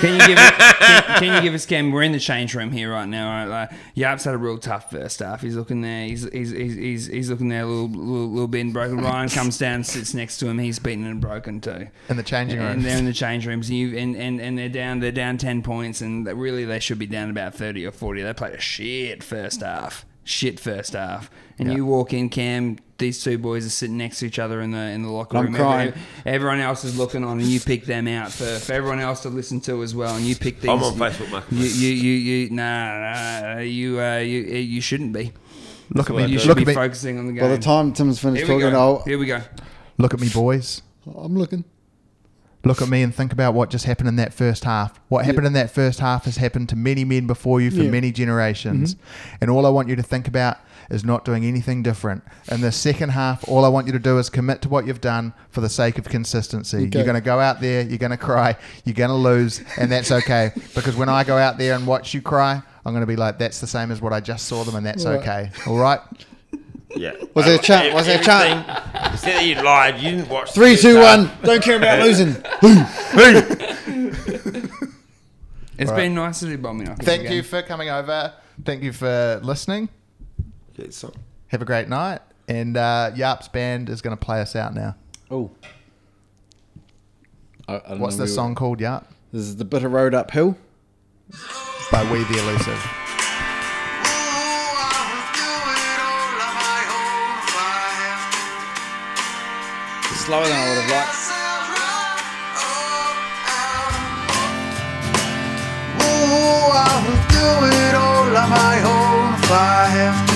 C: Can you give us, can, can you give us Cam? We're in the change room here right now. Right? Like, Yap's had a real tough first half. He's looking there. He's he's he's, he's, he's looking there. A little, little little bit broken. Ryan comes down, sits next to him. He's beaten and broken too.
D: in the changing
C: And
D: room
C: they're in the change rooms. And you and, and, and they're down. They're down ten points, and that really they should be down about thirty or forty. They played a shit first half. Shit first half. And you walk in, Cam. These two boys are sitting next to each other in the in the locker
A: I'm
C: room.
A: crying.
C: Every- Everyone else is looking on, and you pick them out for, for everyone else to listen to as well. And you pick these.
H: I'm on Facebook
C: You
H: Marketplace.
C: you you, you nah, nah you uh, you you shouldn't be.
D: look at me
C: You should
D: look
C: be
D: at me
C: focusing on the game.
A: By the time Tim's finished
C: Here we
A: talking,
C: go.
A: I'll,
C: Here we go.
D: look at me boys
A: I'm looking.
D: look at me and think about what just happened in that first half. What happened in that first half has happened to many men before you for
A: Yeah. Mm-hmm.
D: many generations. And all I want you to think about is not doing anything different. In the second half, all I want you to do is commit to what you've done for the sake of consistency. You're going to go out there, you're going to cry, you're going to lose, and that's okay. because when I go out there and watch you cry, I'm going to be like, that's the same as what I just saw them, and that's okay. All right?
H: Yeah.
A: Was there a chant? Was there a chant?
H: Everything- You said that you lied. You didn't watch.
A: Three, two, one. Don't care about losing.
C: It's been nice to do bombing. Knockers
D: Thank
C: again.
D: you for coming over. Thank you for listening.
H: one.
D: Have a great night. And uh, Yarp's band is going to play us out now.
A: Oh. I, I don't
D: What's
A: know
D: the
A: where-
D: song called? Yarp
A: This is the bitter road uphill.
D: by We the Elusive.
C: Oh,
A: Slower than I would have liked.
E: Ooh, I would do it all on my own if I have to.